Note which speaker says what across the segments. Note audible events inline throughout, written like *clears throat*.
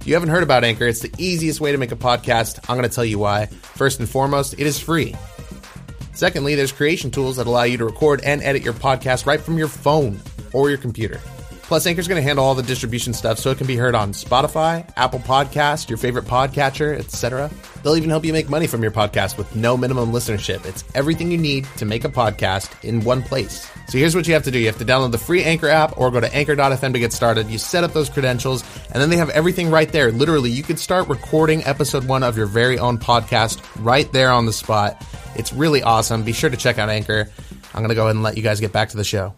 Speaker 1: If you haven't heard about Anchor, it's the easiest way to make a podcast. I'm going to tell you why. First and foremost, it is free. Secondly, there's creation tools that allow you to record and edit your podcast right from your phone or your computer. Plus, Anchor's going to handle all the distribution stuff so it can be heard on Spotify, Apple Podcast, your favorite podcatcher, etc. They'll even help you make money from your podcast with no minimum listenership. It's everything you need to make a podcast in one place. So here's what you have to do. You have to download the free Anchor app or go to anchor.fm to get started. You set up those credentials and then they have everything right there. Literally, you could start recording episode 1 of your very own podcast right there on the spot. It's really awesome. Be sure to check out Anchor. I'm going to go ahead and let you guys get back to the show.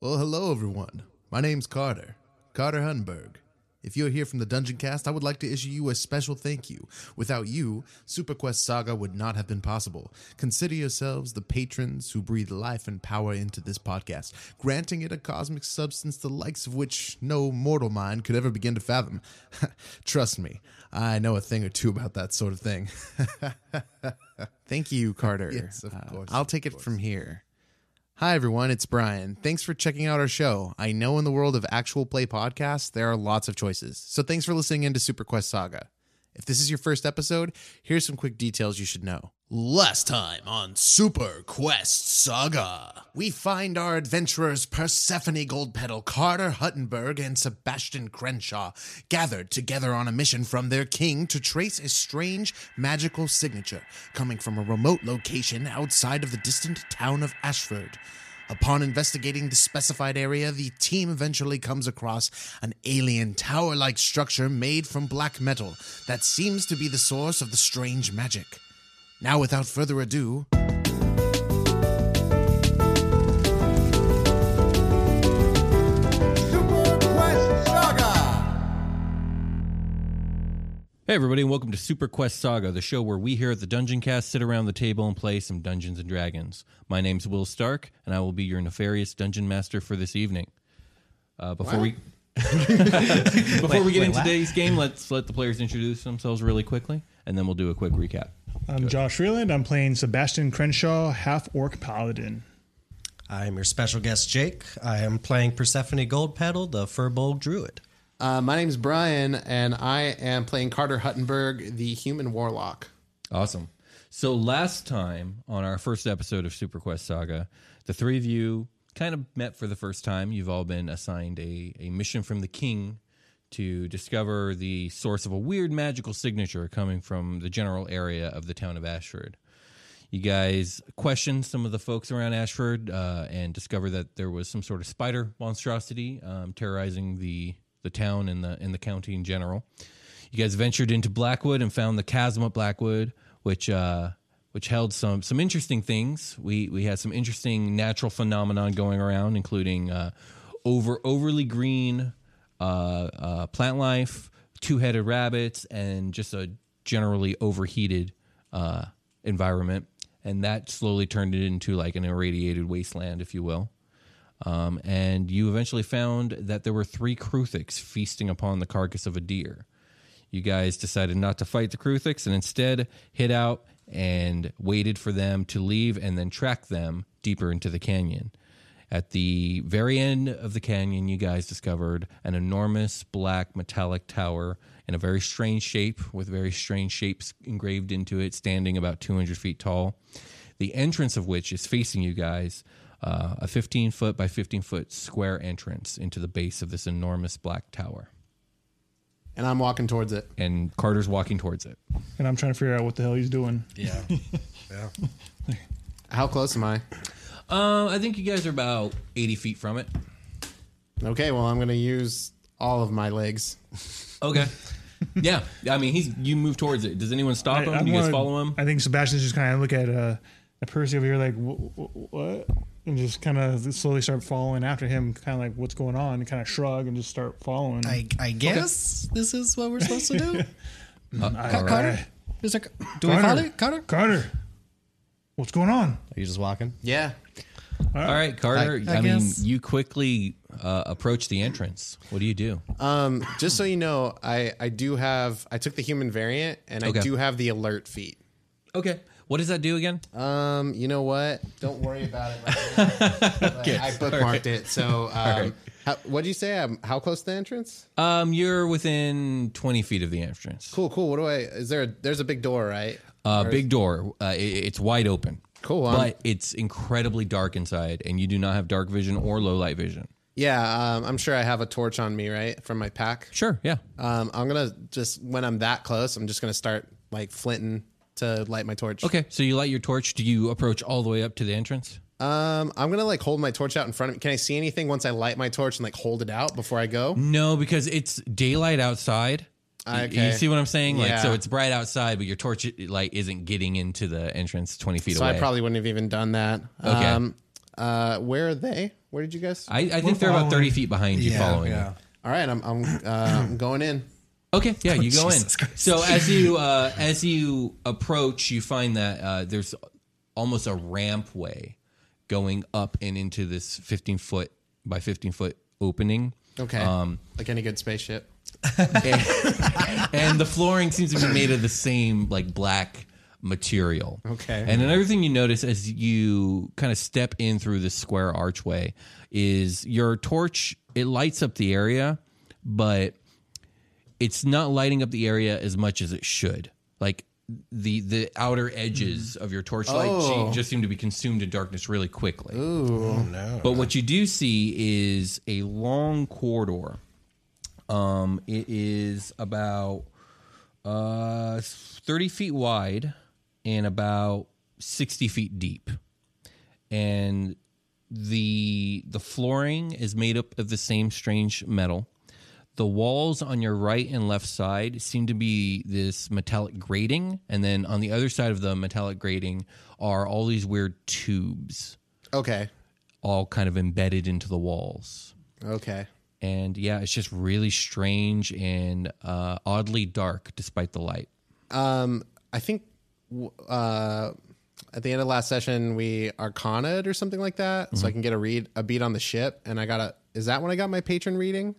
Speaker 1: Well, hello everyone. My name's Carter, Carter Hunberg. If you're here from the Dungeon Cast, I would like to issue you a special thank you. Without you, SuperQuest Saga would not have been possible. Consider yourselves the patrons who breathe life and power into this podcast, granting it a cosmic substance the likes of which no mortal mind could ever begin to fathom. *laughs* Trust me, I know a thing or two about that sort of thing. *laughs*
Speaker 2: Thank you, Carter. Uh,
Speaker 1: Yes, of course,
Speaker 2: I'll
Speaker 1: of
Speaker 2: take it
Speaker 1: course.
Speaker 2: from here. Hi, everyone. It's Brian. Thanks for checking out our show. I know in the world of actual play podcasts, there are lots of choices. So thanks for listening in to Super Quest Saga. If this is your first episode, here's some quick details you should know.
Speaker 1: Last time on Super Quest Saga, we find our adventurers Persephone Goldpedal, Carter Huttenberg, and Sebastian Crenshaw gathered together on a mission from their king to trace a strange magical signature coming from a remote location outside of the distant town of Ashford. Upon investigating the specified area, the team eventually comes across an alien tower like structure made from black metal that seems to be the source of the strange magic. Now, without further ado,
Speaker 3: Hey, everybody, and welcome to Super Quest Saga, the show where we here at the Dungeon Cast sit around the table and play some Dungeons and Dragons. My name's Will Stark, and I will be your nefarious dungeon master for this evening. Uh, *laughs* before we before we get into today's game, let's let the players introduce themselves really quickly, and then we'll do a quick recap.
Speaker 4: I'm Josh Freeland. I'm playing Sebastian Crenshaw, half orc paladin.
Speaker 5: I am your special guest, Jake. I am playing Persephone Goldpedal, the Furbolg Druid.
Speaker 2: Uh, my name's Brian, and I am playing Carter Huttenberg, the human warlock.
Speaker 3: Awesome. So last time on our first episode of Super Quest Saga, the three of you kind of met for the first time. You've all been assigned a, a mission from the king to discover the source of a weird magical signature coming from the general area of the town of Ashford. You guys questioned some of the folks around Ashford uh, and discovered that there was some sort of spider monstrosity um, terrorizing the the town and the and the county in general. You guys ventured into Blackwood and found the chasm at Blackwood, which uh, which held some some interesting things. We we had some interesting natural phenomenon going around, including uh, over overly green uh, uh, plant life, two headed rabbits, and just a generally overheated uh, environment. And that slowly turned it into like an irradiated wasteland, if you will. Um, and you eventually found that there were three Kruthiks feasting upon the carcass of a deer. You guys decided not to fight the Kruthiks and instead hid out and waited for them to leave and then track them deeper into the canyon. At the very end of the canyon, you guys discovered an enormous black metallic tower in a very strange shape with very strange shapes engraved into it, standing about 200 feet tall. The entrance of which is facing you guys, uh, a 15 foot by 15 foot square entrance into the base of this enormous black tower.
Speaker 6: and I'm walking towards it.
Speaker 3: and Carter's walking towards it.
Speaker 4: And I'm trying to figure out what the hell he's doing.
Speaker 5: *laughs* Yeah. yeah.
Speaker 6: How close am I?
Speaker 3: Uh, I think you guys are about 80 feet from it.
Speaker 6: Okay, well, I'm gonna use all of my legs.
Speaker 3: Okay. *laughs* yeah. I mean, he's you move towards it. Does anyone stop him?
Speaker 4: I- I
Speaker 3: Do you guys
Speaker 4: wanna-
Speaker 3: follow him?
Speaker 4: I think Sebastian's just kind of look at uh, at Percy over here, like "Wh- wh- what, and just kind of slowly start following after him, kind of like what's going on, and kind of shrug and just start following.
Speaker 5: I, I guess this is what we're supposed to do.
Speaker 3: All right.
Speaker 5: Carter? Mr. C- do we
Speaker 4: Carter.
Speaker 5: follow you? Carter?
Speaker 4: Carter, what's going on?
Speaker 5: *laughs* Are you just walking?
Speaker 6: Yeah.
Speaker 3: All right, Carter.
Speaker 5: I-
Speaker 3: I,
Speaker 5: I
Speaker 3: mean,
Speaker 5: guess.
Speaker 3: you quickly uh, approach the entrance. What do you do?
Speaker 6: Um, just so you know, I I do have I took the human variant, and
Speaker 3: Okay.
Speaker 6: I do have the alert feat.
Speaker 3: Okay. What does that do again?
Speaker 6: Um, you know what? Don't worry about it. Right *laughs* now. okay. I bookmarked it. So, um, how, what do you say? Um, how close to the entrance?
Speaker 3: Um, you're within 20 feet of the entrance.
Speaker 6: Cool, cool. What do I? Is there? A, there's a big door, right?
Speaker 3: Uh, big door. Uh, i- i it's wide open.
Speaker 6: Cool, um,
Speaker 3: But it's incredibly dark inside, and you do not have dark vision or low light vision.
Speaker 6: Yeah. Um, I'm sure I have a torch on me, right, from my pack.
Speaker 3: Sure. Yeah.
Speaker 6: Um, I'm gonna just when I'm that close, I'm just gonna start like flinting to light my torch.
Speaker 3: Okay. So you light your torch. Do you approach all the way up to the entrance?
Speaker 6: Um, I'm gonna like hold my torch out in front of me. Can I see anything once I light my torch and like hold it out before I go?
Speaker 3: No, because it's daylight outside. Y-
Speaker 6: Okay.
Speaker 3: You see what I'm saying? Like, so
Speaker 6: Yeah.
Speaker 3: it's bright outside, but your torch light isn't getting into the entrance 20 feet
Speaker 6: So
Speaker 3: away.
Speaker 6: I probably wouldn't have even done that.
Speaker 3: Okay.
Speaker 6: Um, uh, where are they? Where did you guys?
Speaker 3: I, I think they're about 30 feet behind you following them.
Speaker 6: All right, I'm I'm, uh, I'm going in.
Speaker 3: Okay, yeah, you go
Speaker 5: Jesus
Speaker 3: in.
Speaker 5: Christ.
Speaker 3: So as you uh, as you approach, you find that uh, there's almost a rampway going up and into this 15 foot by 15 foot opening,
Speaker 6: Okay.
Speaker 3: Um,
Speaker 6: like any good spaceship.
Speaker 3: and, *laughs* and the flooring seems to be made of the same like black material.
Speaker 6: Okay.
Speaker 3: And another thing you notice as you kind of step in through this square archway is your torch. It lights up the area, but it's not lighting up the area as much as it should. Like the the outer edges of your torchlight
Speaker 6: Oh.
Speaker 3: she- just seem to be consumed in darkness really quickly.
Speaker 5: Oh, no.
Speaker 3: But what you do see is a long corridor. Um, it is about uh, 30 feet wide and about 60 feet deep. And the the flooring is made up of the same strange metal. The walls on your right and left side seem to be this metallic grating, and then on the other side of the metallic grating are all these weird tubes
Speaker 6: Okay.
Speaker 3: all kind of embedded into the walls.
Speaker 6: Okay.
Speaker 3: And yeah, it's just really strange and uh, oddly dark despite the light.
Speaker 6: Um, I think w- uh, at the end of last session we arcanaed or something like that,
Speaker 3: Mm-hmm.
Speaker 6: so I can get a read a beat on the ship. And I got a. Is that when I got my patron reading?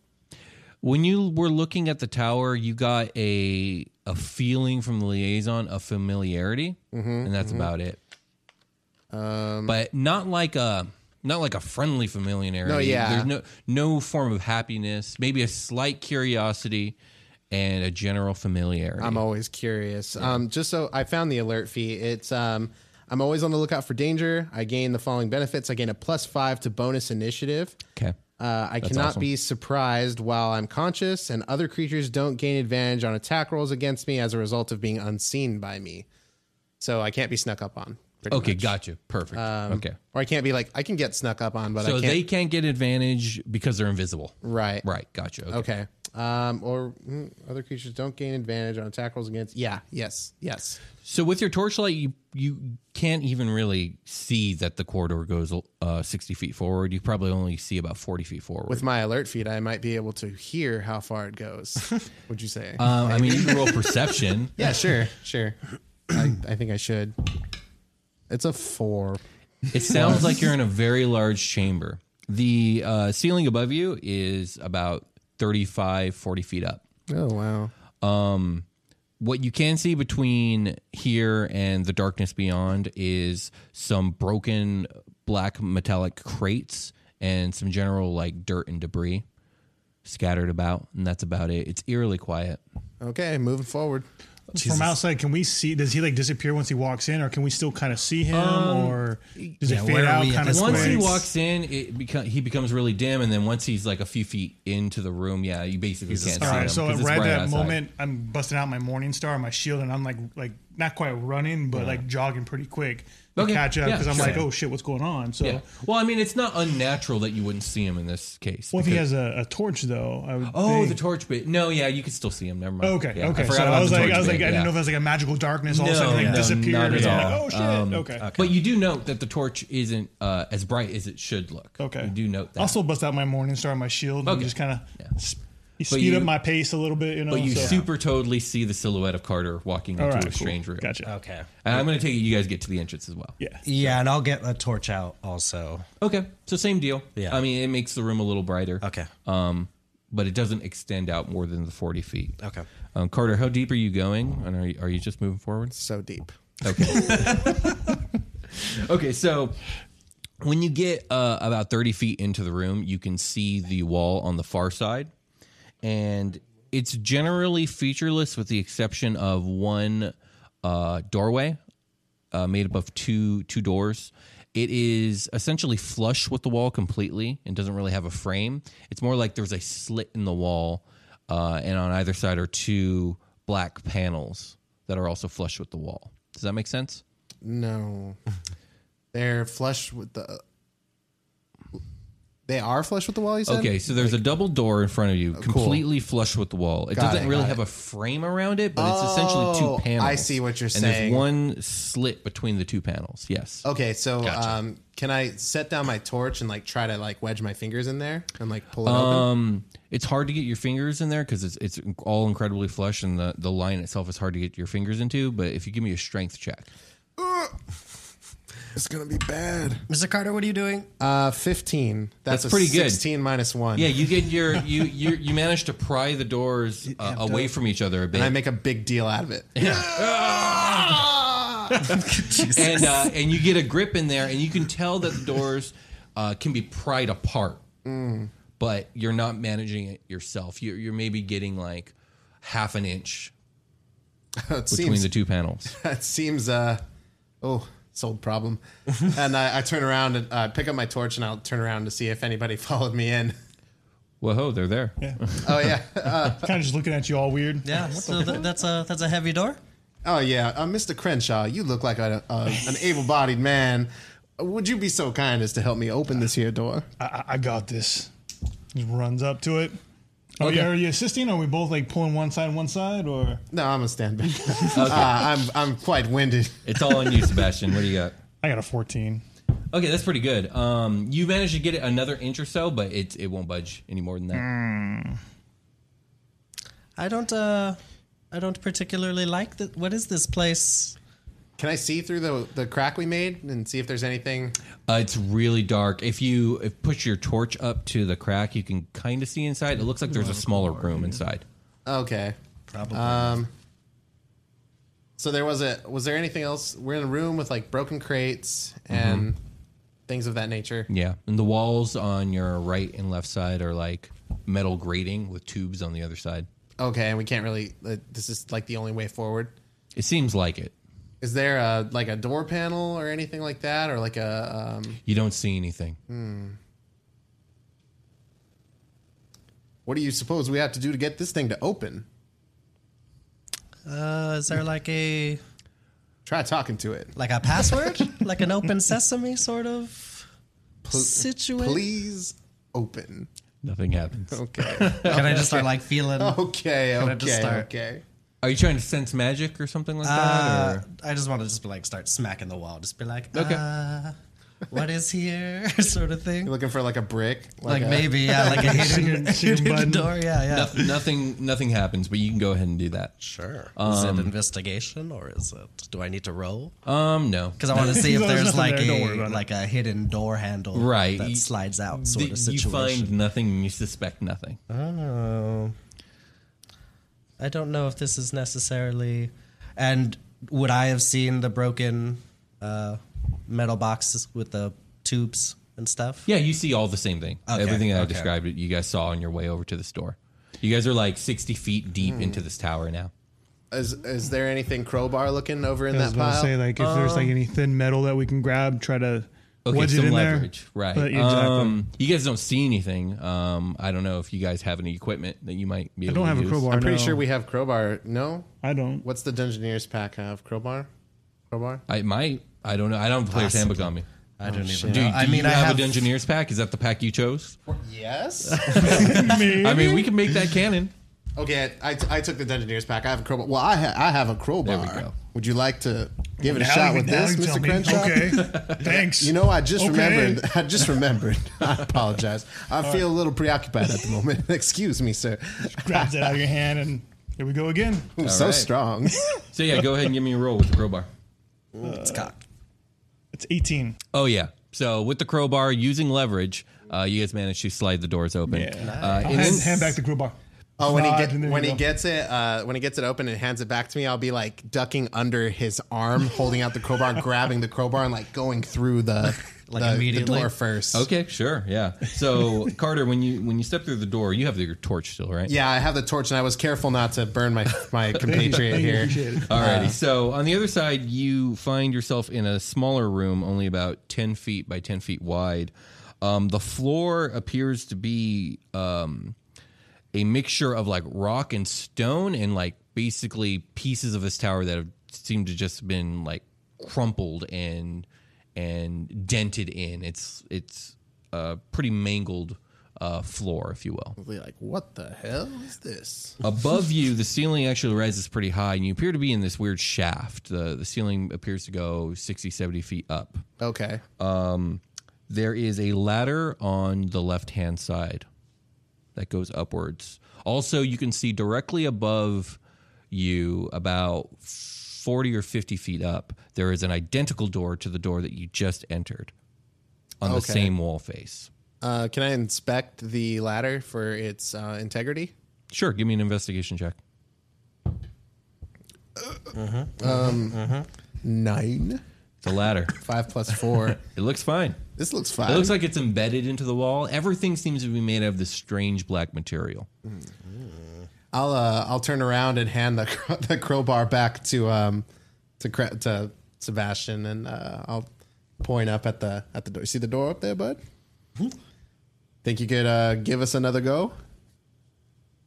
Speaker 3: When you were looking at the tower, you got a a feeling from the liaison of familiarity,
Speaker 6: Mm-hmm,
Speaker 3: and that's about it. Um, but not like a not like a friendly familiarity.
Speaker 6: No, yeah.
Speaker 3: There's no no form of happiness. Maybe a slight curiosity and a general familiarity.
Speaker 6: I'm always curious. Um, just so I found the alert fee. It's um, I'm always on the lookout for danger. I gain the following benefits. I gain a plus five to bonus initiative.
Speaker 3: okay.
Speaker 6: Uh, I cannot
Speaker 3: awesome.
Speaker 6: be surprised while I'm conscious, and other creatures don't gain advantage on attack rolls against me as a result of being unseen by me. So I can't be snuck up on. pretty
Speaker 3: Okay,
Speaker 6: much. Um,
Speaker 3: gotcha. Perfect. okay.
Speaker 6: Or I can't be like I can get snuck up on, but I
Speaker 3: So
Speaker 6: can't.
Speaker 3: they can't get advantage because they're invisible.
Speaker 6: right.
Speaker 3: Right. Gotcha. Okay.
Speaker 6: Okay. Um, or mm, other creatures don't gain advantage on attack rolls against. Yeah. Yes. Yes.
Speaker 3: So with your torchlight, you you can't even really see that the corridor goes uh, sixty feet forward. You probably only see about forty feet forward.
Speaker 6: With my alert feed, I might be able to hear how far it goes.
Speaker 3: *laughs*
Speaker 6: would you say?
Speaker 3: um, I
Speaker 6: *laughs*
Speaker 3: mean, you can roll perception.
Speaker 6: yeah. Sure. Sure. I, I think I should. It's a four.
Speaker 3: It sounds like you're in a very large chamber. The uh, ceiling above you is about 35, 40 feet up.
Speaker 6: Oh wow.
Speaker 3: what you can see between here and the darkness beyond is some broken black metallic crates and some general like dirt and debris scattered about and that's about it it's eerily quiet
Speaker 6: Okay, moving forward.
Speaker 5: Jesus.
Speaker 4: from outside, can we see? Does he like disappear once he walks in, or can we still kind of see him, or does
Speaker 5: yeah,
Speaker 4: it
Speaker 5: where
Speaker 4: fade
Speaker 5: are
Speaker 4: out?
Speaker 5: we at
Speaker 4: Kind
Speaker 5: this
Speaker 4: of
Speaker 5: point?
Speaker 3: Once he
Speaker 5: Squares.
Speaker 3: walks in, it beco- he becomes really dim, and then once he's like a few feet into the room, yeah, you basically can't
Speaker 4: All
Speaker 3: see him.
Speaker 4: right, so
Speaker 3: 'cause
Speaker 4: right,
Speaker 3: it's
Speaker 4: at that
Speaker 3: outside.
Speaker 4: moment, I'm busting out my Morning Star, my shield, and I'm like, like not quite running, but like jogging pretty quick to
Speaker 3: Okay,
Speaker 4: catch up
Speaker 3: yeah,
Speaker 4: because I'm
Speaker 3: sure.
Speaker 4: like, oh shit, what's going on? So,
Speaker 3: Yeah. Well, I mean, it's not unnatural that you wouldn't see him in this case.
Speaker 4: well, if he
Speaker 3: because-
Speaker 4: has a, a torch though, I would.
Speaker 3: Oh,
Speaker 4: think-
Speaker 3: the torch bit. No, yeah, you can still see him. Never mind.
Speaker 4: Okay,
Speaker 3: Yeah,
Speaker 4: okay.
Speaker 3: I
Speaker 4: so
Speaker 3: forgot about
Speaker 4: I was
Speaker 3: the
Speaker 4: like,
Speaker 3: torch
Speaker 4: I was
Speaker 3: bit,
Speaker 4: like, I
Speaker 3: yeah.
Speaker 4: didn't know if it was like a magical darkness all of a sudden like
Speaker 3: no,
Speaker 4: disappeared.
Speaker 3: not
Speaker 4: And
Speaker 3: at
Speaker 4: I'm like,
Speaker 3: all.
Speaker 4: oh shit,
Speaker 3: Um,
Speaker 4: okay.
Speaker 3: But you do note that the torch isn't uh, as bright as it should look.
Speaker 4: Okay.
Speaker 3: You do note that.
Speaker 4: I'll still bust out my morning star, and my shield, and
Speaker 3: Okay.
Speaker 4: just kind of
Speaker 3: Yeah.
Speaker 4: speed
Speaker 3: you-
Speaker 4: up my pace a little bit. You know,
Speaker 3: but you
Speaker 4: so.
Speaker 3: super totally see the silhouette of Carter walking
Speaker 4: All
Speaker 3: into
Speaker 4: right,
Speaker 3: a
Speaker 4: cool.
Speaker 3: strange room. Uh,
Speaker 4: Gotcha.
Speaker 5: Okay.
Speaker 3: And I'm going to take it you guys get to the entrance as well.
Speaker 4: Yeah.
Speaker 5: Yeah, and I'll get a torch out also.
Speaker 3: Okay. So same deal.
Speaker 5: Yeah.
Speaker 3: I mean, it makes the room a little brighter.
Speaker 5: Okay.
Speaker 3: Um, but it doesn't extend out more than the 40 feet.
Speaker 5: Okay.
Speaker 3: Um, Carter, how deep are you going? And are you, are you just moving forward?
Speaker 6: So deep.
Speaker 3: Okay, so when you get uh, about 30 feet into the room, you can see the wall on the far side. And it's generally featureless with the exception of one uh, doorway uh, made up of two two doors. It is essentially flush with the wall completely and doesn't really have a frame. It's more like there's a slit in the wall, uh, and on either side are two black panels that are also flush with the wall. Does that make sense?
Speaker 6: No. They're flush with the. They are flush with the wall, you said?
Speaker 3: Okay, so there's a double door in front of you, completely flush with the wall. It
Speaker 6: Got
Speaker 3: doesn't
Speaker 6: it,
Speaker 3: really
Speaker 6: got
Speaker 3: have a frame around it, but it's essentially
Speaker 6: Oh,
Speaker 3: two panels.
Speaker 6: I see what you're
Speaker 3: and
Speaker 6: saying. Oh.
Speaker 3: There's one slit between the two panels. Yes.
Speaker 6: Okay, so um, can I set down my torch and like try to like wedge my fingers in there and like pull it open?
Speaker 3: Um, it's hard to get your fingers in there because it's it's all incredibly flush, and the the line itself is hard to get your fingers into. But if you give me a strength check,
Speaker 6: It's gonna be bad.
Speaker 5: Mr. Carter, what are you doing?
Speaker 6: Uh, fifteen. That's,
Speaker 3: That's
Speaker 6: a
Speaker 3: pretty good.
Speaker 6: Sixteen minus one.
Speaker 3: yeah, you get your you you you manage to pry the doors uh, away from each other a bit.
Speaker 6: and I make a big deal out of it.
Speaker 3: and *laughs* uh, and you get a grip in there, and you can tell that the doors uh, can be pried apart, Mm. but you're not managing it yourself. You're, you're maybe getting like half an inch
Speaker 6: *laughs* it
Speaker 3: between
Speaker 6: seems *laughs*
Speaker 3: the two panels.
Speaker 6: it seems uh oh sold problem. and I, I turn around and uh, pick up my torch and I'll turn around to see if anybody *laughs* followed me in.
Speaker 3: *laughs* Whoa, they're there.
Speaker 4: Yeah.
Speaker 6: Oh yeah. *laughs*
Speaker 4: kind of just looking at you all weird.
Speaker 5: Yeah, so th- that's a that's a heavy door.
Speaker 6: Oh yeah, uh, Mr. Crenshaw, you look like a, a
Speaker 3: *laughs*
Speaker 6: an able-bodied man. Would you be so kind as to help me open this here
Speaker 3: *laughs*
Speaker 6: door?
Speaker 4: I- I, I got this. Just runs up to it. Are, you, are you assisting? Are we both like pulling one side, one side, or
Speaker 6: No, I'm gonna stand back. uh, I'm I'm quite winded.
Speaker 3: It's all on you, Sebastian. What do you got?
Speaker 4: I got a fourteen.
Speaker 3: Okay, that's pretty good. Um, you managed to get it another inch or so, but it it won't budge any more than that.
Speaker 5: I don't uh I don't particularly like the what is this place?
Speaker 6: Can I see through the the crack we made and see if there's anything?
Speaker 3: Uh, it's really dark. If you if push your torch up to the crack, you can kind of see inside. It looks like there's a smaller room inside.
Speaker 6: Okay.
Speaker 5: Probably.
Speaker 6: So there was a was there anything else? We're in a room with like broken crates
Speaker 5: Mm-hmm.
Speaker 6: and things of that nature.
Speaker 3: Yeah, and the walls on your right and left side are like metal grating with tubes on the other side.
Speaker 6: Okay, and we can't really. Uh, this is like the only way forward.
Speaker 3: It seems like it.
Speaker 6: Is there a like a door panel or anything like that, or like a um,
Speaker 3: You don't see anything.
Speaker 6: what do you suppose we have to do to get this thing to open?
Speaker 5: uh is there like a
Speaker 6: Try talking to it,
Speaker 5: like a *laughs* password? like an open sesame sort of situation?
Speaker 6: please. Open.
Speaker 3: Nothing happens.
Speaker 6: Okay. Oh,
Speaker 5: Can I just start like feeling
Speaker 6: Okay.
Speaker 5: I just
Speaker 6: Okay.
Speaker 5: start?
Speaker 6: Okay.
Speaker 3: *laughs* Are you trying to sense magic or something like that?
Speaker 5: Uh,
Speaker 3: or-
Speaker 5: I just want to just be like start smacking the wall, just be like,
Speaker 3: Okay.
Speaker 5: uh, what is here, *laughs* sort of thing.
Speaker 6: You're looking for like a brick,
Speaker 5: Like,
Speaker 6: a-
Speaker 5: maybe, yeah, like a *laughs* hidden,
Speaker 4: Secret- secret
Speaker 5: hidden
Speaker 4: button.
Speaker 5: door, yeah, yeah.
Speaker 3: Noth- nothing. Nothing happens. But you can go ahead and do that.
Speaker 5: Sure. is it investigation or is it? Do I need to roll?
Speaker 3: Um. No.
Speaker 5: Because I want to see if
Speaker 4: There's
Speaker 5: there's
Speaker 4: nothing
Speaker 5: like
Speaker 4: there, don't worry
Speaker 5: a
Speaker 4: about it.
Speaker 5: like a hidden door handle,
Speaker 3: Right.
Speaker 5: that
Speaker 3: You-
Speaker 5: slides out sort
Speaker 3: Th-
Speaker 5: of
Speaker 3: you
Speaker 5: situation.
Speaker 3: find nothing. and You suspect nothing.
Speaker 5: Oh. I don't know if this is necessarily. And would I have seen the broken uh, metal boxes with the tubes and stuff?
Speaker 3: Yeah, you see all the same thing.
Speaker 5: Okay,
Speaker 3: Everything that I
Speaker 5: okay.
Speaker 3: described,
Speaker 5: Mm.
Speaker 3: you guys saw on your way over to the store. You guys are like sixty feet deep into this tower now.
Speaker 6: Is is there anything crowbar looking over in
Speaker 4: I was
Speaker 6: that
Speaker 4: about to
Speaker 6: pile?
Speaker 4: say like if there's like any thin metal that we can grab, try to
Speaker 3: Okay,
Speaker 4: wedge it
Speaker 3: some
Speaker 4: in
Speaker 3: leverage,
Speaker 4: there.
Speaker 3: right?
Speaker 4: But, exactly.
Speaker 3: um, you guys don't see anything. Um, I don't know if you guys have any equipment that you might be.
Speaker 4: I
Speaker 3: Able
Speaker 4: don't
Speaker 3: to
Speaker 4: have a
Speaker 3: use.
Speaker 4: crowbar.
Speaker 6: I'm pretty
Speaker 4: no.
Speaker 6: sure we have crowbar. No,
Speaker 4: I don't.
Speaker 6: what's the Dungeoneers pack have? Crowbar, crowbar.
Speaker 3: I might. I don't know. I don't have a player's handbook on me.
Speaker 5: I
Speaker 4: Oh,
Speaker 5: don't even
Speaker 3: Do,
Speaker 5: know.
Speaker 3: do
Speaker 5: I mean,
Speaker 3: you
Speaker 5: I
Speaker 3: have,
Speaker 5: have
Speaker 3: a Dungeoneers pack? Is that the pack you chose?
Speaker 6: Yes.
Speaker 4: *laughs*
Speaker 3: I mean, we can make that canon.
Speaker 6: okay, I, I took the Dungeoneers pack. I have a crowbar. Well, I ha- I have a crowbar.
Speaker 3: There we go.
Speaker 6: Would you like to give it a
Speaker 4: Now
Speaker 6: shot
Speaker 4: you-
Speaker 6: with
Speaker 4: now
Speaker 6: this,
Speaker 4: you tell
Speaker 6: Mr.
Speaker 4: me.
Speaker 6: Crenshaw? *laughs*
Speaker 4: Okay. Thanks.
Speaker 6: You know, I just
Speaker 4: Okay.
Speaker 6: remembered. *laughs* I just remembered. I apologize. I feel a little preoccupied at the moment. *laughs* Excuse me, sir.
Speaker 4: *laughs* grabs it out of your hand and here we go again.
Speaker 6: I'm so
Speaker 3: right.
Speaker 6: strong.
Speaker 3: So yeah, go ahead and give me a roll with the
Speaker 4: *laughs*
Speaker 3: crowbar.
Speaker 5: it's cocked.
Speaker 4: It's 18.
Speaker 3: Oh yeah. So with the crowbar, using leverage, uh, you guys managed to slide the doors open. Uh,
Speaker 4: I'll
Speaker 3: and
Speaker 4: hand,
Speaker 3: then-
Speaker 4: hand back the crowbar.
Speaker 6: Oh, when he
Speaker 4: Nod
Speaker 6: get,
Speaker 4: and then
Speaker 6: when he
Speaker 4: go.
Speaker 6: gets it, uh, when he gets it open and hands it back to me, I'll be like ducking under his arm, holding out the crowbar, grabbing the crowbar, and like going through the
Speaker 5: Like
Speaker 6: the- the,
Speaker 5: immediately?
Speaker 6: door first.
Speaker 3: Okay, sure, yeah. So
Speaker 4: *laughs*
Speaker 3: Carter, when you when you step through the door, you have your torch still, right?
Speaker 6: Yeah, I have the torch, and I was careful not to burn my
Speaker 4: *laughs*
Speaker 6: my compatriot
Speaker 4: Thank you,
Speaker 6: here.
Speaker 4: appreciate it.
Speaker 3: Alrighty. so on the other side, you find yourself in a smaller room, only about ten feet by ten feet wide. Um, the floor appears to be um, a mixture of like rock and stone, and like basically pieces of this tower that have seemed to just been like crumpled and and dented in. It's it's a pretty mangled uh, floor, if you will.
Speaker 6: Be like, what the hell is this?
Speaker 3: above you, the ceiling actually rises pretty high, and you appear to be in this weird shaft. The, the ceiling appears to go 60, 70 feet up.
Speaker 6: Okay,
Speaker 3: There is a ladder on the left hand side that goes upwards. Also, you can see directly above you, about 40 or 50 feet up, there is an identical door to the door that you just entered on the
Speaker 6: Okay.
Speaker 3: same wall face.
Speaker 6: uh, can I inspect the ladder for its uh, integrity?
Speaker 3: Sure, give me an investigation check.
Speaker 6: Nine,
Speaker 3: The ladder.
Speaker 6: five plus four.
Speaker 3: it looks fine.
Speaker 6: this looks fine.
Speaker 3: It looks like it's embedded into the wall. Everything seems to be made out of this strange black material.
Speaker 6: I'll uh, I'll turn around and hand the cr- *laughs* the crowbar back to um to Cre- to Sebastian and uh, I'll point up at the at the door. See the door up there, bud?
Speaker 5: Hmm?
Speaker 6: Think you could uh, give us another go?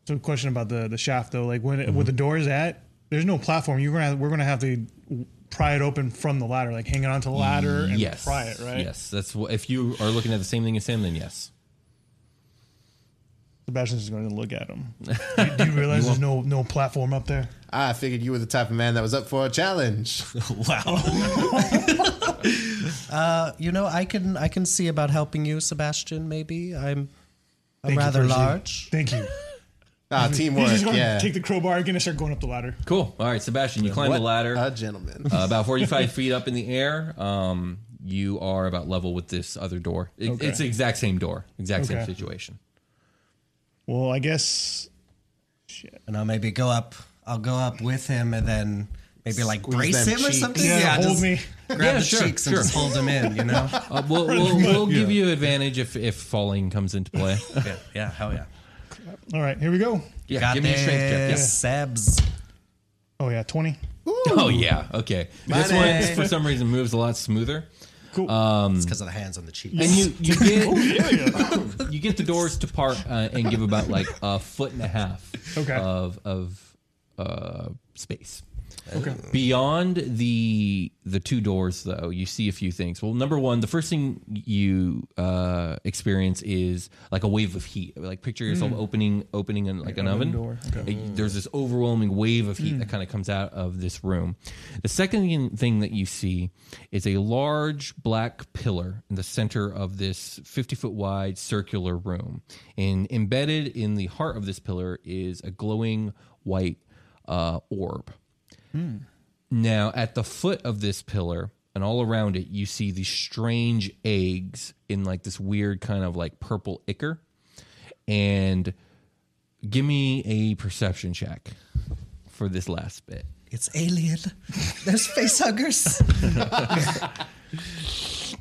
Speaker 4: So, question about the the shaft though, like when it,
Speaker 3: Mm-hmm.
Speaker 4: where the door is at, there's no platform. You're gonna we're gonna have to pry it open from the ladder, like hanging onto the ladder and
Speaker 3: yes.
Speaker 4: pry it, right?
Speaker 3: Yes. That's what, if you are looking at the same thing as him, then yes.
Speaker 4: Sebastian's just going to look at
Speaker 3: *laughs*
Speaker 4: him. do, you- do you realize there's no no platform up there?
Speaker 6: Ah, I figured you were the type of man that was up for
Speaker 5: *laughs*
Speaker 6: a challenge.
Speaker 5: Wow. uh, you know, I can I can see about helping you, Sebastian. Maybe I'm I'm
Speaker 4: Thank you,
Speaker 5: rather
Speaker 4: Percy.
Speaker 5: large.
Speaker 3: *laughs*
Speaker 4: Thank you.
Speaker 6: Ah,
Speaker 4: He's
Speaker 6: teamwork.
Speaker 4: just going to
Speaker 6: yeah.
Speaker 4: take the crowbar again and start going up the ladder.
Speaker 3: Cool. All right, Sebastian, you climb
Speaker 6: What
Speaker 3: the ladder
Speaker 6: A gentleman.
Speaker 3: uh, about
Speaker 4: *laughs*
Speaker 3: 45 feet up in the air. Um, you are about level with this other door. It,
Speaker 4: Okay.
Speaker 3: It's the exact same door, exact same
Speaker 4: Okay.
Speaker 3: situation.
Speaker 4: Well, I guess
Speaker 5: And I'll maybe go up. I'll go up with him, and then maybe like
Speaker 6: Squeeze
Speaker 5: brace
Speaker 6: them
Speaker 5: him or
Speaker 6: cheeks.
Speaker 5: something.
Speaker 4: Yeah, hold
Speaker 5: just
Speaker 4: me.
Speaker 5: Grab
Speaker 3: Yeah,
Speaker 5: the
Speaker 3: sure,
Speaker 5: cheeks and
Speaker 3: sure.
Speaker 5: just hold him in. You know.
Speaker 3: Uh,
Speaker 4: *laughs*
Speaker 3: we'll we'll, we'll give you advantage if, if falling comes into
Speaker 4: *laughs*
Speaker 3: play.
Speaker 5: yeah. Yeah. Hell yeah.
Speaker 4: all right, here we go.
Speaker 3: Yeah,
Speaker 5: Got
Speaker 3: give
Speaker 5: this,
Speaker 3: me a strength check. Yes.
Speaker 5: Sebs.
Speaker 4: Oh yeah, 20.
Speaker 3: Oh yeah, okay. This
Speaker 6: Money.
Speaker 3: one for some reason moves a lot smoother.
Speaker 4: Cool.
Speaker 5: It's because of the hands on the cheeks.
Speaker 3: And
Speaker 4: *laughs*
Speaker 3: you, you
Speaker 4: Oh,
Speaker 3: get you get the doors to part uh, and give about like a foot and a half
Speaker 4: Okay.
Speaker 3: of of uh, space. Uh,
Speaker 4: okay.
Speaker 3: Beyond the the two doors, though, you see a few things. Well, number one, the first thing you uh, experience is like a wave of heat. Like picture yourself opening opening an, like an
Speaker 4: Mm. open
Speaker 3: oven.
Speaker 4: door. Okay.
Speaker 3: It- there's this overwhelming wave of heat that kind of comes out of this room. The second thing that you see is a large black pillar in the center of this 50 foot wide circular room, and embedded in the heart of this pillar is a glowing white uh, orb. Now, at the foot of this pillar and all around it, you see these strange eggs in like this weird kind of like purple ichor. And give me a perception check for this last bit.
Speaker 5: It's alien. *laughs* There's face huggers.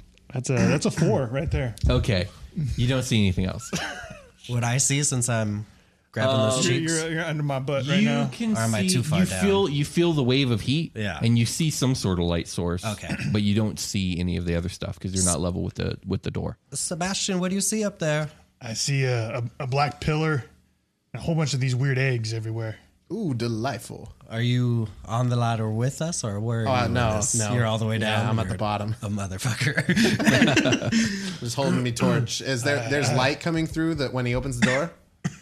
Speaker 5: *laughs*
Speaker 4: That's a
Speaker 3: *clears throat*
Speaker 4: that's a 4 right there.
Speaker 3: Okay. You don't see anything else.
Speaker 5: What I see, since I'm grabbing those
Speaker 4: You're,
Speaker 5: cheeks.
Speaker 4: Uh, you're, you're under my butt *laughs* right
Speaker 3: you
Speaker 4: now.
Speaker 3: can
Speaker 5: Or am I
Speaker 3: see,
Speaker 5: too far
Speaker 3: you
Speaker 5: down?
Speaker 3: feel you feel the wave of heat
Speaker 5: Yeah.
Speaker 3: and you see some sort of light source
Speaker 5: Okay.
Speaker 3: *clears throat* but you don't see any of the other stuff because you're not level with the with the door
Speaker 5: Sebastian, what do you see up there?
Speaker 4: I see a, a, a black pillar and a whole bunch of these weird eggs everywhere.
Speaker 6: Ooh, delightful.
Speaker 5: Are you on the ladder with us, or where? Are
Speaker 6: Oh,
Speaker 5: you with
Speaker 6: no,
Speaker 5: us?
Speaker 6: no.
Speaker 5: You're all the way
Speaker 6: Yeah,
Speaker 5: down.
Speaker 6: I'm at the bottom.
Speaker 5: A motherfucker. *laughs*
Speaker 6: Just holding me torch. Is there there's
Speaker 5: Uh,
Speaker 6: light coming through that when he opens the door?
Speaker 3: It-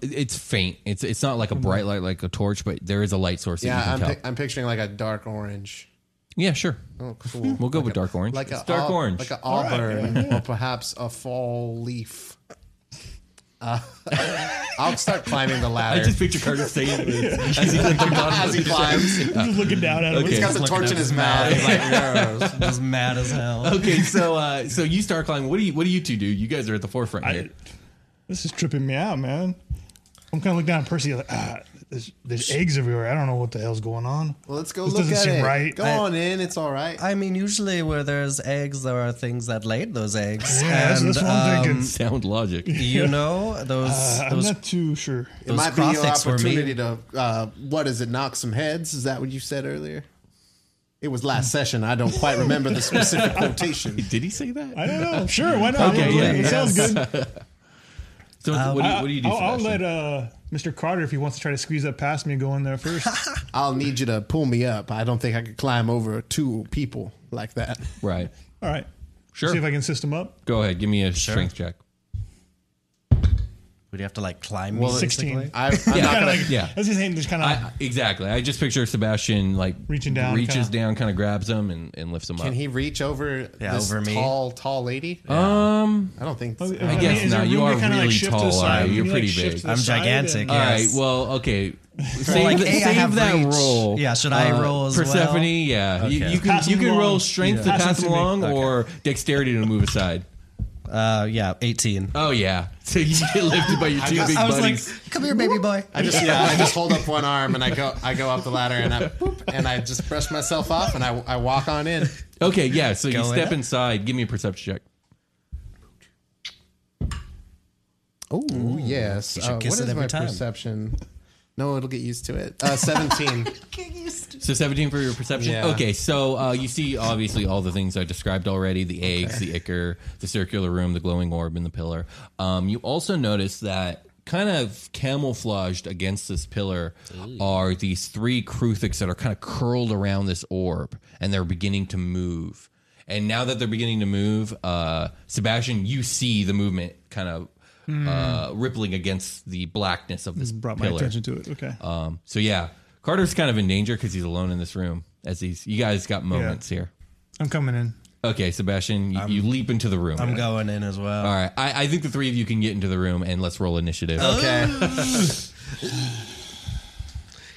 Speaker 3: it's faint it's it's not like a bright light like a torch but there is a light source that you
Speaker 6: Yeah,
Speaker 3: can
Speaker 6: I'm,
Speaker 3: tell
Speaker 6: pic- I'm picturing like a dark orange.
Speaker 3: yeah sure
Speaker 6: Oh, cool.
Speaker 3: we'll go with dark orange
Speaker 6: Like
Speaker 3: it's
Speaker 6: a
Speaker 3: dark
Speaker 6: au-
Speaker 3: orange
Speaker 6: like an auburn, or perhaps a fall leaf. Uh, *laughs* I'll start climbing the
Speaker 3: I
Speaker 6: ladder. *laughs*
Speaker 3: just picture Curtis saying this as he's like, *laughs*
Speaker 6: As he climbs,
Speaker 4: Just looking down at him.
Speaker 3: Okay.
Speaker 6: he's got the torch in his mouth.
Speaker 5: *laughs*
Speaker 6: He's like,
Speaker 5: Just- Just mad as hell.
Speaker 3: okay, so uh, so you start climbing. What do you what do you two do? You guys are at the forefront here.
Speaker 4: I, this is tripping me out, man. I'm kind of looking down at Percy like, ah, there's, there's eggs everywhere. I don't know what the hell's going on.
Speaker 6: Let's go
Speaker 4: This
Speaker 6: look
Speaker 4: doesn't
Speaker 6: at
Speaker 4: seem
Speaker 6: it.
Speaker 4: right.
Speaker 6: Go
Speaker 5: I-
Speaker 6: on in. It's all right.
Speaker 5: I mean, usually where there's eggs, there are things that laid those eggs.
Speaker 4: Yeah, that's,
Speaker 5: and,
Speaker 4: that's what I'm
Speaker 5: um,
Speaker 4: thinking.
Speaker 3: Sound
Speaker 4: *laughs*
Speaker 3: logic.
Speaker 5: You know those
Speaker 4: Uh, I'm
Speaker 5: those
Speaker 4: not too sure.
Speaker 6: it
Speaker 5: those
Speaker 6: might be your
Speaker 5: crothics were mean.
Speaker 6: opportunity to. Uh, what is it? Knock some heads? Is that what you said earlier? It was last session. I don't quite remember the specific quotation.
Speaker 3: Did he say that?
Speaker 4: I don't know. Sure, why not?
Speaker 3: Okay,
Speaker 4: It-
Speaker 3: yeah,
Speaker 4: it
Speaker 3: yeah.
Speaker 4: sounds
Speaker 3: *laughs*
Speaker 4: good.
Speaker 3: So what, do you, what do you do?
Speaker 4: uh, I'll, I'll
Speaker 3: Sebastian?
Speaker 4: let uh, Mr. Carter, if he wants to try to squeeze up past me, go in there
Speaker 6: *laughs*
Speaker 4: first.
Speaker 6: I'll need you to pull me up. I don't think I could climb over two people like that.
Speaker 3: right.
Speaker 4: All right.
Speaker 3: Sure.
Speaker 4: See if I can system up.
Speaker 3: Go ahead. Give me a strength check.
Speaker 5: Would you have to like climb?
Speaker 6: Well,
Speaker 5: me,
Speaker 4: 16.
Speaker 5: basically?
Speaker 6: I, I'm not
Speaker 4: Kinda
Speaker 6: gonna.
Speaker 4: like,
Speaker 3: *laughs*
Speaker 4: *laughs*
Speaker 3: yeah.
Speaker 4: That's his hand just kind of.
Speaker 3: I, exactly. I just picture Sebastian like
Speaker 4: Reaching down,
Speaker 3: reaches
Speaker 4: kinda-
Speaker 3: down, kind of grabs him and, and lifts him up.
Speaker 6: Can he reach over
Speaker 5: Yeah,
Speaker 6: this
Speaker 5: over me.
Speaker 6: tall, tall lady?
Speaker 3: um.
Speaker 6: I don't think.
Speaker 3: I guess
Speaker 4: is there
Speaker 3: not. You
Speaker 4: room to
Speaker 3: are
Speaker 4: kinda,
Speaker 3: really
Speaker 4: shift to the
Speaker 3: tall,
Speaker 4: side?
Speaker 3: are you?
Speaker 4: Can
Speaker 3: You're
Speaker 4: like,
Speaker 3: pretty
Speaker 4: shift
Speaker 3: big.
Speaker 4: to the
Speaker 5: I'm
Speaker 4: side
Speaker 5: gigantic,
Speaker 4: and-
Speaker 5: yeah.
Speaker 3: All right.
Speaker 5: Yes.
Speaker 3: Well. Okay.
Speaker 5: Well,
Speaker 3: Save,
Speaker 5: like,
Speaker 3: the-
Speaker 5: hey, I
Speaker 3: save
Speaker 5: have
Speaker 3: that
Speaker 5: reach.
Speaker 3: roll. Uh,
Speaker 5: Yeah, should I roll as well?
Speaker 3: Persephone. Yeah. You,
Speaker 5: Okay.
Speaker 3: you can
Speaker 4: Pass
Speaker 3: you
Speaker 4: him
Speaker 3: can roll
Speaker 4: along.
Speaker 3: strength to
Speaker 4: Yeah. Pass
Speaker 3: pass
Speaker 4: him
Speaker 3: him
Speaker 4: to
Speaker 3: along
Speaker 4: me.
Speaker 3: or dexterity to move aside.
Speaker 5: Uh, yeah, eighteen.
Speaker 3: Oh yeah. *laughs* So you get lifted by your two big
Speaker 5: I was
Speaker 3: buddies.
Speaker 5: like, "Come here, baby boy."
Speaker 6: I just yeah, I just hold
Speaker 3: *laughs*
Speaker 6: up one arm and I go I go up the ladder and I boop, and I just brush myself off and I, I walk on in.
Speaker 3: okay. Yeah. So you
Speaker 5: Going
Speaker 3: step
Speaker 5: up.
Speaker 3: inside. Give me a perception check.
Speaker 6: Oh yes, Uh,
Speaker 5: should kiss it every time.
Speaker 6: perception? No, it'll get used to it. Uh, Seventeen.
Speaker 3: So 17 for your perception.
Speaker 6: Yeah.
Speaker 3: Okay, so uh, you see obviously all the things I described already: the eggs, the ichor, the circular room, the glowing orb, and the pillar. Um, you also notice that kind of camouflaged against this pillar are these three cruthics that are kind of curled around this orb, and they're beginning to move. And now that they're beginning to move, uh, Sebastian, you see the movement kind of uh, rippling against the blackness of this
Speaker 4: Hmm. Brought my
Speaker 3: pillar.
Speaker 4: attention to it. Okay.
Speaker 3: Um, so yeah, Carter's kind of in danger because he's alone in this room. As he's, you guys got moments here.
Speaker 4: I'm coming in.
Speaker 3: Okay, Sebastian, you, you leap into the room.
Speaker 5: I'm going in as well.
Speaker 3: All right, I, I think the three of you can get into the room and let's roll initiative.
Speaker 6: Okay.
Speaker 5: *laughs*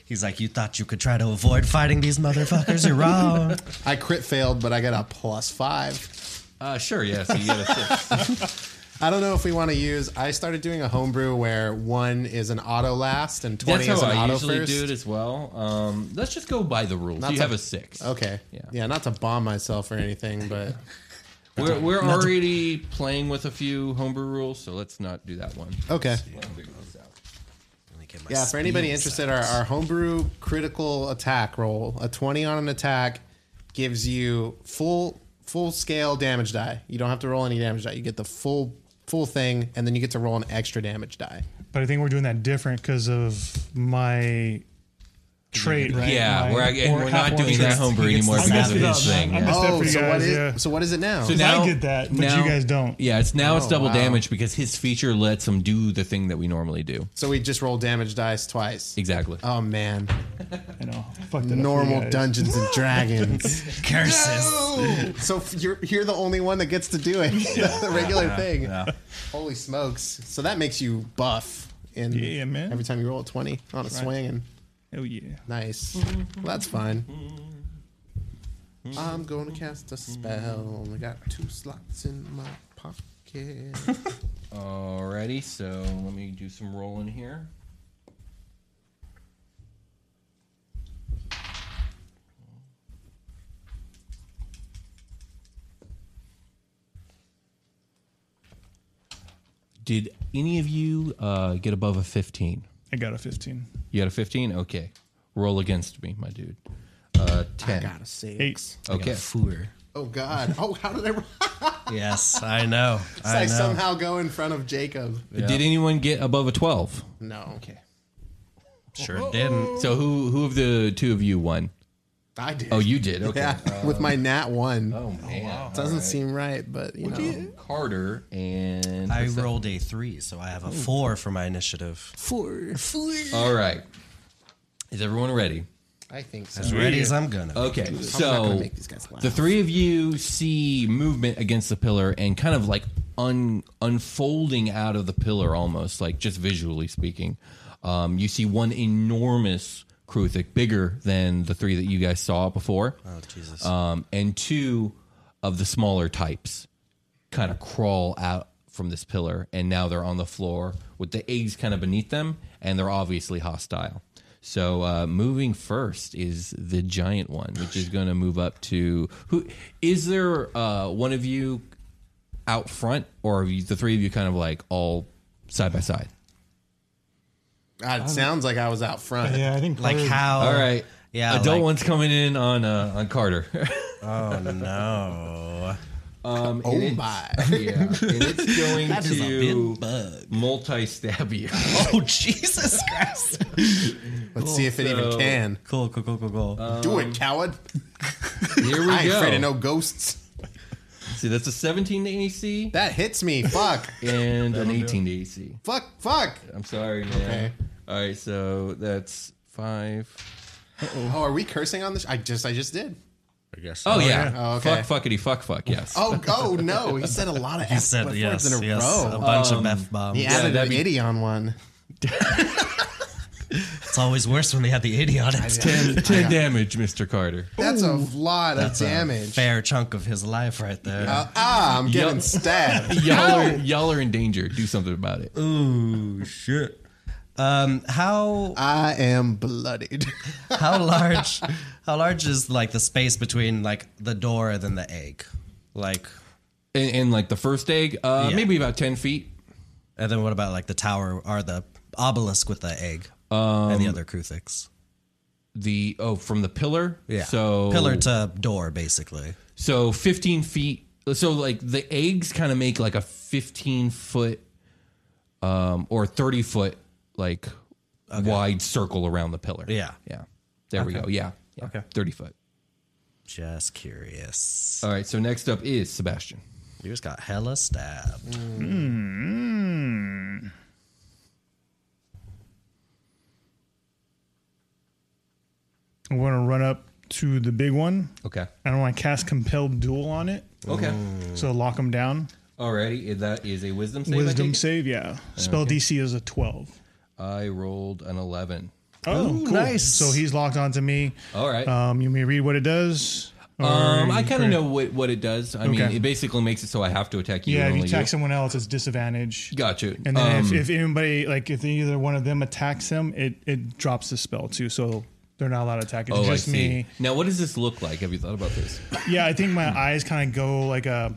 Speaker 5: He's like, "You thought you could try to avoid fighting these motherfuckers? You're *laughs* wrong."
Speaker 6: I crit failed, but I got a plus five.
Speaker 3: Uh, sure, yeah. So you got a six.
Speaker 6: I don't know if we want to use. I started doing a homebrew where one is an auto last and *laughs* twenty
Speaker 3: That's
Speaker 6: is
Speaker 3: how
Speaker 6: an
Speaker 3: I
Speaker 6: auto
Speaker 3: usually
Speaker 6: first.
Speaker 3: do it as well. Um, let's just go by the rules.
Speaker 6: Not
Speaker 3: you
Speaker 6: to-
Speaker 3: have a six.
Speaker 6: Okay.
Speaker 3: Yeah.
Speaker 6: Yeah. Not to bomb myself or anything, but
Speaker 3: We're, we're already playing with a few homebrew rules, so let's not do that one.
Speaker 6: okay.
Speaker 5: Let me get my
Speaker 6: Yeah, for anybody
Speaker 5: spiels
Speaker 6: interested,
Speaker 5: out.
Speaker 6: our, our homebrew critical attack roll, a 20 on an attack gives you full full scale damage die. You don't have to roll any damage die. You get the full full thing and then you get to roll an extra damage die.
Speaker 4: But I think we're doing that different because of my trait, right?
Speaker 3: Yeah,
Speaker 4: My
Speaker 3: we're, and
Speaker 4: or
Speaker 3: we're not
Speaker 4: half-orc
Speaker 3: doing
Speaker 4: trait.
Speaker 3: that homebrew
Speaker 5: He gets
Speaker 3: anymore
Speaker 5: the
Speaker 3: because of
Speaker 4: messed
Speaker 3: his
Speaker 4: up, man.
Speaker 3: thing.
Speaker 4: I
Speaker 3: yeah.
Speaker 4: messed up for
Speaker 6: Oh,
Speaker 4: you
Speaker 6: so what
Speaker 4: guys,
Speaker 6: is
Speaker 4: yeah.
Speaker 6: so what is it now?
Speaker 3: So
Speaker 4: I get that, but you guys don't.
Speaker 3: Yeah, it's now it's double
Speaker 6: wow.
Speaker 3: damage because his feature lets him do the thing that we normally do.
Speaker 6: So we just roll damage dice twice.
Speaker 3: Exactly.
Speaker 6: Oh man.
Speaker 4: You know, fuck that up for you
Speaker 6: Normal
Speaker 4: guys.
Speaker 6: Dungeons and Dragons.
Speaker 5: curses.
Speaker 6: so f- you're you're the only one that gets to do it. *laughs* the regular thing. Holy smokes. So that makes you buff in
Speaker 4: Yeah, man.
Speaker 6: every time you roll a 20 on a swing and
Speaker 4: Oh yeah.
Speaker 6: Nice. Well, that's fine. I'm going to cast a spell. I got two slots in my pocket.
Speaker 3: Alrighty, so let me do some rolling here. Did any of you uh, get above a 15?
Speaker 4: I got a 15.
Speaker 3: You got a 15? Okay. Roll against me, my dude. Uh, 10.
Speaker 2: Got a six.
Speaker 4: Eight.
Speaker 3: okay.
Speaker 5: Four.
Speaker 1: Oh God! Oh, how did I? roll?
Speaker 5: Yes, I know. I
Speaker 1: I
Speaker 5: know.
Speaker 1: somehow go in front of Jacob.
Speaker 3: Did anyone get above a 12?
Speaker 1: No,
Speaker 3: Okay.
Speaker 5: Sure didn't.
Speaker 3: So who who of the two of you won?
Speaker 1: I did.
Speaker 3: Oh,
Speaker 6: *laughs*
Speaker 3: you did. Okay.
Speaker 1: yeah, with my nat one.
Speaker 3: Oh man.
Speaker 1: Doesn't seem right, but you know.
Speaker 3: Carter and
Speaker 5: I rolled a three, so I have a four for my initiative.
Speaker 3: All right. Is everyone ready?
Speaker 1: I think so.
Speaker 5: As ready as I'm
Speaker 1: Uh,
Speaker 5: gonna. be.
Speaker 3: Okay.
Speaker 1: not gonna
Speaker 3: So
Speaker 1: make these guys laugh.
Speaker 3: the three of you see movement against the pillar and kind of like un, unfolding out of the pillar almost, like just visually speaking. Um, you see one enormous Kruthic, bigger than the three that you guys saw before.
Speaker 5: Oh Jesus!
Speaker 3: um, and two of the smaller types kind of crawl out from this pillar, and now they're on the floor with the eggs kind of beneath them, and they're obviously hostile. So uh, moving first is the giant one, which is going to move up to who? Is there uh, one of you out front, or are you, the three of you kind of like all side by side?
Speaker 1: God, it sounds like I was out front.
Speaker 4: Yeah, I think
Speaker 5: like
Speaker 1: mm.
Speaker 4: Carter-
Speaker 5: how?
Speaker 3: All right,
Speaker 5: Uh, Yeah,
Speaker 3: adult
Speaker 5: like-
Speaker 3: one's coming in on uh, on Carter. *laughs*
Speaker 5: Oh no!
Speaker 3: Um,
Speaker 1: Oh
Speaker 3: and it's-
Speaker 1: my.
Speaker 3: Yeah, and it's going
Speaker 5: That is a
Speaker 3: to
Speaker 5: big bug.
Speaker 3: multi-stab you.
Speaker 5: Oh Jesus Christ!
Speaker 1: Let's see if it
Speaker 3: So- um,
Speaker 1: even can.
Speaker 5: cool, cool, cool, cool, cool.
Speaker 1: Do it, coward.
Speaker 3: Here we
Speaker 1: I ain't
Speaker 3: go.
Speaker 1: afraid of no ghosts.
Speaker 3: See, that's a 17 to AC
Speaker 1: That hits me. Fuck.
Speaker 3: and an 18 to AC.
Speaker 1: fuck. Fuck.
Speaker 3: I'm sorry, man.
Speaker 1: Okay.
Speaker 3: All right, so that's five.
Speaker 1: Oh, are we cursing on this? I just, I just did.
Speaker 6: I guess.
Speaker 3: Oh, yeah.
Speaker 1: Oh, okay.
Speaker 3: Fuck, fuckity, fuck, fuck. Yes. *laughs*
Speaker 1: Oh, oh no. He said a lot of F
Speaker 5: said
Speaker 1: words
Speaker 5: yes,
Speaker 1: in a
Speaker 5: yes, a
Speaker 1: row. Um,
Speaker 5: bunch of f bombs.
Speaker 1: he
Speaker 3: Yeah,
Speaker 1: added
Speaker 3: that'd
Speaker 1: an
Speaker 3: be-
Speaker 1: itty on one.
Speaker 5: It's always worse when they have the idiotic.
Speaker 3: 10, 10 damage, Mr. Carter.
Speaker 1: That's a lot of damage.
Speaker 5: Fair chunk of his life right there.
Speaker 1: Uh, ah, I'm getting
Speaker 3: Yup.
Speaker 1: stabbed.
Speaker 3: Y'all are, y'all are in danger. Do something about it.
Speaker 5: Ooh shit. Um, how
Speaker 1: I am bloodied. *laughs*
Speaker 5: how large how large is like the space between like the door and then the egg, like
Speaker 3: And, and like the first egg, uh,
Speaker 5: Yeah.
Speaker 3: maybe about 10 feet.
Speaker 5: and then what about like the tower or the obelisk with the egg and
Speaker 1: Um,
Speaker 5: the other Kruthix?
Speaker 3: The oh, from the pillar.
Speaker 5: Yeah,
Speaker 3: So
Speaker 5: pillar to door basically.
Speaker 3: So 15 feet. So like the eggs kind of make like a 15 foot um, or 30 foot like wide circle around the pillar.
Speaker 5: Yeah.
Speaker 3: Yeah. There we go. Yeah. Okay. 30 foot.
Speaker 5: Just curious.
Speaker 3: All right. So next up is Sebastian.
Speaker 5: You just got hella stabbed.
Speaker 4: I want to run up to the big one.
Speaker 3: Okay.
Speaker 4: I don't want to cast Compel Duel on it.
Speaker 3: Okay.
Speaker 4: So lock him down.
Speaker 3: Alrighty. That is a wisdom save. I
Speaker 4: Wisdom
Speaker 3: take it?
Speaker 4: save, yeah. Spell DC is a 12.
Speaker 3: I rolled an 11.
Speaker 4: Oh, cool.
Speaker 5: nice.
Speaker 4: So he's locked onto me.
Speaker 3: All right.
Speaker 4: Um, you may read what it does. or
Speaker 3: um,
Speaker 4: you
Speaker 3: I kind of
Speaker 4: can-
Speaker 3: know what, what it does. I mean,
Speaker 4: Okay.
Speaker 3: it basically makes it so I have to attack you.
Speaker 4: Yeah,
Speaker 3: and
Speaker 4: if you
Speaker 3: only
Speaker 4: attack someone else, it's disadvantage.
Speaker 3: Gotcha.
Speaker 4: And then if,
Speaker 3: Um,
Speaker 4: if anybody, like if either one of them attacks him, it, it drops the spell too. So they're not allowed to attack. It's
Speaker 3: oh,
Speaker 4: just
Speaker 3: I see.
Speaker 4: me.
Speaker 3: Now, what does this look like? Have you thought about this?
Speaker 4: Yeah, I think my eyes kind of go like a,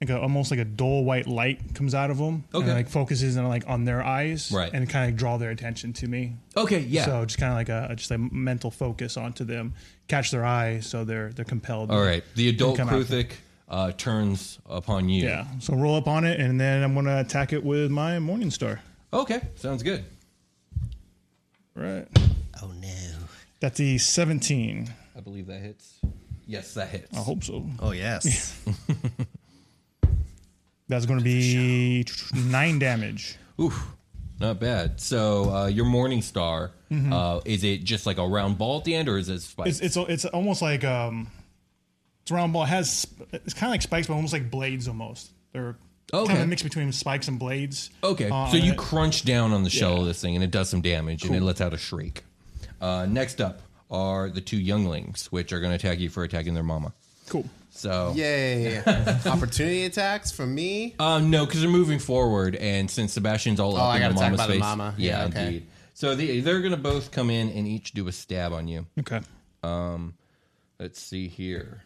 Speaker 4: like a, almost like a dull white light comes out of them.
Speaker 3: Okay.
Speaker 4: And like focuses on like on their eyes.
Speaker 3: Right.
Speaker 4: And kind of draw their attention to me.
Speaker 3: Okay. Yeah.
Speaker 4: So just kind of like a just a mental focus onto them, catch their eye, so they're they're compelled.
Speaker 3: All right. The adult
Speaker 4: come out.
Speaker 3: Kruthic uh, turns upon you.
Speaker 4: Yeah. So roll up on it, and then I'm gonna attack it with my Morning Star.
Speaker 3: Okay. Sounds good.
Speaker 4: Right.
Speaker 5: Oh no.
Speaker 4: That's the 17.
Speaker 3: I believe that hits. Yes, that hits.
Speaker 4: I hope so.
Speaker 5: Oh yes.
Speaker 3: *laughs*
Speaker 4: That's gonna be nine damage.
Speaker 3: Oof. Not bad. So uh, your Morning Star uh, is it just like a round ball at the end, or is it spikes?
Speaker 4: It's it's it's almost like um, it's a round ball. It has sp- it's kind of like spikes, but almost like blades almost. They're kind
Speaker 3: Okay.
Speaker 4: of a mix between spikes and blades.
Speaker 3: okay.
Speaker 4: Uh,
Speaker 3: so you crunch down on the shell of this thing, and it does some damage, and it lets out a shriek. Uh, next up are the two younglings, which are going to attack you for attacking their mama.
Speaker 4: cool.
Speaker 3: So
Speaker 1: Yay. Opportunity attacks from me.
Speaker 3: Um, no, because they're moving forward, and since Sebastian's all up
Speaker 1: Oh, I
Speaker 3: in the
Speaker 1: gotta talk
Speaker 3: mama's
Speaker 1: about the
Speaker 3: face,
Speaker 1: mama.
Speaker 3: yeah,
Speaker 1: Yeah, okay.
Speaker 3: indeed. So they, they're gonna both come in and each do a stab on you.
Speaker 4: Okay.
Speaker 3: Let's see here.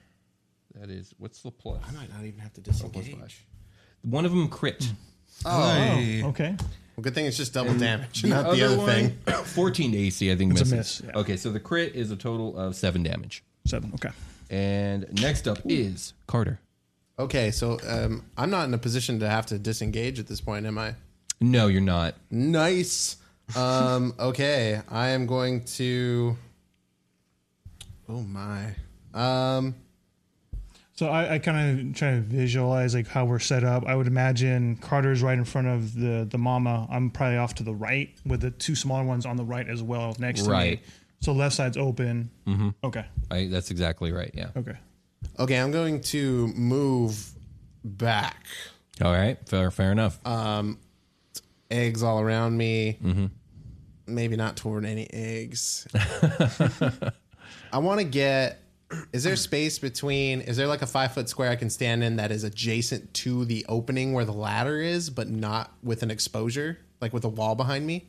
Speaker 3: That is what's the plus?
Speaker 1: might not even have to disengage.
Speaker 3: One of them crit.
Speaker 4: Oh, okay.
Speaker 6: Well, good thing it's just double damage, not the
Speaker 3: Other
Speaker 6: other
Speaker 3: one,
Speaker 6: thing.
Speaker 3: *coughs* 14 to AC, I think
Speaker 4: It's a
Speaker 3: misses.
Speaker 4: miss, yeah.
Speaker 3: Okay, so the crit is a total of seven damage.
Speaker 4: Seven. Okay.
Speaker 3: And next up is Carter.
Speaker 6: Okay, so um, I'm not in a position to have to disengage at this point, am I?
Speaker 3: No, you're not.
Speaker 6: Nice. Um, *laughs* okay, I am going to. Oh my. Um,
Speaker 4: So I, I kind of try to visualize like how we're set up. I would imagine Carter's right in front of the the mama. I'm probably off to the right with the two smaller ones on the right as well next to
Speaker 3: Right.
Speaker 4: me. So left side's open. Mm-hmm. Okay.
Speaker 3: I, that's exactly right. Yeah.
Speaker 4: Okay.
Speaker 6: okay, I'm going to move back.
Speaker 3: All right. Fair, fair enough.
Speaker 6: Uh, Eggs all around me.
Speaker 3: Mm-hmm.
Speaker 6: Maybe not toward any eggs.
Speaker 3: *laughs*
Speaker 6: I want to get. Is there space between? Is there like a five foot square I can stand in that is adjacent to the opening where the ladder is, but not with an exposure, like with a wall behind me?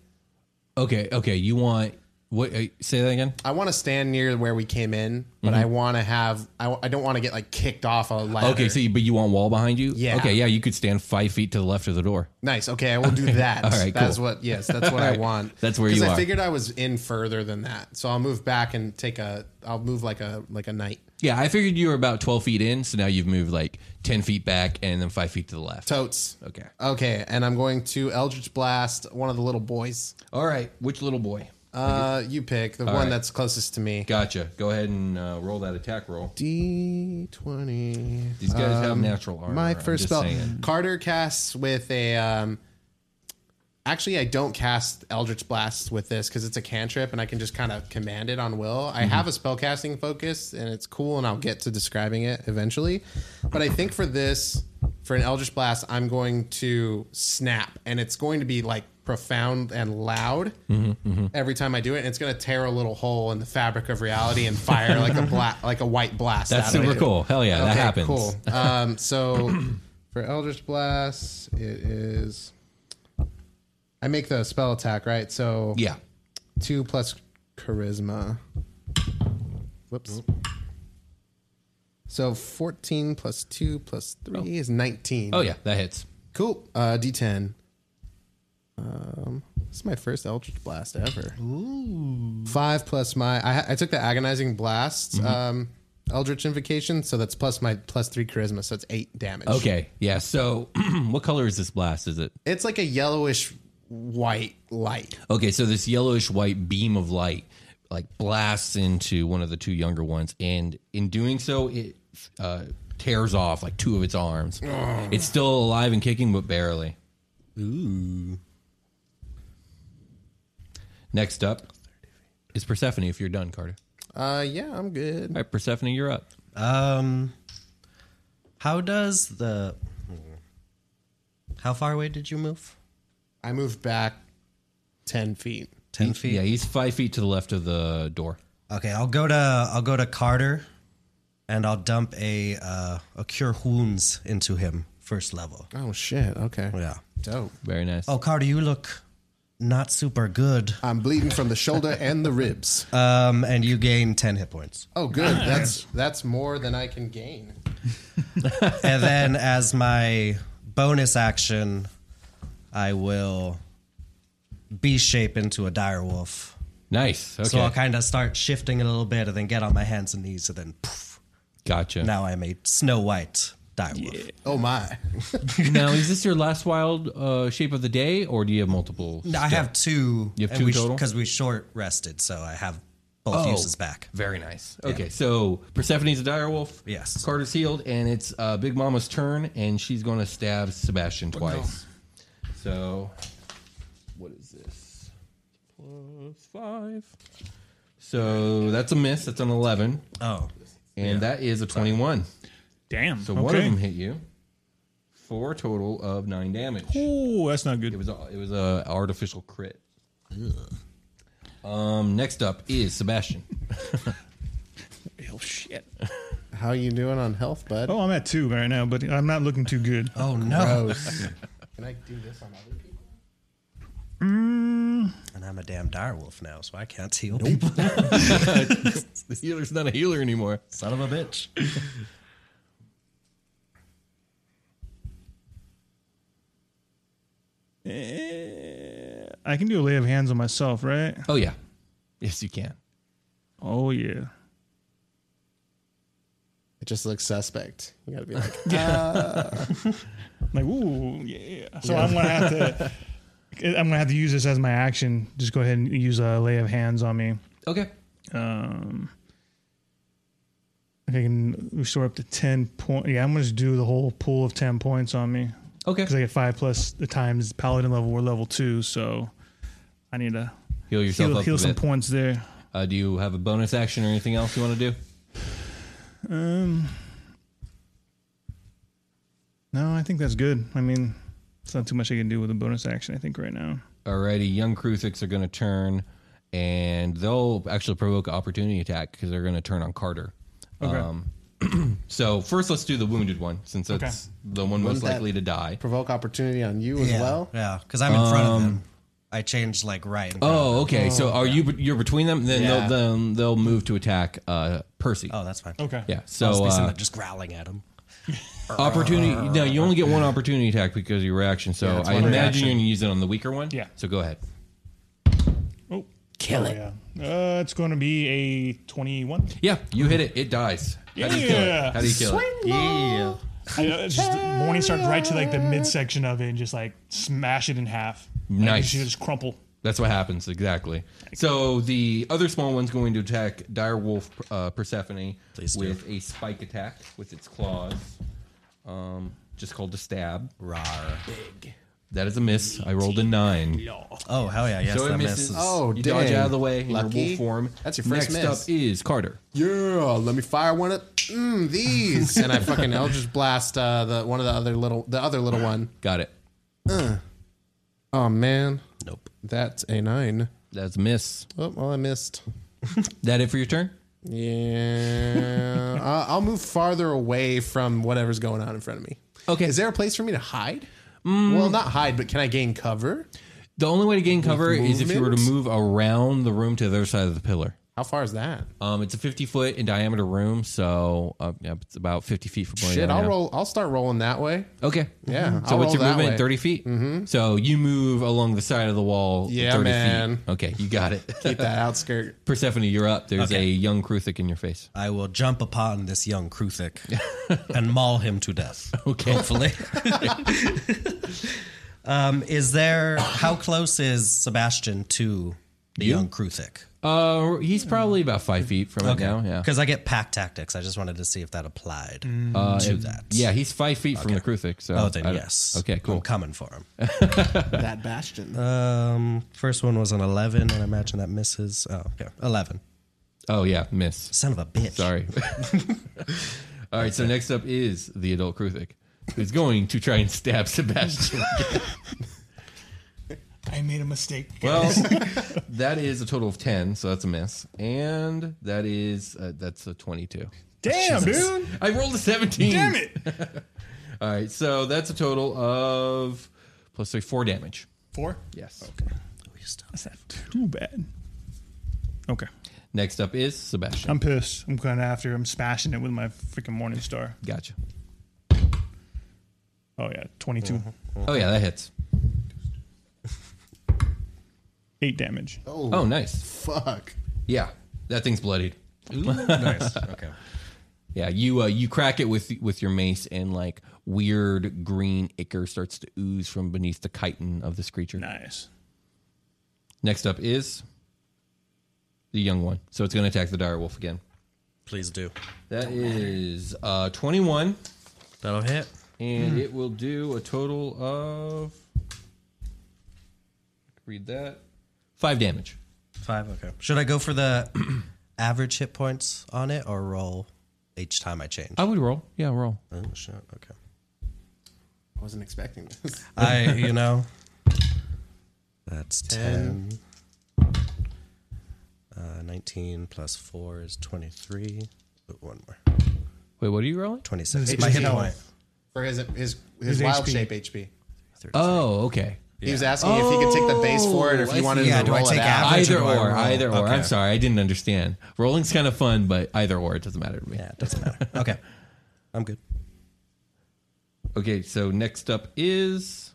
Speaker 3: okay. Okay. You want what? Uh, say that again.
Speaker 6: I want to stand near where we came in, but I want to have. I, I don't want to get like kicked off a ladder.
Speaker 3: Mm-hmm. Okay. So, you, but you want wall behind you?
Speaker 6: Yeah.
Speaker 3: Okay. Yeah. You could stand five feet to the left of the door.
Speaker 6: nice. Okay, I will do
Speaker 3: *laughs*
Speaker 6: that.
Speaker 3: All right,
Speaker 6: That's
Speaker 3: cool.
Speaker 6: what.
Speaker 3: *laughs*
Speaker 6: Yes, that's what I want.
Speaker 3: That's where
Speaker 6: 'Cause
Speaker 3: you
Speaker 6: I
Speaker 3: are.
Speaker 6: figured I was in further than that, so I'll move back and take a. I'll move like a like a knight.
Speaker 3: Yeah. I figured you were about 12 feet in. So now you've moved like 10 feet back and then five feet to the left.
Speaker 6: Totes.
Speaker 3: okay.
Speaker 6: Okay, and I'm going to Eldritch Blast one of the little boys.
Speaker 3: All right. Which little boy?
Speaker 6: Uh, you pick the one
Speaker 3: right.
Speaker 6: that's closest to me.
Speaker 3: Gotcha. Go ahead and uh, roll that attack roll.
Speaker 6: D twenty.
Speaker 3: These guys have natural armor.
Speaker 6: Um, My
Speaker 3: I'm just
Speaker 6: first spell.
Speaker 3: saying.
Speaker 6: Carter casts with a. Um, actually, I don't cast Eldritch Blast with this because it's a cantrip and I can just kind of command it on will.
Speaker 3: Mm-hmm.
Speaker 6: I have a spell casting focus and it's cool, and I'll get to describing it eventually. But I think for this, for an Eldritch Blast, I'm going to snap, and it's going to be like profound and loud
Speaker 3: Mm-hmm,
Speaker 6: every time I do it, and it's going to tear a little hole in the fabric of reality and fire like a black, like a white blast.
Speaker 3: That's
Speaker 6: out of
Speaker 3: super
Speaker 6: it.
Speaker 3: cool. Hell yeah. that
Speaker 6: Okay,
Speaker 3: happens. *laughs*
Speaker 6: Cool. Um, so for Eldritch Blast, it is. I make the spell attack, right? So
Speaker 3: Yeah.
Speaker 6: two plus charisma. Whoops. So 14 plus 2 plus 3 is 19.
Speaker 3: Oh, yeah. That hits.
Speaker 6: Cool. Uh, D10. Um, this is my first Eldritch Blast ever. Ooh. Five plus my. I, ha- I took the Agonizing Blast um, Eldritch Invocation, so that's plus my plus three charisma, so it's eight damage.
Speaker 3: Okay. Yeah. So, *clears throat* what color is this blast? Is it
Speaker 6: It's like a yellowish white light.
Speaker 3: okay? So this yellowish white beam of light like blasts into one of the two younger ones, and in doing so, it uh, tears off like two of its arms. It's still alive and kicking, but barely. Ooh. Next up is Persephone. If you're done, Carter.
Speaker 6: Uh, yeah, I'm good.
Speaker 3: All right, Persephone, you're up.
Speaker 5: Um, how does the how far away did you move?
Speaker 6: I moved back 10 feet.
Speaker 5: Ten feet.
Speaker 3: Yeah, he's five feet to the left of the door.
Speaker 5: Okay, I'll go to I'll go to Carter, and I'll dump a uh, a cure wounds into him first level.
Speaker 6: Oh, shit. Okay.
Speaker 5: Yeah.
Speaker 6: Dope.
Speaker 3: Very nice.
Speaker 5: Oh, Carter, you look not super good.
Speaker 6: I'm bleeding from the *laughs* shoulder and the ribs.
Speaker 5: Um, and you gain ten hit points.
Speaker 6: Oh, good. That's that's more than I can gain.
Speaker 5: and then as my bonus action, I will be shape into a dire wolf.
Speaker 3: nice. Okay.
Speaker 5: So I'll kind of start shifting a little bit and then get on my hands and knees and then poof,
Speaker 3: gotcha.
Speaker 5: now I'm a Snow White dire wolf.
Speaker 6: Oh my.
Speaker 3: now, is this your last wild uh, shape of the day, or do you have multiple?
Speaker 5: No, I have two.
Speaker 3: You have two total? Oh.
Speaker 5: Because we short rested, so I have both uses back.
Speaker 3: Very nice. Okay, so Persephone's a direwolf.
Speaker 5: Yes.
Speaker 3: Carter's healed, and it's uh, Big Mama's turn, and she's going to stab Sebastian twice. So, what is this? Plus five. So that's a miss. That's an 11.
Speaker 5: Oh,
Speaker 3: And that is a 21.
Speaker 4: Damn.
Speaker 3: So one of them hit you for a total of nine damage.
Speaker 4: Ooh, that's not good.
Speaker 3: It was a, it was a artificial crit. Um, next up is Sebastian.
Speaker 4: Oh shit.
Speaker 6: How you doing on health, bud?
Speaker 4: Oh, I'm at two right now, but I'm not looking too good.
Speaker 5: oh no!
Speaker 6: Can I do this on other people?
Speaker 5: And I'm a damn dire wolf now, so I can't heal
Speaker 3: *laughs*
Speaker 5: people.
Speaker 3: the healer's not a healer anymore.
Speaker 5: Son of a bitch.
Speaker 4: I can do a lay of hands on myself, right?
Speaker 3: Oh yeah, yes you can.
Speaker 4: Oh yeah.
Speaker 6: It just looks suspect. You gotta
Speaker 5: *laughs*
Speaker 6: be like, uh,
Speaker 4: I'm like ooh yeah. So I'm gonna have to. I'm gonna have to use this as my action. Just go ahead and use a lay of hands on me.
Speaker 3: Okay.
Speaker 4: Um, I can restore up to ten point. Yeah, I'm gonna just do the whole pool of ten points on me
Speaker 3: Okay.
Speaker 4: because I get five plus the times paladin level or level two. So I need to
Speaker 3: Heal yourself
Speaker 4: heal,
Speaker 3: up
Speaker 4: heal
Speaker 3: a
Speaker 4: some
Speaker 3: bit.
Speaker 4: points there.
Speaker 3: Uh, do you have a bonus action or anything else you want to do?
Speaker 4: Um, no, I think that's good. I mean, it's not too much I can do with a bonus action. I think right now.
Speaker 3: Alrighty, young Kruthix are going to turn, and they'll actually provoke an opportunity attack because they're going to turn on Carter.
Speaker 4: Okay.
Speaker 3: Um, So first, let's do the wounded one since that's the one most
Speaker 6: Wouldn't that-
Speaker 3: likely to die.
Speaker 6: provoke opportunity on you as
Speaker 5: yeah,
Speaker 6: well.
Speaker 5: yeah, because I'm in front of them. I changed like right. In front of
Speaker 3: Um. Oh, okay. so are you? You're between them. Then
Speaker 6: Yeah.
Speaker 3: they'll then they'll move to attack uh, Percy.
Speaker 5: them. Oh, that's fine.
Speaker 4: Okay.
Speaker 3: Yeah.
Speaker 5: I'll
Speaker 3: So
Speaker 5: just be sitting
Speaker 3: uh,
Speaker 5: there just growling at him.
Speaker 3: opportunity. No, you only get one opportunity attack because of your reaction. So I imagine
Speaker 4: reaction.
Speaker 3: you're going to use it on the weaker one.
Speaker 4: Yeah.
Speaker 3: So go ahead.
Speaker 4: Oh,
Speaker 5: Kill
Speaker 4: oh,
Speaker 5: it.
Speaker 4: yeah. Uh, it's going to be a twenty-one.
Speaker 3: Yeah, you hit it. It dies. How do you kill it?
Speaker 4: Yeah.
Speaker 3: How do you kill it?
Speaker 5: Yeah.
Speaker 4: I, uh, it's just morning starts right to like the midsection of it and just like smash it in half. Like,
Speaker 3: Nice.
Speaker 4: She just crumple.
Speaker 3: That's what happens exactly. So the other small one's going to attack Direwolf uh, Persephone
Speaker 5: Please do.
Speaker 3: with a spike attack with its claws, um, just called a stab.
Speaker 5: Rawr.
Speaker 3: That is a miss. I rolled a nine.
Speaker 5: Oh hell yeah! Yes,
Speaker 3: so it
Speaker 5: that
Speaker 3: misses.
Speaker 5: misses.
Speaker 6: Oh,
Speaker 3: you dodge
Speaker 6: dang.
Speaker 3: out of the way in
Speaker 6: Lucky.
Speaker 3: your wolf form.
Speaker 6: That's your first
Speaker 3: Next
Speaker 6: miss.
Speaker 3: up is Carter.
Speaker 6: Yeah, let me fire one of mm, these, and I fucking Eldritch blast uh, the one of the other little the other little one.
Speaker 3: Got it.
Speaker 6: Oh man,
Speaker 5: Nope.
Speaker 6: that's a nine.
Speaker 3: That's a miss.
Speaker 6: Oh well, I missed.
Speaker 3: That it for your turn?
Speaker 6: Yeah, I- I'll move farther away from whatever's going on in front of me.
Speaker 3: Okay.
Speaker 6: is there a place for me to hide?
Speaker 5: Mm.
Speaker 6: Well, not hide, but can I gain cover?
Speaker 3: The only way to gain cover is if you were to
Speaker 6: movement?
Speaker 3: move around the room to the other side of the pillar.
Speaker 6: How far is that?
Speaker 3: Um, it's a 50 foot in diameter room, so uh, yeah, it's about 50 feet from
Speaker 5: Oh,
Speaker 3: where you
Speaker 6: Shit,
Speaker 3: are
Speaker 6: I'll
Speaker 3: now.
Speaker 6: roll. I'll start rolling that way.
Speaker 3: Okay.
Speaker 6: Yeah,
Speaker 3: So
Speaker 6: I'll
Speaker 3: what's
Speaker 6: roll
Speaker 3: your
Speaker 6: that
Speaker 3: movement?
Speaker 6: way.
Speaker 3: Thirty feet. Mm-hmm. So you move along the side of the wall.
Speaker 6: Yeah,
Speaker 3: 30
Speaker 6: man.
Speaker 3: Feet. Okay, you got
Speaker 6: *laughs*
Speaker 3: it.
Speaker 5: *laughs*
Speaker 6: Keep that outskirt.
Speaker 3: Persephone, you're up. There's
Speaker 5: Okay.
Speaker 3: a young Kruthic in your face.
Speaker 6: *laughs*
Speaker 5: I will jump upon this young Kruthic *laughs* and maul him
Speaker 3: *laughs*
Speaker 5: to death.
Speaker 3: Okay.
Speaker 5: Hopefully. *laughs* um, is there how close is Sebastian to the young Kruthic?
Speaker 3: Uh, he's probably about five feet from it now. Yeah.
Speaker 5: Because I get pack tactics. I just wanted to see if that applied to that.
Speaker 3: Mm. Uh, Yeah, he's five feet from the Kruthic. So.
Speaker 5: Oh, then
Speaker 3: I don't-
Speaker 5: yes.
Speaker 3: Okay,
Speaker 5: I'm
Speaker 3: cool.
Speaker 5: coming for him.
Speaker 6: That bastion.
Speaker 5: Um, first one was an 11, and I imagine that misses. Oh, okay. 11.
Speaker 3: Oh yeah, miss.
Speaker 5: Son of a bitch.
Speaker 3: Sorry. *laughs* All right. So next up is the adult Kruthic, who's going to try and stab *laughs* Sebastian.
Speaker 4: I made a mistake.
Speaker 3: Well, *laughs* that is a total of ten, so that's a miss, and that is uh, that's a twenty-two.
Speaker 4: Damn, dude.
Speaker 3: I rolled a 17.
Speaker 4: Damn it.
Speaker 3: All right, so that's a total of plus three, four damage.
Speaker 4: Four.
Speaker 3: Yes.
Speaker 5: Oh, you stop.
Speaker 4: That's not too bad. Okay.
Speaker 3: Next up is Sebastian.
Speaker 4: I'm pissed. I'm going after. I'm smashing it with my freaking morning star.
Speaker 3: gotcha.
Speaker 4: Oh yeah, 22,
Speaker 3: Oh, yeah, that hits.
Speaker 4: eight damage.
Speaker 3: Oh, nice.
Speaker 6: Fuck.
Speaker 3: Yeah, that thing's bloodied.
Speaker 5: nice. Okay.
Speaker 3: Yeah, you uh, you crack it with with your mace, and like weird green ichor starts to ooze from beneath the chitin of this creature.
Speaker 4: Nice.
Speaker 3: Next up is the young one, so it's going to attack the dire wolf again.
Speaker 5: Please do.
Speaker 3: That is uh, twenty one.
Speaker 5: That'll hit.
Speaker 3: and it will do a total of read that five damage
Speaker 5: Five. Okay. Should I go for the *clears throat* average hit points on it or roll each time I change?
Speaker 3: i would roll yeah roll
Speaker 5: Oh, shit. Okay.
Speaker 6: I wasn't expecting this.
Speaker 5: I,
Speaker 3: *laughs*
Speaker 5: you know, that's 10. Uh, 19 plus 4 is 23. But one more.
Speaker 3: wait what are you rolling
Speaker 5: 26. My hit point.
Speaker 6: For his his, his,
Speaker 4: His
Speaker 6: wild
Speaker 4: HP.
Speaker 6: shape HP.
Speaker 3: oh okay
Speaker 6: He was asking if he could take the base for it or if
Speaker 3: Oh,
Speaker 6: you
Speaker 3: I
Speaker 6: wanted
Speaker 5: see. Yeah,
Speaker 6: him to
Speaker 5: do I
Speaker 6: roll it
Speaker 5: take
Speaker 6: out.
Speaker 5: average
Speaker 3: either
Speaker 5: or do I
Speaker 3: or
Speaker 5: roll?
Speaker 3: either or i'm
Speaker 5: Okay.
Speaker 3: sorry i didn't understand rolling's kind of fun but either or it doesn't matter to me
Speaker 5: Yeah, it doesn't matter. Okay.
Speaker 3: *laughs*
Speaker 5: I'm good.
Speaker 3: okay so next up is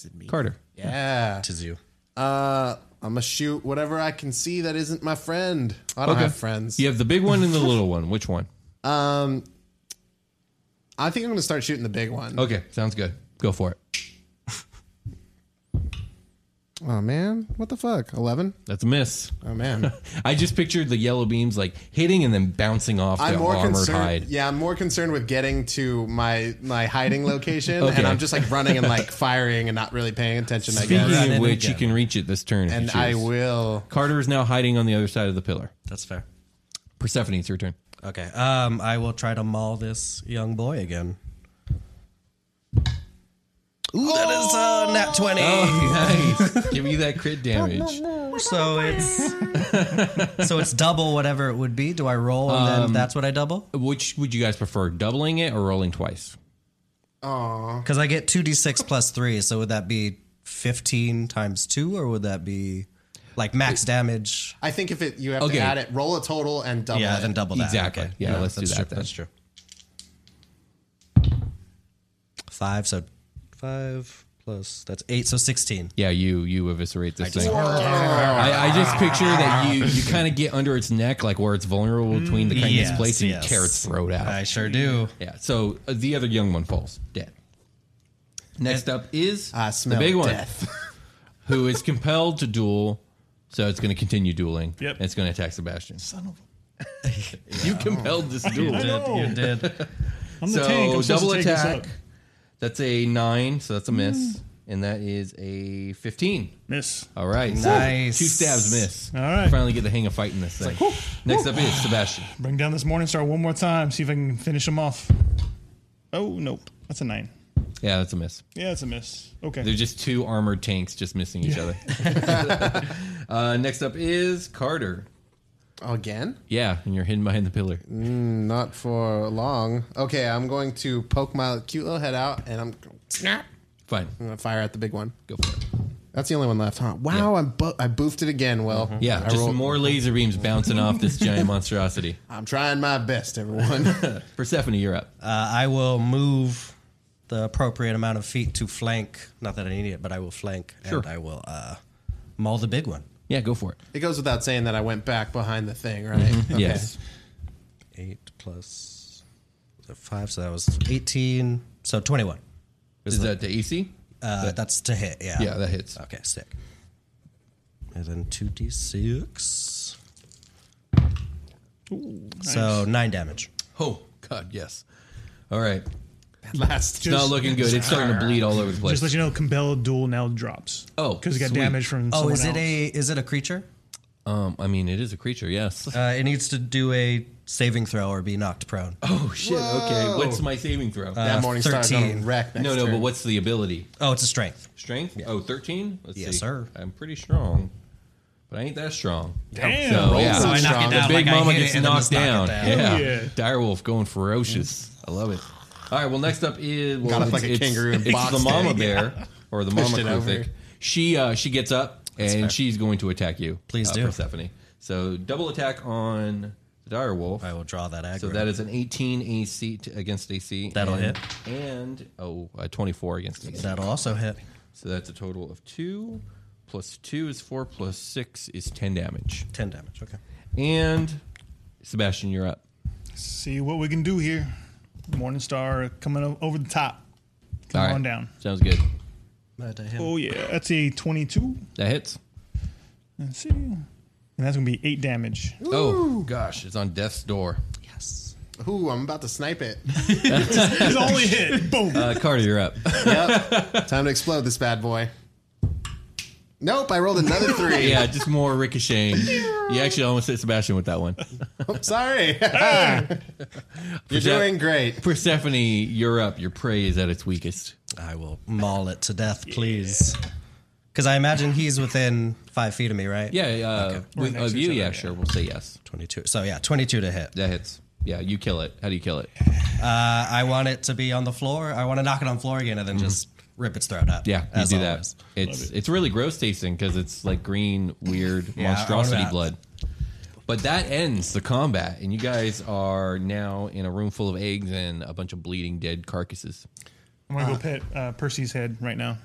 Speaker 2: Is it me?
Speaker 3: Carter.
Speaker 6: Yeah.
Speaker 5: Tis you.
Speaker 6: Uh, I'm gonna shoot whatever I can see that isn't my friend. I don't have friends.
Speaker 3: You have the big one
Speaker 6: *laughs*
Speaker 3: and the little one. Which one?
Speaker 6: Um, I think I'm gonna start shooting the big one.
Speaker 3: Okay, sounds good. Go for it.
Speaker 6: Oh man, what the fuck? Eleven?
Speaker 3: That's a miss.
Speaker 6: Oh
Speaker 3: *laughs*
Speaker 6: man.
Speaker 3: I just pictured the yellow beams like hitting and then bouncing off the
Speaker 6: I'm more
Speaker 3: armored
Speaker 6: concerned.
Speaker 3: hide.
Speaker 6: Yeah, I'm more concerned with getting to my my hiding location,
Speaker 3: Okay.
Speaker 6: and I'm just like running and like firing and not really paying attention. I
Speaker 3: Speaking
Speaker 6: guess.
Speaker 5: Run
Speaker 3: of
Speaker 5: in
Speaker 3: which, you
Speaker 5: again.
Speaker 3: can reach it this turn. if you
Speaker 6: And
Speaker 3: choose.
Speaker 6: I will.
Speaker 3: Carter is now hiding on the other side of the pillar.
Speaker 5: That's fair.
Speaker 3: Persephone, it's
Speaker 6: *laughs*
Speaker 3: your turn.
Speaker 5: Okay. Um, I will try to maul this young boy again. Ooh, that is uh, nat twenty.
Speaker 3: Oh, nice. Give me that crit damage.
Speaker 5: So it's *laughs* so it's double whatever it would be. Do I roll and
Speaker 3: Um,
Speaker 5: then that's what I double?
Speaker 3: Which would you guys prefer, doubling it or rolling twice?
Speaker 5: Because I get two d six plus three. So would that be fifteen times two, or would that be like max damage?
Speaker 6: I think if it you have
Speaker 3: Okay.
Speaker 6: to add it, roll a total and double.
Speaker 5: Yeah,
Speaker 6: it.
Speaker 5: then double that.
Speaker 3: Exactly. Yeah, let's do
Speaker 5: that's
Speaker 3: that
Speaker 5: True.
Speaker 3: then.
Speaker 5: That's true. Five. So five plus that's eight. So sixteen.
Speaker 3: Yeah, you you eviscerate this thing. I, I just picture that you you kind of get under its neck, like where it's vulnerable between the
Speaker 4: Mm,
Speaker 3: kindness
Speaker 5: yes,
Speaker 3: plates, and
Speaker 5: yes.
Speaker 3: you tear its throat out.
Speaker 5: I sure do.
Speaker 3: Yeah. So uh, the other young one falls dead. Next up is
Speaker 6: I smell
Speaker 3: the big
Speaker 6: death.
Speaker 3: one, *laughs* who is compelled to duel. So it's going to continue dueling.
Speaker 4: Yep.
Speaker 3: And it's going to attack Sebastian. Son of a. you compelled
Speaker 4: *laughs*
Speaker 3: this duel.
Speaker 4: I know.
Speaker 5: You did.
Speaker 4: I'm the
Speaker 3: So
Speaker 4: tank. I'm supposed
Speaker 3: double
Speaker 4: to take this
Speaker 3: attack.
Speaker 4: up. Mm.
Speaker 3: That's a nine. So that's a miss, and that is a fifteen.
Speaker 4: Miss.
Speaker 3: All right. so
Speaker 5: Nice.
Speaker 3: Two stabs miss.
Speaker 4: All right.
Speaker 3: Finally get the hang of fighting this thing. Next up is Sebastian.
Speaker 4: Bring down this morning star one more time. See if I can finish him off. Oh nope, that's a nine.
Speaker 3: Yeah, that's a miss.
Speaker 4: Yeah, that's a miss.
Speaker 3: They're
Speaker 4: Okay.
Speaker 3: just two armored tanks just missing each other.
Speaker 4: *laughs*
Speaker 3: uh, next up is Carter.
Speaker 6: Again?
Speaker 3: Yeah, and you're hidden behind the pillar.
Speaker 6: Not for long. Okay, I'm going to poke my cute little head out, and I'm snap.
Speaker 3: Fine.
Speaker 6: I'm gonna fire at the big one.
Speaker 3: Go for it.
Speaker 6: That's the only one left, huh? Wow, I'm bo- I boofed it again. Well,
Speaker 3: Mm-hmm. Yeah,
Speaker 6: I
Speaker 3: just
Speaker 6: rolled-
Speaker 3: more laser beams bouncing off this giant monstrosity.
Speaker 6: I'm trying my best, everyone.
Speaker 3: *laughs* Persephone, you're up.
Speaker 5: *laughs* Uh, I will move the appropriate amount of feet to flank. Not that I need it, but I will flank,
Speaker 3: Sure.
Speaker 5: and I will uh, maul the big one.
Speaker 3: yeah, go for it.
Speaker 6: it goes without saying that I went back behind the thing, right? Okay.
Speaker 3: Mm-hmm. Yes.
Speaker 5: Eight plus five, so that was eighteen. So twenty-one.
Speaker 3: Is that the E Uh, AC?
Speaker 5: Uh, that's to hit. Yeah.
Speaker 3: Yeah, that hits.
Speaker 5: Okay, sick. And then two d six. So nine damage.
Speaker 3: Oh, God, yes. All right.
Speaker 6: Last.
Speaker 3: It's not looking good. It's starting to bleed all over the place.
Speaker 4: Just let you know, Cabela duel now drops.
Speaker 3: Oh,
Speaker 4: because it got
Speaker 3: sweet.
Speaker 4: damage from.
Speaker 5: Oh,
Speaker 4: someone
Speaker 5: is it
Speaker 4: else.
Speaker 5: a is it a creature?
Speaker 3: Um, I mean, it is a creature, *laughs* yes.
Speaker 5: Uh, it needs to do a saving throw or be knocked prone.
Speaker 3: Oh, shit. Okay. What's my saving throw?
Speaker 6: that morning star gonna
Speaker 5: 13.
Speaker 6: wreck next
Speaker 3: Uh, no, no,
Speaker 6: turn.
Speaker 3: but what's the ability?
Speaker 5: Oh, it's a strength.
Speaker 3: Strength? Oh, 13? Let's
Speaker 5: Yes,
Speaker 3: see.
Speaker 5: sir.
Speaker 3: I'm pretty strong, but I ain't that strong.
Speaker 4: Damn.
Speaker 3: So, yeah.
Speaker 5: So I knock
Speaker 6: strong.
Speaker 5: it
Speaker 6: The
Speaker 5: down.
Speaker 3: Big
Speaker 5: like I
Speaker 3: Mama
Speaker 5: hit it
Speaker 3: gets
Speaker 5: and then
Speaker 3: knocked
Speaker 5: just knock it
Speaker 3: down. Yeah.
Speaker 4: Yeah.
Speaker 3: Direwolf going ferocious. I love it. All right. Well, next up is well,
Speaker 6: Got up
Speaker 3: it's-
Speaker 6: like a
Speaker 3: it's-
Speaker 6: kangaroo and
Speaker 3: It's
Speaker 6: boxed
Speaker 3: the *laughs*
Speaker 6: it.
Speaker 3: Mama Bear or the Mama
Speaker 6: Pushed it over.
Speaker 3: Kuthic. She uh, she gets up and she's going to attack you.
Speaker 5: Please
Speaker 3: uh,
Speaker 5: do.
Speaker 3: Persephone. So double attack on the Direwolf.
Speaker 5: I will draw that aggro.
Speaker 3: So that is an 18 AC t- against AC.
Speaker 5: That'll
Speaker 3: and,
Speaker 5: hit.
Speaker 3: And oh, uh, 24 against AC.
Speaker 5: That'll also hit.
Speaker 3: So that's a total of two. Plus two is four. Plus six is 10 damage.
Speaker 5: Ten damage. Okay.
Speaker 3: And Sebastian, you're up.
Speaker 4: See what we can do here. Morning star coming o- over the top. Come
Speaker 3: All right.
Speaker 4: on down.
Speaker 3: Sounds good.
Speaker 4: Oh yeah, that's a twenty-two.
Speaker 3: That hits.
Speaker 4: Let's see, and that's gonna be eight damage.
Speaker 3: Oh gosh, it's on death's door.
Speaker 5: Yes.
Speaker 6: Ooh, I'm about to
Speaker 3: *laughs*
Speaker 6: snipe it.
Speaker 4: It's only hit. Boom.
Speaker 3: Uh, Carter, you're up.
Speaker 6: yep. Time to explode this bad boy. Nope, I rolled another
Speaker 3: *laughs* *laughs*
Speaker 6: three.
Speaker 3: yeah, just more ricocheting. You actually almost hit Sebastian with that one.
Speaker 6: Oops, sorry. *laughs* You're
Speaker 3: that-
Speaker 6: doing great.
Speaker 3: Persephone, you're up. Your prey is at its weakest.
Speaker 5: I will maul it to death, please. Because I imagine he's within five feet of me, right?
Speaker 3: Yeah, uh, with,
Speaker 4: next
Speaker 3: of
Speaker 4: to
Speaker 3: you,
Speaker 4: each other,
Speaker 3: yeah,
Speaker 4: yeah.
Speaker 3: sure. We'll say yes.
Speaker 5: Twenty-two. So yeah, twenty-two to hit.
Speaker 3: That hits. Yeah, you kill it. How do you kill it?
Speaker 5: Uh, I want it to be on the floor. I want to knock it on the floor again and then just rip its throat out.
Speaker 3: Mm-hmm. Yeah, you
Speaker 5: as
Speaker 3: do that.
Speaker 5: always.
Speaker 3: It's it's really gross tasting because it's like green, weird
Speaker 5: Yeah, I
Speaker 3: monstrosity
Speaker 5: wanna-
Speaker 3: blood. But that ends the combat, and you guys are now in a room full of eggs and a bunch of bleeding dead carcasses.
Speaker 4: uh, I'm gonna go pet uh, Percy's head right now.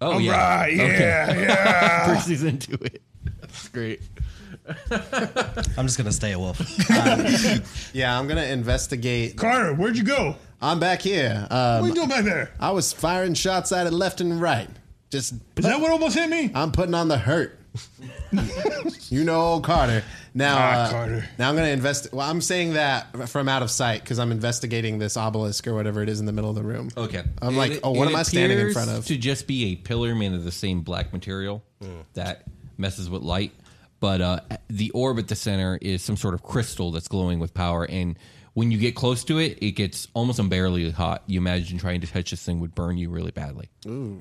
Speaker 3: Oh
Speaker 4: All
Speaker 3: yeah,
Speaker 4: right, yeah, yeah.
Speaker 3: Percy's into it. *laughs* It's great.
Speaker 5: I'm just gonna stay
Speaker 3: *laughs*
Speaker 5: a wolf.
Speaker 6: Yeah, I'm gonna investigate.
Speaker 4: Carter, where'd you go?
Speaker 6: I'm back here.
Speaker 4: What are
Speaker 6: Um,
Speaker 4: you doing back there?
Speaker 6: I was firing shots at it left and right. Just
Speaker 4: Is that what almost hit me?
Speaker 6: I'm putting on the hurt. *laughs* you know, old Carter. Now,
Speaker 4: Ah,
Speaker 6: uh,
Speaker 4: Carter.
Speaker 6: Now I'm gonna invest. Well, I'm saying that from out of sight because I'm investigating this obelisk or whatever it is in the middle of the room.
Speaker 3: Okay.
Speaker 6: I'm
Speaker 3: It-
Speaker 6: like, oh, what
Speaker 3: it
Speaker 6: am I standing in
Speaker 3: appears
Speaker 6: front of?
Speaker 3: To just be a pillar made of the same black material that messes with light, but uh, the orb at the center is some sort of crystal that's glowing with power, and when you get close to it, it gets almost unbearably hot. You imagine trying to touch this thing would burn you really badly. Ooh.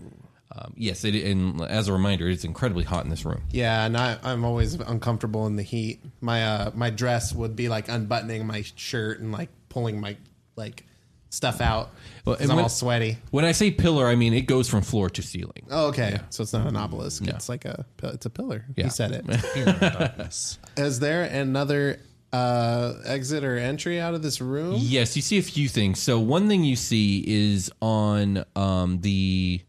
Speaker 3: Um, yes, it, and as a reminder, it's incredibly hot in this room.
Speaker 6: Yeah, and I, I'm always uncomfortable in the heat. My uh, my dress would be like unbuttoning my shirt and like pulling my like stuff out.
Speaker 3: Well,
Speaker 6: 'cause
Speaker 3: and
Speaker 6: I'm
Speaker 3: when-
Speaker 6: all sweaty.
Speaker 3: When I say pillar, I mean it goes from floor to ceiling.
Speaker 6: Oh, okay. So it's not an obelisk. It's like a pi- it's a pillar.
Speaker 3: Yeah.
Speaker 6: He said
Speaker 3: *laughs*
Speaker 6: it. Is there another uh, exit or entry out of this room?
Speaker 3: Yes, you see a few things. So one thing you see is on um, the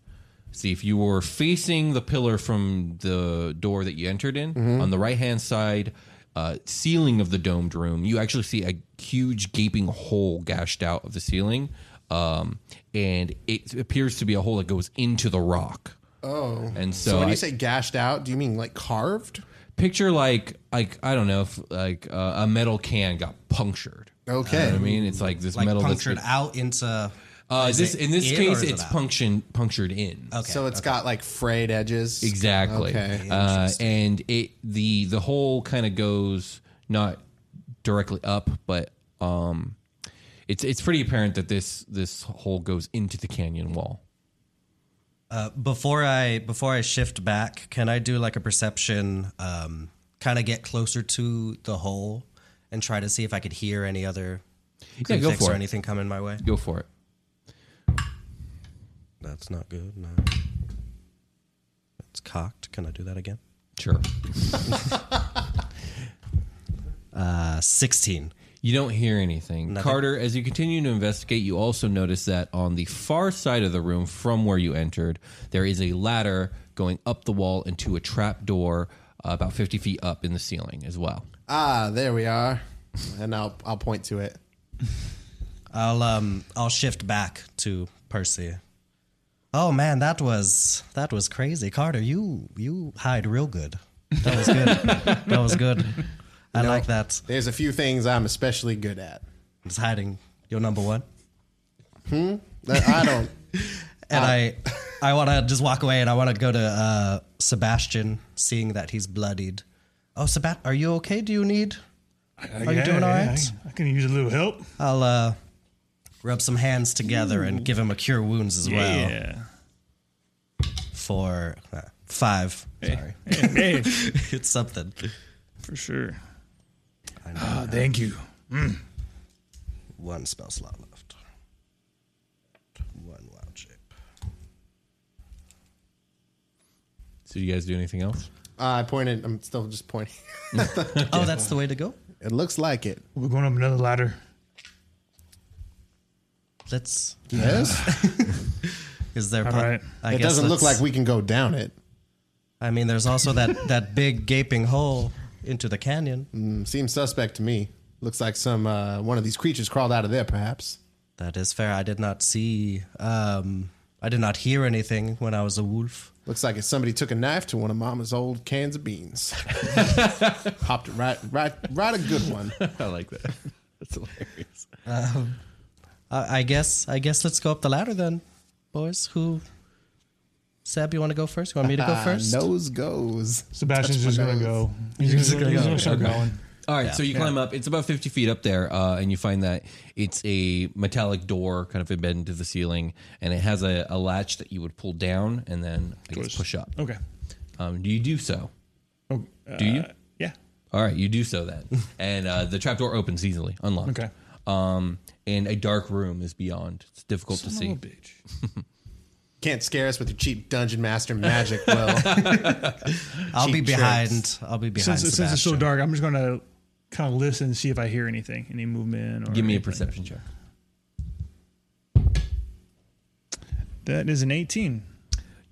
Speaker 3: see if you were facing the pillar from the door that you entered in
Speaker 6: Mm-hmm.
Speaker 3: on the right hand side uh, ceiling of the domed room, you actually see a huge gaping hole gashed out of the ceiling, um, and it appears to be a hole that goes into the rock. Oh, and so,
Speaker 6: So when
Speaker 3: I-
Speaker 6: you say gashed out, do you mean like carved?
Speaker 3: picture like like I don't know if like uh, a metal can got punctured. You know
Speaker 6: Okay.
Speaker 3: what I mean, it's like this
Speaker 5: like
Speaker 3: metal that's
Speaker 5: punctured
Speaker 3: been-
Speaker 5: out into.
Speaker 3: Uh,
Speaker 5: is
Speaker 3: this
Speaker 5: it
Speaker 3: in this
Speaker 5: in or
Speaker 3: case,
Speaker 5: is it
Speaker 3: it's
Speaker 5: out?
Speaker 3: punctured punctured in.
Speaker 5: Okay.
Speaker 6: so it's got like frayed edges.
Speaker 3: Exactly.
Speaker 6: Okay.
Speaker 3: Uh, and it the the hole kind of goes not directly up, but um, it's it's pretty apparent that this this hole goes into the canyon wall.
Speaker 5: Uh, before I before I shift back, can I do like a perception, um, kind of get closer to the hole and try to see if I could hear any other
Speaker 3: Yeah, go
Speaker 5: clicks
Speaker 3: for
Speaker 5: or
Speaker 3: it.
Speaker 5: anything coming my way?
Speaker 3: Go for it.
Speaker 5: That's not good. No. It's cocked. Can I do that again?
Speaker 3: Sure.
Speaker 5: Uh, Sixteen.
Speaker 3: You don't hear anything. Carter, as you continue to investigate, you also notice that on the far side of the room from where you entered, there is a ladder going up the wall into a trap door uh, about 50 feet up in the ceiling as well.
Speaker 6: Ah, there we are. And I'll I'll point to it.
Speaker 5: I'll um I'll shift back to Percy. Oh man, that was that was crazy, Carter. You you hide real good. That was good.
Speaker 3: *laughs*
Speaker 5: that was good. I like that.
Speaker 6: There's a few things I'm especially good at.
Speaker 5: It's hiding. You're number one.
Speaker 6: That I don't. *laughs*
Speaker 5: And
Speaker 4: Uh,
Speaker 5: I I want to just walk away and I want to go to uh, Sebastian, seeing that he's bloodied. Oh, Sebat, are you okay? Do you need? Are you doing all right?
Speaker 4: I, I can use a little help.
Speaker 5: I'll uh, rub some hands together and give him a cure wounds as well
Speaker 4: yeah.
Speaker 5: for uh, five. Sorry. *laughs*
Speaker 4: *laughs* Hey,
Speaker 5: it's something.
Speaker 4: for sure. Oh, thank you.
Speaker 5: One spell slot left. One wild shape.
Speaker 3: So, you guys do anything else?
Speaker 6: I pointed. I'm still just pointing.
Speaker 5: Oh, that's the way to go.
Speaker 6: It looks
Speaker 3: *laughs*
Speaker 6: like it.
Speaker 4: We're going up another ladder.
Speaker 5: Let's.
Speaker 6: Yes.
Speaker 5: Is there?
Speaker 4: All
Speaker 5: pos-
Speaker 4: right.
Speaker 5: I
Speaker 6: it
Speaker 5: guess
Speaker 6: doesn't look
Speaker 5: let's-
Speaker 6: like we can go down it.
Speaker 5: I mean, there's also that that big gaping hole into the canyon.
Speaker 6: Seems suspect to me. Looks like some uh, one of these creatures crawled out of there, perhaps.
Speaker 5: That is fair. I did not see. Um, I did not hear anything when I was a wolf.
Speaker 6: Looks like if somebody took a knife to one of Mama's old cans of beans, popped it right, right, right, a good one.
Speaker 3: *laughs* I like that. *laughs* That's hilarious.
Speaker 5: I I guess. I guess let's go up the ladder then, boys. Who? Seb, you want to go first? You want me
Speaker 6: *laughs*
Speaker 5: to go
Speaker 6: Ah,
Speaker 5: first?
Speaker 6: nose goes.
Speaker 4: Sebastian's just gonna go. He's, gonna, he's gonna start going.
Speaker 3: All right, so you climb up. It's about 50 feet up there, uh, and you find that it's a metallic door kind of embedded into the ceiling, and it has a, a latch that you would pull down and then I guess, push up.
Speaker 4: Okay.
Speaker 3: Um, do you do so?
Speaker 4: Oh,
Speaker 3: Do you?
Speaker 4: uh, yeah.
Speaker 3: All right, you do so *laughs* then. and uh, the trapdoor opens easily, unlocked.
Speaker 4: Okay.
Speaker 3: Um, and a dark room is beyond. It's difficult to see.
Speaker 4: bitch.
Speaker 6: Can't scare us with your cheap dungeon master magic, Will.
Speaker 5: I'll be
Speaker 6: Cheap
Speaker 5: behind. I'll be behind.
Speaker 4: Since, since it's so
Speaker 5: Sebastian.
Speaker 4: dark, I'm just gonna kind of listen and see if I hear anything, any movement. Or
Speaker 3: Give me a
Speaker 4: anything.
Speaker 3: perception check.
Speaker 4: That is an 18.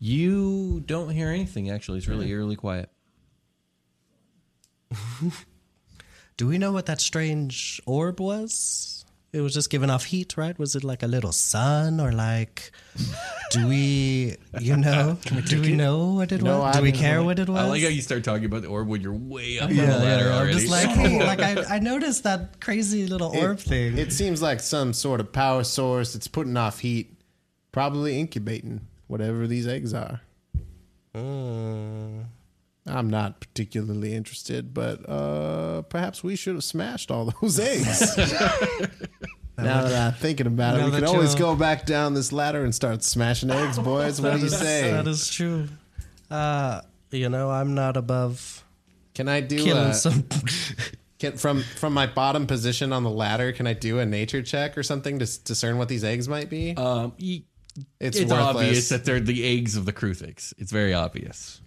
Speaker 3: You don't hear anything, actually. It's really eerily quiet.
Speaker 5: Do we know what that strange orb was? It was just giving off heat, right? Was it like a little sun or like do we you know do we know what it
Speaker 6: No, I
Speaker 5: was? Do we
Speaker 6: don't
Speaker 5: care
Speaker 6: know.
Speaker 5: what it was?
Speaker 3: I like how you start talking about the orb when you're way up on
Speaker 5: yeah,
Speaker 3: the ladder
Speaker 5: yeah, I'm
Speaker 3: already.
Speaker 5: just like, hey,
Speaker 6: *laughs*
Speaker 5: like I, I noticed that crazy little orb thing.
Speaker 6: It seems like some sort of power source. It's putting off heat, probably incubating whatever these eggs are.
Speaker 5: Hmm.
Speaker 6: I'm not particularly interested, but uh, perhaps we should have smashed all *laughs*
Speaker 5: *laughs*
Speaker 6: those eggs. now that I'm thinking about it,
Speaker 5: Now
Speaker 6: we can
Speaker 5: that
Speaker 6: always
Speaker 5: you're-
Speaker 6: go back down this ladder and start smashing eggs, boys. What do you
Speaker 5: *laughs* That is- That
Speaker 6: say?
Speaker 5: is true. Uh, you know, I'm not above
Speaker 6: Can I do
Speaker 5: killing
Speaker 6: a, *laughs*
Speaker 5: some.
Speaker 6: can, from from my bottom position on the ladder? Can I do a nature check or something to s- discern what these eggs might be?
Speaker 5: Uh,
Speaker 3: um, y-
Speaker 6: it's
Speaker 3: it's
Speaker 6: worthless.
Speaker 3: obvious that they're the eggs of the Kruthix. It's very obvious.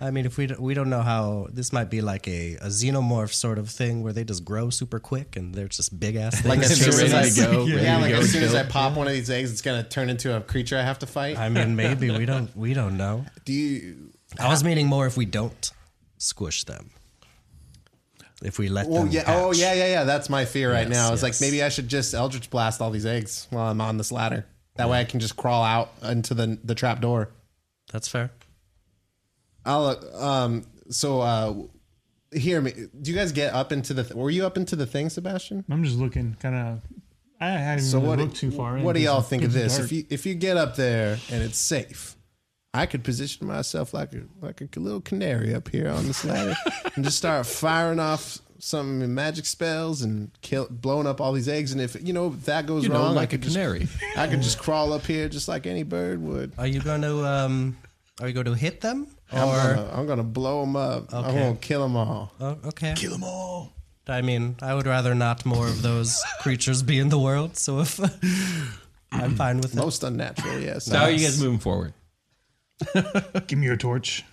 Speaker 5: I mean, if we don't, we don't know how this might be like a, a xenomorph sort of thing where they just grow super quick and they're just big ass
Speaker 6: Like
Speaker 5: things.
Speaker 6: *laughs* as soon as
Speaker 3: ready
Speaker 6: I
Speaker 3: to go,
Speaker 6: yeah,
Speaker 3: ready to
Speaker 6: like
Speaker 3: go
Speaker 6: as soon as
Speaker 3: kill.
Speaker 6: I pop one of these eggs, it's gonna turn into a creature I have to fight.
Speaker 5: I mean, maybe we don't we don't know.
Speaker 6: Do you?
Speaker 5: I was meaning more if we don't squish them. If we let
Speaker 6: Oh
Speaker 5: them.
Speaker 6: yeah,
Speaker 5: hatch.
Speaker 6: oh yeah, yeah, yeah. That's my fear right
Speaker 5: Yes,
Speaker 6: now. It's like
Speaker 5: yes.
Speaker 6: maybe I should just Eldritch blast all these eggs while I'm on this ladder. That way I can just crawl out into the the trap door.
Speaker 5: That's fair.
Speaker 6: I'll um. So uh, hear me. Do you guys get up into the? were you up into the thing, Sebastian?
Speaker 4: I'm just looking, kind of. I haven't
Speaker 6: So
Speaker 4: really
Speaker 6: what?
Speaker 4: looked too far. in
Speaker 6: what do
Speaker 4: 'cause
Speaker 6: y'all
Speaker 4: it's
Speaker 6: think of
Speaker 4: pitch
Speaker 6: this?
Speaker 4: dark.
Speaker 6: If you if you get up there and it's safe, I could position myself like a like a little canary up here on this ladder and just start firing off some magic spells and kill, blowing up all these eggs. And if you know if that goes
Speaker 3: You know,
Speaker 6: wrong, I
Speaker 3: like a
Speaker 6: could just-
Speaker 3: canary.
Speaker 6: I could just crawl up here just like any bird would.
Speaker 5: Are you going to um? Are you going to hit them or?
Speaker 6: I'm gonna, I'm gonna blow them up. I'm
Speaker 5: Okay.
Speaker 6: gonna kill them all.
Speaker 5: Oh, okay.
Speaker 2: Kill them all.
Speaker 5: I mean, I would rather not more
Speaker 3: *laughs*
Speaker 5: of those creatures be in the world. So if *laughs* I'm fine with it,
Speaker 6: Most unnatural, yes.
Speaker 3: So how are you guys moving forward?
Speaker 4: Give me your torch.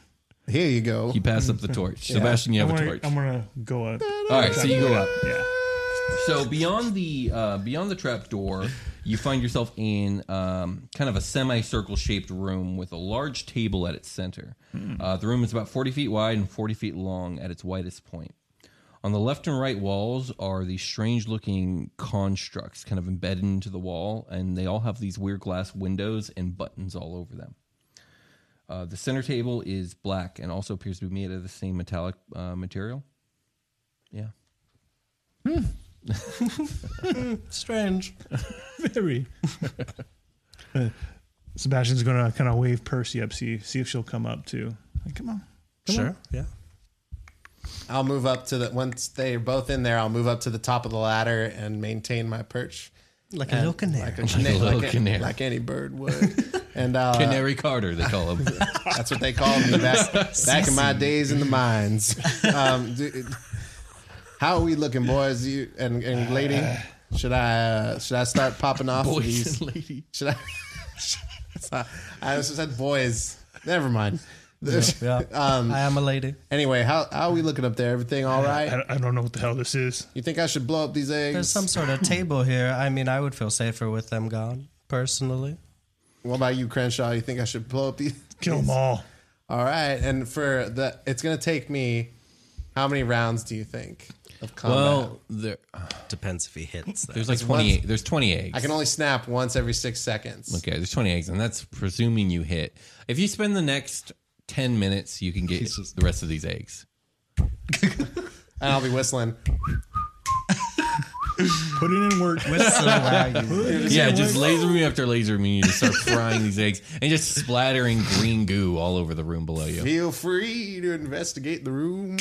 Speaker 6: Here you go.
Speaker 3: You pass up the torch. Sebastian, you
Speaker 4: I'm
Speaker 3: have a
Speaker 4: gonna,
Speaker 3: torch.
Speaker 4: I'm gonna go up.
Speaker 3: All right, so you go up.
Speaker 4: Yeah.
Speaker 3: So beyond the uh, beyond the trap door, you find yourself in um, kind of a semicircle shaped room with a large table at its center. Uh, the room is about forty feet wide and forty feet long at its widest point. On the left and right walls are these strange looking constructs kind of embedded into the wall, and they all have these weird glass windows and buttons all over them. Uh, the center table is black and also appears to be made of the same metallic uh, material. Yeah.
Speaker 5: strange.
Speaker 4: Very. *laughs* Sebastian's gonna kind of wave Percy up, see see if she'll come up too. Like, come on. Come
Speaker 5: Sure.
Speaker 4: on.
Speaker 5: Yeah.
Speaker 6: I'll move up to the once they're both in there. I'll move up to the top of the ladder and maintain my perch.
Speaker 5: Like a little canary.
Speaker 6: like a canary,
Speaker 3: little
Speaker 6: like, a-
Speaker 3: canary.
Speaker 6: like any bird would. And uh,
Speaker 3: Canary Carter, they call him. *laughs*
Speaker 6: that's what they called me back, back in my days in the mines. Um, do- how are we looking, boys? You and, and lady, should I uh, should I start popping off? of these?
Speaker 3: lady.
Speaker 6: Should I? *laughs* I just said boys. Never mind.
Speaker 5: *laughs* yeah.
Speaker 3: Um,
Speaker 5: I am a lady.
Speaker 6: Anyway, how, how are we looking up there? Everything all right?
Speaker 4: I, I don't know what the hell this is.
Speaker 6: You think I should blow up these eggs?
Speaker 5: There's some sort
Speaker 3: *clears throat*
Speaker 5: of table here. I mean, I would feel safer with them gone, personally.
Speaker 6: what about you, Crenshaw? You think I should blow up these? *laughs*
Speaker 4: Kill them all.
Speaker 6: All right, and for the it's gonna take me how many rounds do you think of combat?
Speaker 3: Well, there,
Speaker 5: Depends if he hits them.
Speaker 3: there's like 20. There's 20 eggs.
Speaker 6: I can only snap once every six seconds.
Speaker 3: okay, there's 20 eggs, and that's presuming you hit. If you spend the next 10 minutes, you can get the rest of these eggs.
Speaker 6: And I'll be whistling.
Speaker 4: Put it in
Speaker 3: *laughs*
Speaker 5: *laughs*
Speaker 4: work.
Speaker 5: Whistle while you-
Speaker 3: Yeah, just laser beam after laser beam, you just start frying these eggs and just splattering green goo all over the room below you.
Speaker 6: Feel free to investigate the room.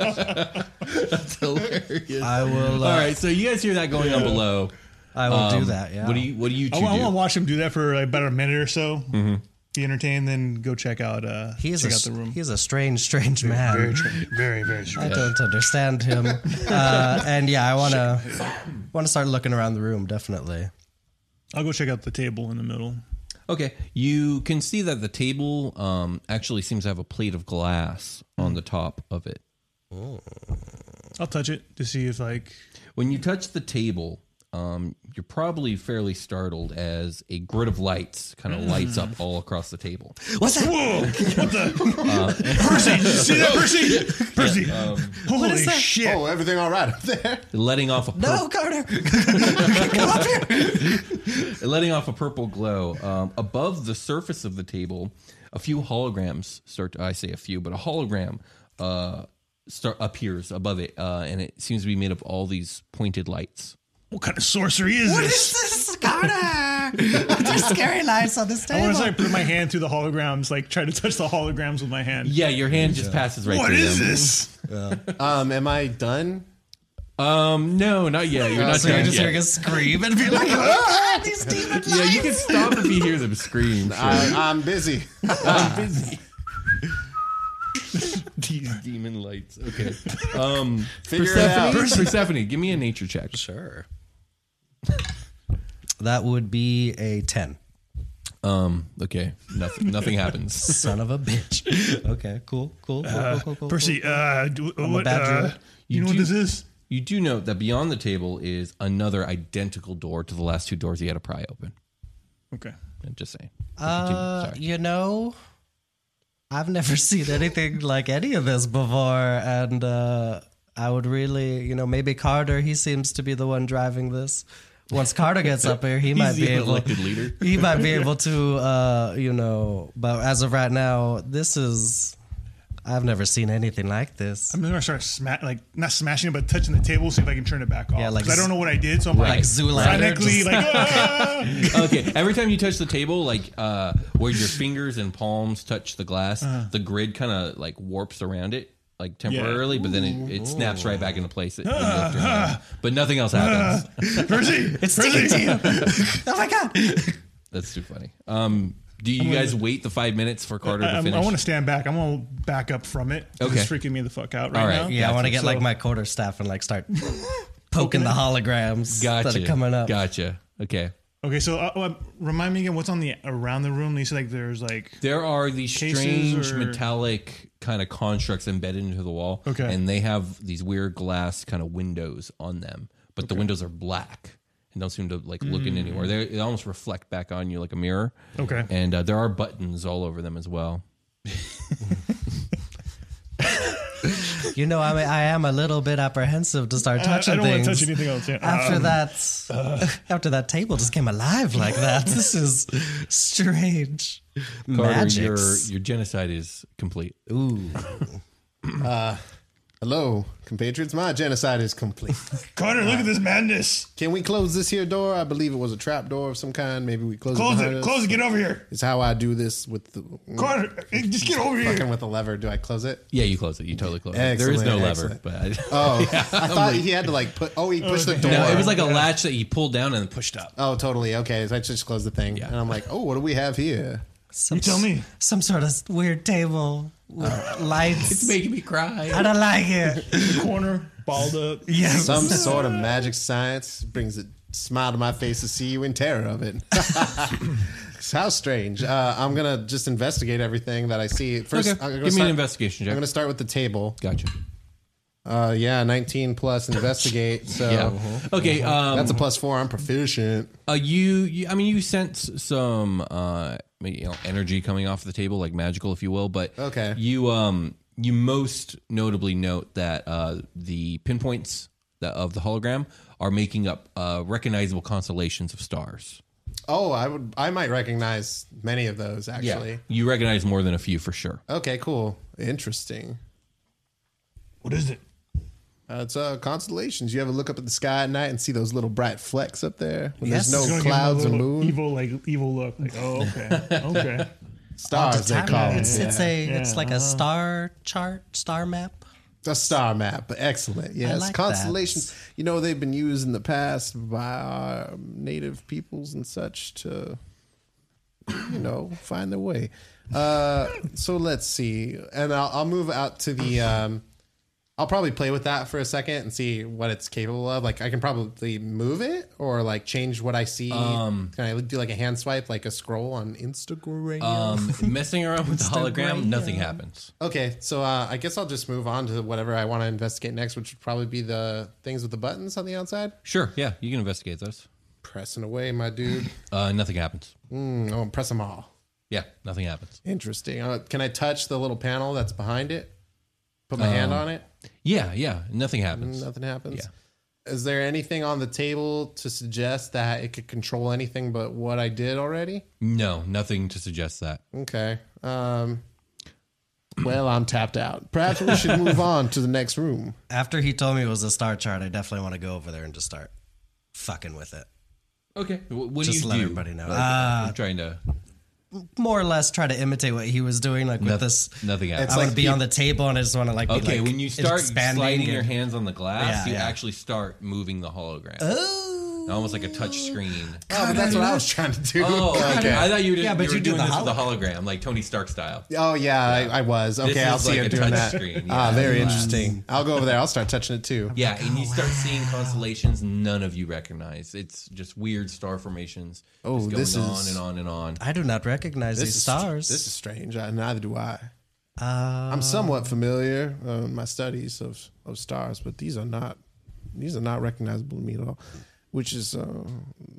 Speaker 3: That's hilarious.
Speaker 5: I will. Uh,
Speaker 3: all right, so you guys hear that going on below.
Speaker 5: I will do
Speaker 3: Um,
Speaker 5: that. Yeah.
Speaker 3: What do you? What do you two
Speaker 4: I,
Speaker 3: do?
Speaker 4: want to watch him do that for like about a minute or so. Be entertained, then go check out. Uh,
Speaker 5: Mm-hmm. He is
Speaker 4: check
Speaker 5: a,
Speaker 4: out the room.
Speaker 5: He is a strange, strange man.
Speaker 4: very, strange. very, very
Speaker 5: I
Speaker 4: strange.
Speaker 5: don't
Speaker 4: *laughs*
Speaker 5: understand him. uh, and yeah, I want to want to start looking around the room. Definitely.
Speaker 4: I'll go check out the table in the middle.
Speaker 3: Okay, you can see that the table um, actually seems to have a plate of glass on the top of it.
Speaker 4: I'll touch it to see if like *laughs*
Speaker 3: When you touch the table, um, you're probably fairly startled as a grid of lights kind
Speaker 5: Mm.
Speaker 3: of lights up all across the table.
Speaker 5: What's that? *laughs*
Speaker 4: Whoa! What the?
Speaker 5: Uh,
Speaker 4: Percy, did you see that, Percy? Percy, *laughs* holy
Speaker 5: um,
Speaker 6: *laughs*
Speaker 5: is that?
Speaker 4: shit!
Speaker 6: Oh, everything all right
Speaker 4: *laughs*
Speaker 6: up there?
Speaker 3: Letting off a purple,
Speaker 5: No, Oh, Carter, come up here.
Speaker 3: letting off a purple glow um, above the surface of the table. A few holograms start. I say a few, but a hologram uh, start appears above it, uh, and it seems to be made of all these pointed lights.
Speaker 4: What kind of sorcery is
Speaker 5: What
Speaker 4: this?
Speaker 5: is this, Carter? There's scary lights on this
Speaker 4: I
Speaker 5: table.
Speaker 4: want to like put my hand through the holograms, like try to touch the holograms with my hand.
Speaker 3: Yeah, your hand just passes right.
Speaker 4: What
Speaker 3: through
Speaker 4: is
Speaker 3: them.
Speaker 4: this?
Speaker 6: Um, am I done?
Speaker 3: Um, no, not yet. You're not
Speaker 5: so you're
Speaker 3: done
Speaker 5: just
Speaker 3: yet.
Speaker 5: hearing a scream and be like, oh, God, *laughs* these demon
Speaker 3: Yeah, you
Speaker 5: lights.
Speaker 3: can stop if you hear them scream.
Speaker 5: *laughs*
Speaker 3: sure.
Speaker 6: I,
Speaker 4: *laughs*
Speaker 6: I'm busy.
Speaker 3: These demon lights. Okay. Um,
Speaker 6: *laughs* Figure it
Speaker 3: Persephone,
Speaker 6: out.
Speaker 3: Persephone, give me a nature check.
Speaker 5: Sure. That would be a 10.
Speaker 3: Um, okay. Nothing. Nothing happens.
Speaker 5: Son of a bitch. Okay, cool, cool, cool, cool, cool, cool.
Speaker 4: Percy, uh, do,
Speaker 5: a
Speaker 4: what,
Speaker 5: bad
Speaker 4: uh,
Speaker 5: druid.
Speaker 4: you, know what
Speaker 3: do-
Speaker 4: this is?
Speaker 3: *laughs* You do note that beyond the table is another identical door to the last two doors he had to pry open.
Speaker 4: Okay.
Speaker 3: I'm just saying.
Speaker 5: Uh,
Speaker 3: Sorry.
Speaker 5: you know, I've never *laughs* seen anything like any of this before, and uh, I would really, you know, maybe Carter. He seems to be the one driving this. Once Carter gets up here, he might
Speaker 3: the
Speaker 5: be able.
Speaker 3: elected leader.
Speaker 5: *laughs* He might be able to, uh, you know. But as of right now, this is. I've never seen anything like this.
Speaker 4: I'm gonna start sma- like not smashing it, but touching the table, see if I can turn it back off.
Speaker 5: Yeah,
Speaker 4: Yeah,
Speaker 5: like
Speaker 4: I
Speaker 5: z-
Speaker 4: don't know what I did, so I'm
Speaker 5: Like
Speaker 4: like,
Speaker 5: Zoolander,
Speaker 4: frantically,
Speaker 5: *laughs* just-
Speaker 4: like "Ah!"
Speaker 3: okay. Every time you touch the table, like uh, where your fingers and palms touch the glass,
Speaker 4: Uh-huh.
Speaker 3: the grid kind of like warps around it, like temporarily, but then it, it snaps right back into place.
Speaker 4: *laughs*
Speaker 3: It, when you lift your hand. but nothing else happens.
Speaker 4: Percy,
Speaker 5: it's sticking to you. oh my god!
Speaker 3: That's too funny. Um, do you guys wait the five minutes for Carter
Speaker 4: I,
Speaker 3: to finish?
Speaker 4: want to stand back. I'm gonna back up from it.
Speaker 3: Okay.
Speaker 4: It's freaking me the fuck out right,
Speaker 3: All right,
Speaker 4: now.
Speaker 5: *laughs* Yeah, I want to get
Speaker 4: So-
Speaker 5: like my quarter staff and like start poking the holograms that
Speaker 3: gotcha.
Speaker 5: are coming up.
Speaker 3: Gotcha. Okay.
Speaker 4: Okay, so uh, uh, remind me again, what's on the around the room? You said like there's like
Speaker 3: There are these
Speaker 4: Cases
Speaker 3: strange
Speaker 4: or-
Speaker 3: metallic kind of constructs embedded into the wall.
Speaker 4: Okay.
Speaker 3: And they have these weird glass kind of windows on them, but the windows are black and don't seem to like look in anywhere. They, they almost reflect back on you like a mirror.
Speaker 4: Okay.
Speaker 3: And uh, there are buttons all over them as well.
Speaker 5: You know, I mean, I am a little bit apprehensive to start
Speaker 4: I, I
Speaker 5: touching
Speaker 4: don't want
Speaker 5: things.
Speaker 4: to touch anything else. Yeah.
Speaker 5: After
Speaker 4: Um,
Speaker 5: that,
Speaker 3: uh,
Speaker 5: *laughs* after that table just came alive like that.
Speaker 3: *laughs*
Speaker 5: This is strange.
Speaker 3: Carter, your,
Speaker 5: Magics.
Speaker 3: your genocide is complete.
Speaker 5: Ooh.
Speaker 6: Hello, compatriots. My genocide
Speaker 4: *laughs*
Speaker 6: is complete.
Speaker 4: Carter, look at this madness.
Speaker 6: Can we close this here door? I believe it was a trap door of some kind. Maybe we close,
Speaker 4: Close
Speaker 6: it. behind
Speaker 4: it.
Speaker 6: us.
Speaker 4: Close it. Get over here,
Speaker 6: It's how I do this with the
Speaker 4: Carter. eh, Just get over here.
Speaker 6: fucking with the lever. Do I close it?
Speaker 3: Yeah, you close it. You totally close it. There is
Speaker 6: Excellent,
Speaker 3: no
Speaker 6: excellent.
Speaker 3: lever, but *laughs* I,
Speaker 6: Oh, I thought he had to like put. Oh, he pushed the door.
Speaker 3: no, it was like a latch that you pulled down and pushed up.
Speaker 6: Oh, totally. Okay, so I just closed the thing, and I'm like, oh, what do we have here?
Speaker 5: Some,
Speaker 4: tell me.
Speaker 5: Some sort of weird table with lights.
Speaker 3: Uh, It's making me cry.
Speaker 5: I don't like
Speaker 3: *laughs*
Speaker 5: it.
Speaker 4: corner, balled up.
Speaker 5: Yes.
Speaker 6: Some sort of magic science brings a smile to my face to see you in terror of it. *laughs* How strange. Uh, I'm gonna just investigate everything that I see. First,
Speaker 3: Okay.
Speaker 6: I'm gonna
Speaker 3: Give me an
Speaker 6: start-
Speaker 3: investigation
Speaker 6: I'm
Speaker 3: check.
Speaker 6: gonna start with the table.
Speaker 3: Gotcha.
Speaker 6: Uh, yeah, 19
Speaker 3: *laughs*
Speaker 6: plus investigate. So
Speaker 5: Oh,
Speaker 3: Yeah.
Speaker 5: uh-huh.
Speaker 3: Okay. Um,
Speaker 6: that's a plus four. I'm proficient.
Speaker 3: Uh, you, you, I mean, you sense some, uh, you know, energy coming off the table, like magical, if you will. But
Speaker 6: Okay.
Speaker 3: you, um, you most notably note that uh, the pinpoints that of the hologram are making up uh, recognizable constellations of stars.
Speaker 6: Oh, I would. I might recognize many of those actually.
Speaker 3: you recognize more than a few for sure.
Speaker 6: Okay, cool. Interesting.
Speaker 4: What is it?
Speaker 6: Uh, it's uh, constellations. You ever look up at the sky at night and see those little bright flecks up there when
Speaker 5: Yes.
Speaker 6: there's
Speaker 5: It's
Speaker 6: no
Speaker 4: Gonna give him a
Speaker 6: clouds or
Speaker 4: little
Speaker 6: moon?
Speaker 4: Evil, like evil look. Like, oh, okay, okay.
Speaker 6: Stars, they call them.
Speaker 5: it's, it's a
Speaker 4: yeah,
Speaker 5: it's like
Speaker 3: uh-huh.
Speaker 5: a star chart, star map.
Speaker 6: A star map. Excellent. Yes.
Speaker 5: like that.
Speaker 6: Constellations. You know, they've been used in the past by our native peoples and such to, you know, find their way. Uh, so let's see. And I'll, I'll move out to the. Um, I'll probably play with that for a second and see what it's capable of. Like I can probably move it or like change what I see. can I do like a hand swipe, like a scroll on Instagram?
Speaker 3: Um, messing around with the hologram, nothing happens.
Speaker 6: okay, so uh, I guess I'll just move on to whatever I want to investigate next, which would probably be the things with the buttons on the outside.
Speaker 3: Sure, yeah, you can investigate those.
Speaker 6: Pressing away, my dude.
Speaker 3: *laughs* Uh, nothing happens.
Speaker 6: Mm, oh, press them all.
Speaker 3: Yeah, nothing happens.
Speaker 6: Interesting. Uh, can I touch the little panel that's behind it? Put my
Speaker 3: Um,
Speaker 6: hand on it.
Speaker 3: Yeah, yeah, nothing happens.
Speaker 6: Nothing happens. Is there anything on the table to suggest that it could control anything but what I did already?
Speaker 3: No, nothing to suggest that.
Speaker 6: Okay. Um, well, I'm tapped out. Perhaps we
Speaker 3: *laughs*
Speaker 6: should move on to the next room.
Speaker 5: After he told me it was a star chart, I definitely want to go over there and just start fucking with it.
Speaker 3: Okay, what, what
Speaker 5: Just
Speaker 3: do you
Speaker 5: let
Speaker 3: do?
Speaker 5: everybody know.
Speaker 3: Like,
Speaker 6: Uh,
Speaker 3: I'm trying to
Speaker 5: More or less, try to imitate what he was doing, like with
Speaker 3: Noth-
Speaker 5: this.
Speaker 3: nothing
Speaker 5: I
Speaker 3: happens.
Speaker 5: want to be on the table, and I just want to like. be,
Speaker 3: Okay,
Speaker 5: like,
Speaker 3: when you start
Speaker 5: expanding
Speaker 3: sliding your
Speaker 5: and-
Speaker 3: hands on the glass,
Speaker 5: Yeah,
Speaker 3: you
Speaker 5: yeah.
Speaker 3: actually start moving the hologram. Oh, almost like a touch screen.
Speaker 6: Oh, but that's what I was trying to do. *laughs*
Speaker 3: Oh, okay. I thought you were,
Speaker 5: Yeah, but
Speaker 3: you were
Speaker 5: you do
Speaker 3: doing
Speaker 5: the
Speaker 3: this with a hologram, like Tony Stark style.
Speaker 6: Oh yeah, I, I was. Okay,
Speaker 3: This
Speaker 6: I'll
Speaker 3: is
Speaker 6: see
Speaker 3: like
Speaker 6: you
Speaker 3: a
Speaker 6: doing
Speaker 3: touch
Speaker 6: that.
Speaker 3: screen,
Speaker 6: Ah,
Speaker 3: yeah. Mm.
Speaker 6: very interesting. I'll go over there. I'll start touching it too.
Speaker 3: Yeah, and you start seeing constellations none of you recognize. It's just weird star formations.
Speaker 6: Oh,
Speaker 3: just going
Speaker 6: this
Speaker 3: on
Speaker 6: is-
Speaker 3: and on and on.
Speaker 5: I do not recognize these
Speaker 6: is
Speaker 5: stars.
Speaker 6: This is strange. I, neither do I.
Speaker 3: Uh,
Speaker 6: I'm somewhat familiar uh, in my studies of, of stars, but these are not these are not recognizable to me at all. Which is uh,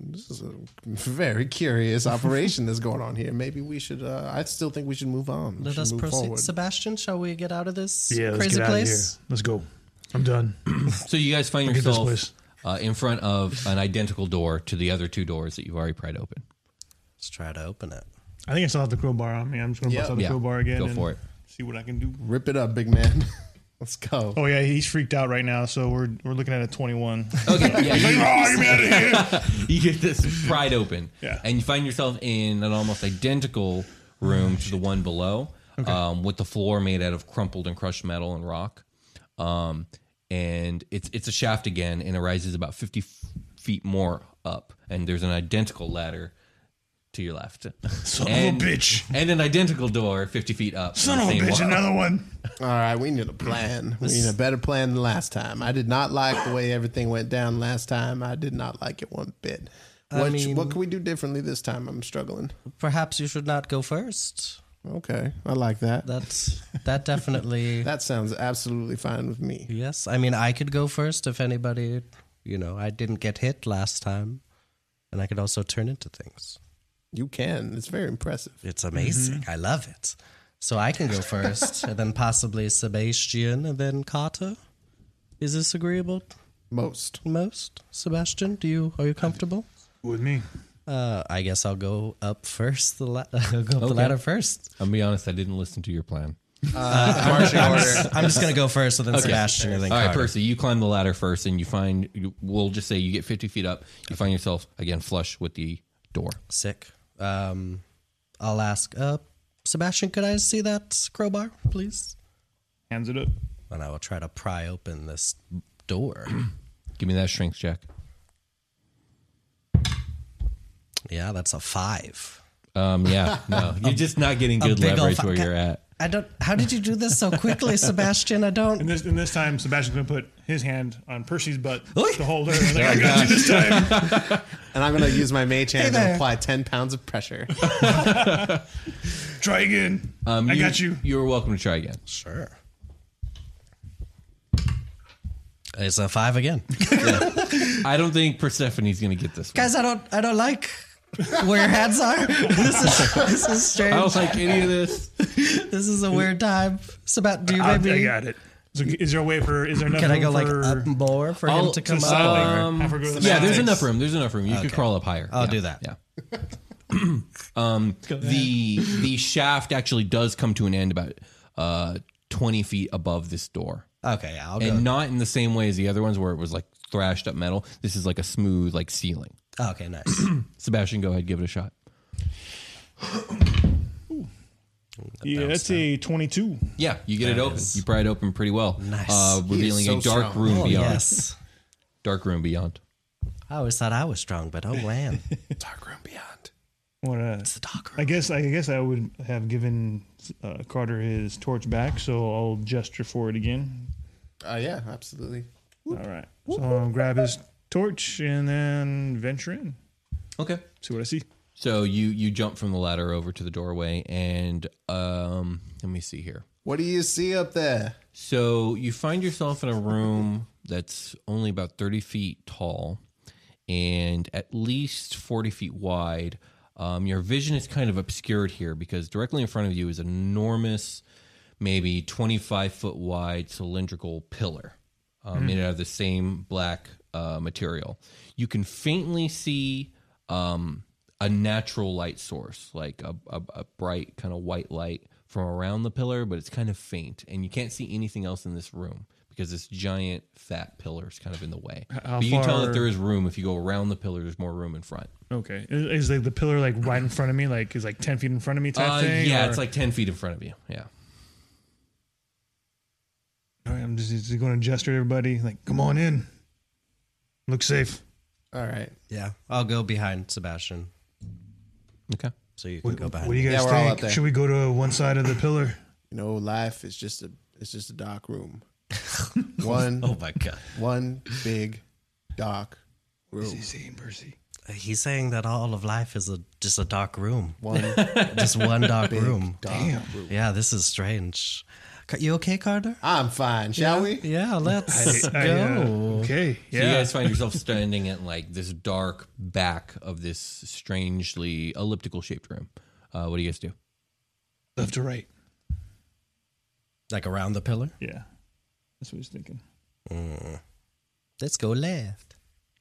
Speaker 6: this is a very
Speaker 3: *laughs*
Speaker 6: curious operation that's going on here. Maybe we should. Uh, I still think we should move on. We
Speaker 5: Let
Speaker 6: should
Speaker 5: us
Speaker 6: move
Speaker 5: proceed,
Speaker 6: forward.
Speaker 5: Sebastian. Shall we get out of this
Speaker 4: Yeah, let's
Speaker 5: crazy
Speaker 4: get out
Speaker 5: place?
Speaker 4: of here. Let's go. I'm done.
Speaker 3: So you guys find
Speaker 4: Look at this
Speaker 3: yourself
Speaker 4: place.
Speaker 3: uh, in front of an identical door to the other two doors that you've already pried open.
Speaker 5: Let's try to open it.
Speaker 4: I think I still have the crowbar on me. I'm just gonna
Speaker 6: Yeah.
Speaker 4: bust out the
Speaker 3: Yeah.
Speaker 4: crowbar again.
Speaker 3: Go
Speaker 4: and
Speaker 3: for it.
Speaker 4: See what I can do.
Speaker 6: Rip it up, big man. *laughs* Let's go.
Speaker 4: Oh yeah, he's freaked out right now. So we're we're looking at a 21.
Speaker 3: *laughs* Okay, yeah, you-
Speaker 4: oh, get me out of here!
Speaker 3: you get this pried open,
Speaker 4: Yeah.
Speaker 3: and you find yourself in an almost identical room to the one below, um, with the floor made out of crumpled and crushed metal and rock. Um, and it's it's a shaft again, and it rises about fifty f- feet more up, and there's an identical ladder to your left,
Speaker 4: *laughs* Son
Speaker 3: and,
Speaker 4: of a bitch!
Speaker 3: and an identical door fifty feet up. on
Speaker 4: Son
Speaker 3: the
Speaker 4: of a
Speaker 3: same
Speaker 4: bitch!
Speaker 3: wall.
Speaker 4: Another one.
Speaker 6: All right, we need a plan. We need a better plan than last time. I did not like the way everything went down last time. I did not like it one bit. What,
Speaker 5: mean-
Speaker 6: what can we do differently this time? I'm struggling.
Speaker 5: Perhaps you should not go first.
Speaker 6: Okay, I like that. That, *laughs*
Speaker 5: That's that definitely.
Speaker 6: sounds absolutely fine with me.
Speaker 5: yes, I mean I could go first if anybody. You know, I didn't get hit last time, and I could also turn into things.
Speaker 6: You can. It's very impressive.
Speaker 5: It's amazing. I love it. So I can go first, and then possibly Sebastian, and then Carter. Is this agreeable
Speaker 6: Most.
Speaker 5: most? Sebastian, do you are you comfortable?
Speaker 4: With me.
Speaker 5: Uh, I guess I'll go up first. The la- *laughs* I'll go up the ladder first.
Speaker 3: I'll be honest, I didn't listen to your plan.
Speaker 5: *laughs*
Speaker 6: Marching order.
Speaker 5: I'm just gonna go first, and then Sebastian, and then
Speaker 3: All right,
Speaker 5: Carter.
Speaker 3: Percy, you climb the ladder first, and you find. you- We'll just say you get fifty feet up. You find yourself again flush with the door.
Speaker 5: Sick. Um, I'll ask. Uh, Sebastian, could I see that crowbar, please?
Speaker 4: Hands it up.
Speaker 5: And I will try to pry open this door. *clears throat*
Speaker 3: Give me that strength check.
Speaker 5: yeah, that's a five.
Speaker 3: Um,
Speaker 5: *laughs*
Speaker 3: yeah, no, you're just not getting
Speaker 5: a
Speaker 3: good
Speaker 5: big ol'
Speaker 3: leverage
Speaker 5: fu-
Speaker 3: where you're at.
Speaker 5: I don't. How did you do this so quickly, Sebastian? I don't.
Speaker 4: And this and this time, Sebastian's gonna put his hand on Percy's butt
Speaker 5: Oy.
Speaker 4: to hold her. He's like, I got you this time.
Speaker 6: And I'm going to use my mage hand
Speaker 5: there.
Speaker 6: to apply 10 pounds
Speaker 5: *laughs*
Speaker 6: of pressure.
Speaker 4: Try again.
Speaker 3: Um,
Speaker 4: I got you.
Speaker 3: You're welcome to try again.
Speaker 5: *laughs* Sure. It's a five again,
Speaker 3: I don't think Persephone's gonna get this. One.
Speaker 5: guys. I don't. I don't like where your hands are. *laughs* This is this is
Speaker 3: I
Speaker 5: strange.
Speaker 3: don't like any of this.
Speaker 5: This is a weird time. Sebastian, do you
Speaker 4: I, I
Speaker 5: maybe?
Speaker 4: got it. So is there a way for? Is there enough
Speaker 5: Can I
Speaker 4: room
Speaker 5: go like
Speaker 4: for,
Speaker 5: up more for
Speaker 3: I'll-
Speaker 5: him
Speaker 4: to
Speaker 5: to come
Speaker 4: the
Speaker 5: up?
Speaker 4: side?
Speaker 3: Um,
Speaker 4: I forgot the
Speaker 3: yeah,
Speaker 4: mountain.
Speaker 3: there's enough room. There's enough room. You could crawl up higher.
Speaker 5: I'll
Speaker 3: Yeah,
Speaker 5: do that.
Speaker 3: Yeah.
Speaker 5: *laughs*
Speaker 3: um, the the shaft actually does come to an end about uh, twenty feet above this door.
Speaker 5: Okay, I'll go.
Speaker 3: and not in the same way as the other ones where it was like thrashed up metal. This is like a smooth like ceiling.
Speaker 5: okay, nice.
Speaker 3: Sebastian, go ahead, give it a shot.
Speaker 4: Yeah, that's a 22.
Speaker 3: Yeah, you get it open. You pry it open pretty well.
Speaker 5: Nice.
Speaker 3: Uh, revealing
Speaker 6: so
Speaker 3: a dark
Speaker 6: strong.
Speaker 3: room
Speaker 5: Oh,
Speaker 3: beyond.
Speaker 5: yes.
Speaker 3: Dark room beyond.
Speaker 5: I always thought I was strong, but oh man,
Speaker 6: Dark room beyond.
Speaker 4: What a,
Speaker 5: it's a dark
Speaker 4: I
Speaker 5: room.
Speaker 4: guess I guess I would have given uh, Carter his torch back, so I'll gesture for it again.
Speaker 6: Uh, yeah, absolutely.
Speaker 4: All right. So I'll grab his torch and then venture in.
Speaker 3: Okay.
Speaker 4: See what I see.
Speaker 3: So you you jump from the ladder over to the doorway, and um, let me see here.
Speaker 6: What do you see up there?
Speaker 3: So you find yourself in a room that's only about 30 feet tall and at least 40 feet wide. Um, your vision is kind of obscured here because directly in front of you is an enormous, maybe 25 foot wide cylindrical pillar um, made out of the same black uh, material. You can faintly see um, a natural light source, like a, a, a bright kind of white light from around the pillar, but it's kind of faint, and you can't see anything else in this room because this giant fat pillar is kind of in the way.
Speaker 4: how
Speaker 3: but you can tell that
Speaker 4: far-
Speaker 3: there is room if you go around the pillar. There's more room in front.
Speaker 4: Okay. Is, is like the pillar like right in front of me? Like is like ten feet in front of me type
Speaker 3: Uh,
Speaker 4: thing?
Speaker 3: yeah,
Speaker 4: or-
Speaker 3: it's like ten feet in front of you. Yeah.
Speaker 4: All right, I'm just, just going to gesture to everybody. Like, come on in. Look safe.
Speaker 6: All right.
Speaker 5: Yeah, I'll go behind Sebastian,
Speaker 3: Okay.
Speaker 5: so you can go behind.
Speaker 4: What do you
Speaker 6: Yeah,
Speaker 4: guys
Speaker 6: we're all up
Speaker 4: think?
Speaker 6: there.
Speaker 4: Should we go to one side of the pillar?
Speaker 6: You know, life is just a it's just a
Speaker 5: *laughs*
Speaker 6: dark room. one
Speaker 3: my god.
Speaker 6: one big dark room.
Speaker 4: Zane Percy.
Speaker 5: me. He's saying that all of life is a just a dark room,
Speaker 3: *laughs*
Speaker 6: One
Speaker 5: just one dark
Speaker 6: *laughs* big
Speaker 5: room.
Speaker 6: dark room.
Speaker 5: Yeah, this is strange. Ca- You okay, Carter?
Speaker 6: I'm fine. Shall we?
Speaker 5: Yeah, let's
Speaker 4: I, uh,
Speaker 5: go.
Speaker 4: okay.
Speaker 3: So you
Speaker 4: Yeah.
Speaker 3: guys find yourself standing at like this dark back of this strangely elliptical shaped room. Uh, what do you guys do?
Speaker 4: Left to right.
Speaker 5: *laughs* Like around the pillar.
Speaker 4: Yeah. That's what he's thinking.
Speaker 5: Let's go left.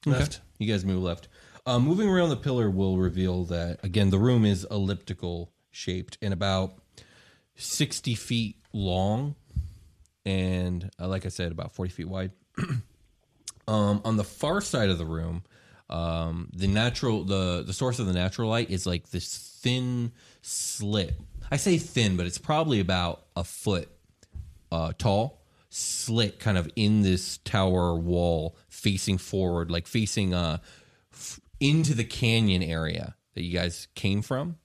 Speaker 4: Left.
Speaker 3: You guys move left. Uh, moving around the pillar will reveal that again the room is elliptical shaped and about sixty feet long, and uh, like I said, about forty feet wide. *clears throat* um, on the far side of the room, um, the natural the the source of the natural light is like this thin slit. I say thin, but it's probably about a foot uh, tall slit kind of in this tower wall facing forward like facing uh f- into the canyon area that you guys came from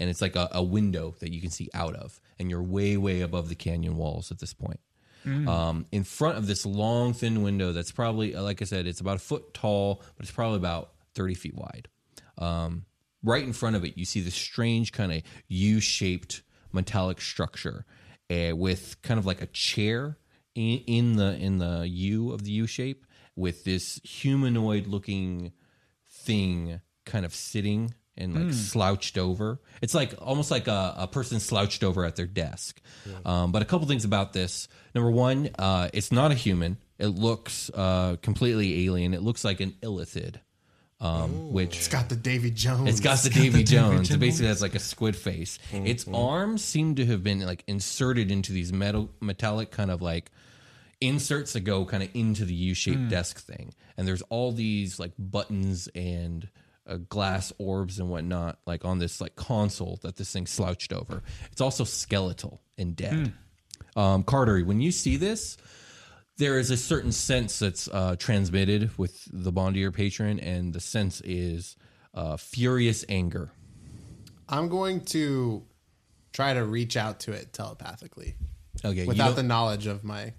Speaker 3: and it's like a, a window that you can see out of and you're way way above the canyon walls at this point um, in front of this long thin window that's probably uh, like i said it's about a foot tall but it's probably about 30 feet wide um, right in front of it, you see this strange kind of U shaped metallic structure uh, with kind of like a chair in, in the in the U of the U shape with this humanoid looking thing kind of sitting and like slouched over. It's like almost like a, a person slouched over at their desk. Um, but a couple things about this. Number one, uh, it's not a human. It looks uh, completely alien. It looks like an illithid, um, which
Speaker 6: It's got the Davy Jones.
Speaker 3: Oh, it's got the Davy Jones. Mm-hmm. It basically has like a squid face. Its arms seem to have been like inserted into these metal metallic kind of like inserts that go kind of into the U-shaped desk thing. And there's all these like buttons and uh, glass orbs and whatnot like on this like console that this thing slouched over. It's also skeletal and dead. Um, Carter, when you see this, there is a certain sense that's uh, transmitted with the bond to your patron, and the sense is uh, furious anger.
Speaker 6: I'm going to try to reach out to it telepathically
Speaker 3: Okay, you
Speaker 6: without the
Speaker 3: don't-
Speaker 6: knowledge of my f-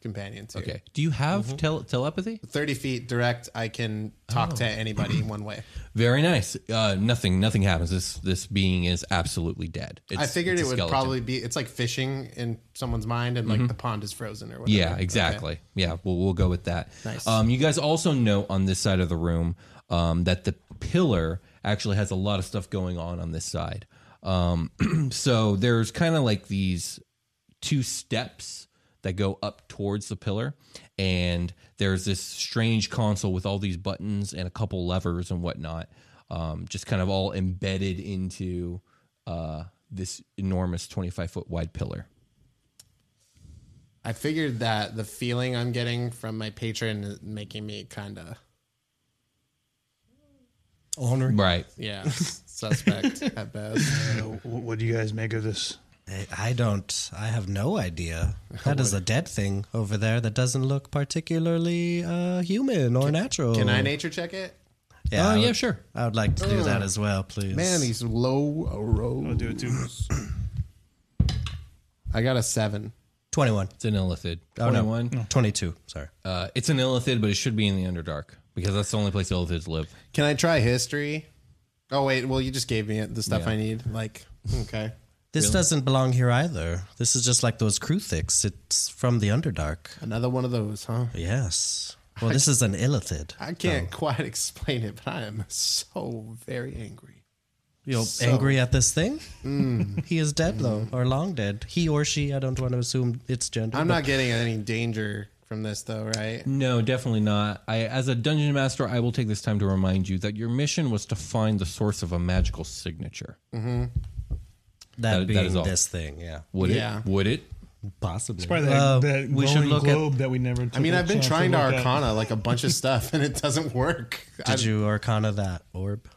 Speaker 6: companions. Here.
Speaker 3: okay. Do you have tele- telepathy?
Speaker 6: 30 feet direct, I can talk to *clears throat* anybody one way.
Speaker 3: Very nice. Uh, nothing. Nothing happens. This this being is absolutely dead. It's,
Speaker 6: I figured
Speaker 3: it's
Speaker 6: it
Speaker 3: a
Speaker 6: would
Speaker 3: skeleton. Mm-hmm.
Speaker 6: probably be, it's like fishing in someone's mind and like the pond is frozen or whatever.
Speaker 3: Yeah, exactly. Yeah, we'll we'll go with that.
Speaker 6: Nice.
Speaker 3: Um, you guys also know on this side of the room um, that the pillar actually has a lot of stuff going on on this side. Um, *clears throat* so there's kind of like these two steps that go up towards the pillar and there's this strange console with all these buttons and a couple levers and whatnot um, just kind of all embedded into uh, this enormous 25 foot wide pillar
Speaker 6: I figured that the feeling I'm getting from my patron is making me kind of,
Speaker 5: Honor.
Speaker 3: right
Speaker 6: yeah, suspect at best.
Speaker 4: Uh, wh- what do you guys make of this?
Speaker 5: I- I don't. I have no
Speaker 6: *laughs*
Speaker 5: idea. That is a dead thing over there that doesn't look particularly uh, human or natural.
Speaker 6: Can I nature check it?
Speaker 5: Yeah,
Speaker 3: oh
Speaker 5: I
Speaker 3: yeah
Speaker 5: would-
Speaker 3: sure
Speaker 5: I would like to do that as well, please.
Speaker 6: Man, he's low.
Speaker 4: I'll do it too.
Speaker 6: I got a seven.
Speaker 5: 21.
Speaker 3: It's an illithid.
Speaker 5: Oh, no.
Speaker 3: 21.
Speaker 5: 22. Sorry.
Speaker 6: Oh,
Speaker 3: Uh, it's an illithid, but it should be in the Underdark because that's the only place illithids live.
Speaker 6: Can I try history? Oh wait, well you just gave me it, the stuff
Speaker 3: Yeah.
Speaker 6: I need. Like, okay,
Speaker 5: This doesn't belong here either. This is just like those Kruthix. It's from the Underdark.
Speaker 6: another one of those, huh?
Speaker 5: Yes. Well, this is an illithid.
Speaker 6: I can't quite *laughs* explain it, but I am so very angry.
Speaker 5: You're angry at this thing?
Speaker 6: Mm.
Speaker 5: *laughs* he is dead, though, or long dead. He or she, I don't want to assume its gender.
Speaker 6: I'm
Speaker 5: but
Speaker 6: not getting any danger from this though, right?
Speaker 3: No, definitely not. I, as a dungeon master, I will take this time to remind you that your mission was to find the source of a magical signature.
Speaker 5: that,
Speaker 3: that- that
Speaker 5: being
Speaker 3: is all.
Speaker 5: this thing, yeah.
Speaker 3: Would
Speaker 6: Yeah.
Speaker 3: it? Would it?
Speaker 5: Possibly.
Speaker 4: It's probably
Speaker 5: Uh,
Speaker 4: that, that
Speaker 5: we should
Speaker 4: glowing
Speaker 5: look
Speaker 4: globe that we never.
Speaker 6: I mean, I've been trying to
Speaker 4: Arcana.
Speaker 6: Arcana like a bunch of stuff, and it doesn't work.
Speaker 5: at. Did you arcana that orb?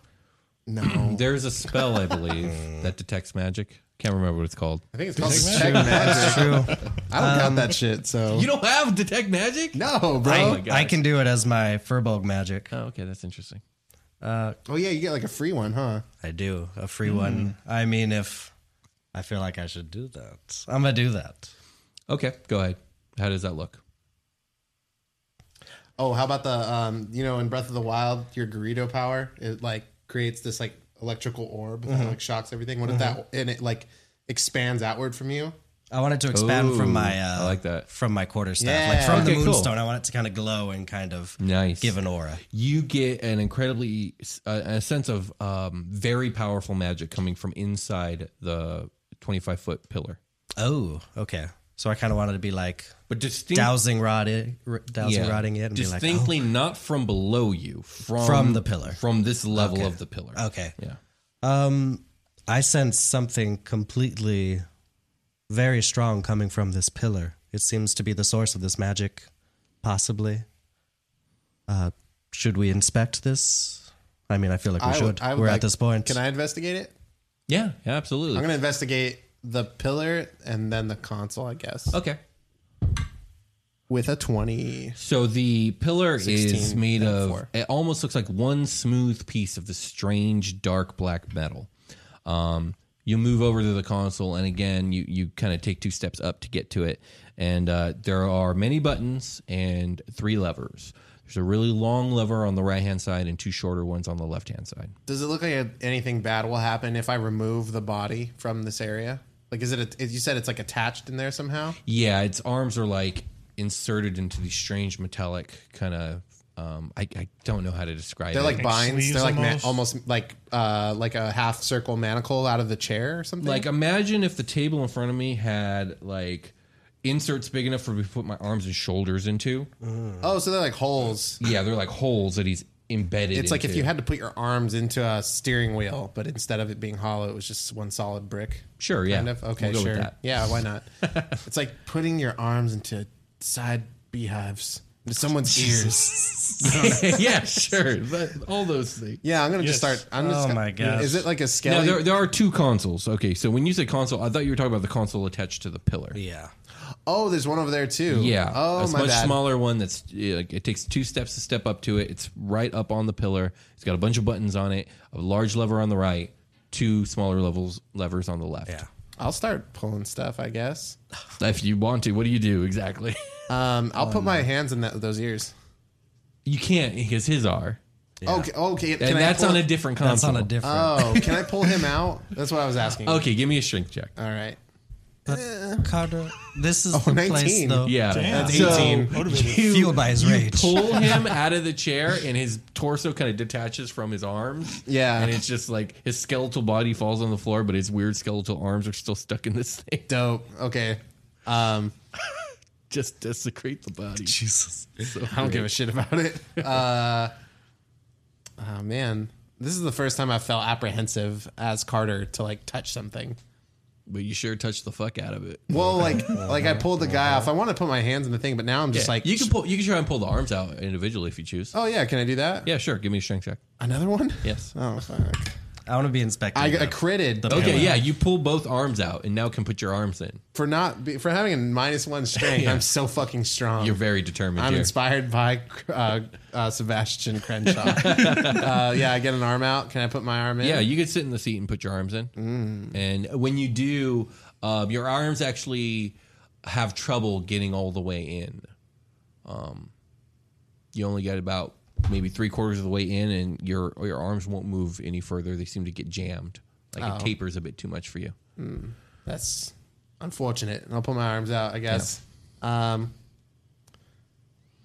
Speaker 6: No, I
Speaker 3: There's a spell, I believe, *laughs* that detects magic. Can't remember what it's called.
Speaker 6: think it's called Detect Magic.
Speaker 3: Oh
Speaker 5: *laughs*
Speaker 6: I don't got that shit. So
Speaker 3: You don't have detect magic?
Speaker 6: no, bro.
Speaker 3: Oh my
Speaker 5: I
Speaker 3: gosh.
Speaker 5: can do it as my Furbolg magic.
Speaker 3: Oh, okay, that's interesting.
Speaker 6: oh yeah, you get like a free one, huh?
Speaker 5: I do a free one. Mm-hmm. I mean, if I feel like I should do that, I'm gonna do that.
Speaker 3: Okay, go ahead. How does that look?
Speaker 6: Oh, how about the um, you know, in Breath of the Wild, your Gerudo power it like creates this like electrical orb
Speaker 5: Mm-hmm.
Speaker 6: that like shocks everything. What if that and it like expands outward from you?
Speaker 5: I want it to expand
Speaker 3: Ooh,
Speaker 5: from my uh,
Speaker 3: I like that.
Speaker 5: from my quarterstaff,
Speaker 6: Yeah.
Speaker 5: like from
Speaker 3: Okay,
Speaker 5: the
Speaker 3: cool.
Speaker 5: moonstone. I want it to kind of glow and kind of
Speaker 3: Nice.
Speaker 5: give an aura.
Speaker 3: you get an incredibly uh, a sense of um, very powerful magic coming from inside the 25 foot pillar
Speaker 5: Oh, okay. So I kind of wanted to be like
Speaker 3: but distinct,
Speaker 5: dowsing rod, it, r- dowsing
Speaker 3: yeah,
Speaker 5: rodding it, and oh.
Speaker 3: distinctly not from below you from
Speaker 5: From the pillar.
Speaker 3: from this level of the pillar
Speaker 5: be like, oh, okay.
Speaker 3: yeah
Speaker 5: Um, I sense something completely very strong coming from this pillar. It seems to be the source of this magic, possibly. Uh, should we inspect this? I mean, I feel like we
Speaker 6: I
Speaker 5: should.
Speaker 6: would- I would
Speaker 5: We're
Speaker 6: like-
Speaker 5: at this point.
Speaker 6: Can I investigate it?
Speaker 3: yeah yeah absolutely
Speaker 6: I'm gonna investigate the pillar and then the console, I guess.
Speaker 3: okay
Speaker 6: With a twenty.
Speaker 3: so the pillar is
Speaker 6: 16,
Speaker 3: made
Speaker 6: then
Speaker 3: of
Speaker 6: four.
Speaker 3: it almost looks like one smooth piece of this strange dark black metal um, you move over to the console and again you, you kind of take two steps up to get to it and uh, there are many buttons and three levers there's a really long lever on the right hand side and two shorter ones on the left hand side
Speaker 6: Does it look like anything bad will happen if I remove the body from this area? Like, is it? A, you said it's like attached in there somehow.
Speaker 3: yeah its arms are like inserted into these strange metallic kind of um, I, I don't know how to describe
Speaker 6: They're
Speaker 3: it
Speaker 6: like binds.
Speaker 4: sleeves
Speaker 6: They're like almost,
Speaker 4: almost?
Speaker 6: ma- almost like uh, like a half circle manacle out of the chair or something.
Speaker 3: Like imagine if the table in front of me had like inserts big enough for me to put my arms and shoulders into.
Speaker 6: oh, so they're like holes.
Speaker 3: Yeah, they're like holes that he's embedded.
Speaker 6: It's like if
Speaker 3: into. *laughs*
Speaker 6: you had to put your arms into a steering wheel, but instead of it being hollow, it was just one solid brick.
Speaker 3: Sure, yeah.
Speaker 6: Kind of. Okay,
Speaker 3: We'll go with
Speaker 6: sure.
Speaker 3: that.
Speaker 6: Yeah, why
Speaker 3: *laughs*
Speaker 6: not? it's like putting your arms into side beehives into someone's ears.
Speaker 3: *laughs* yeah, sure. But all those things.
Speaker 6: Yeah, I'm gonna just
Speaker 4: Yes.
Speaker 6: start. I'm just
Speaker 5: Oh
Speaker 6: gonna-
Speaker 5: my gosh.
Speaker 6: Is it like a
Speaker 3: Now
Speaker 6: skeleton?
Speaker 3: there, there are two consoles. Okay, so when you say console, I thought you were talking about the console attached to the pillar.
Speaker 5: yeah.
Speaker 6: oh, there's one over there too.
Speaker 3: Yeah,
Speaker 6: Oh
Speaker 3: a
Speaker 6: my
Speaker 3: much
Speaker 6: bad.
Speaker 3: smaller one. That's yeah, like, it takes two steps to step up to it. It's right up on the pillar. It's got a bunch of buttons on it. A large lever on the right. Two smaller levels levers on the left.
Speaker 5: Yeah.
Speaker 6: I'll start pulling stuff, I guess.
Speaker 3: If you want to, what do you do exactly? *laughs*
Speaker 6: Um, I'll put my hands in that, those ears.
Speaker 3: You can't because his are,
Speaker 6: Okay, okay. Can
Speaker 3: and
Speaker 6: I
Speaker 3: that's
Speaker 6: pull-
Speaker 3: on a different console.
Speaker 5: That's on a different.
Speaker 6: Oh, can I pull him out? That's what I was asking.
Speaker 3: Okay, give me a strength check.
Speaker 6: All right.
Speaker 5: Carter, this is
Speaker 6: Uh, *laughs* Oh,
Speaker 5: the place,
Speaker 6: 19.
Speaker 5: though.
Speaker 3: Yeah,
Speaker 6: That's
Speaker 3: So
Speaker 6: 18.
Speaker 4: Motivated.
Speaker 3: you-
Speaker 5: Fueled by his
Speaker 3: you
Speaker 5: rage.
Speaker 3: pull him out of the chair, and his torso kind of detaches from his arms.
Speaker 6: Yeah.
Speaker 3: and it's just like his skeletal body falls on the floor, but his weird skeletal arms are still stuck *laughs* in this thing.
Speaker 6: Dope. Okay. Um,
Speaker 3: Just desecrate the body.
Speaker 5: Jesus.
Speaker 6: I don't give a shit about it. *laughs* Uh, oh man, this is the first time I felt apprehensive as Carter to like touch something.
Speaker 3: But you sure touched the fuck out of it.
Speaker 6: Well, like *laughs* like I pulled the guy off. I want to put my hands in the thing, but now I'm just like,
Speaker 3: you can pull. You can try and pull the arms out individually if you choose.
Speaker 6: oh yeah, can I do that?
Speaker 3: Yeah, sure. Give me a strength check.
Speaker 6: Another one?
Speaker 3: Yes.
Speaker 6: Oh fuck.
Speaker 5: I want to be inspected.
Speaker 6: I, I critted
Speaker 3: Okay, yeah, you pull both arms out and now can put your arms in.
Speaker 6: for not be, for having a minus
Speaker 3: *laughs*
Speaker 6: one strength. I'm so fucking strong.
Speaker 3: You're very determined.
Speaker 6: I'm
Speaker 3: here.
Speaker 6: inspired by uh, uh, Sebastian Crenshaw.
Speaker 3: *laughs*
Speaker 6: uh, yeah, I get an arm out. Can I put my arm in?
Speaker 3: Yeah, you could sit in the seat and put your arms in. And when you do, um, your arms actually have trouble getting all the way in. Um, you only get about maybe three quarters of the way in, and your your arms won't move any further. They seem to get jammed. Like it tapers a bit too much for you.
Speaker 6: That's unfortunate. I'll put my arms out, I guess. Um,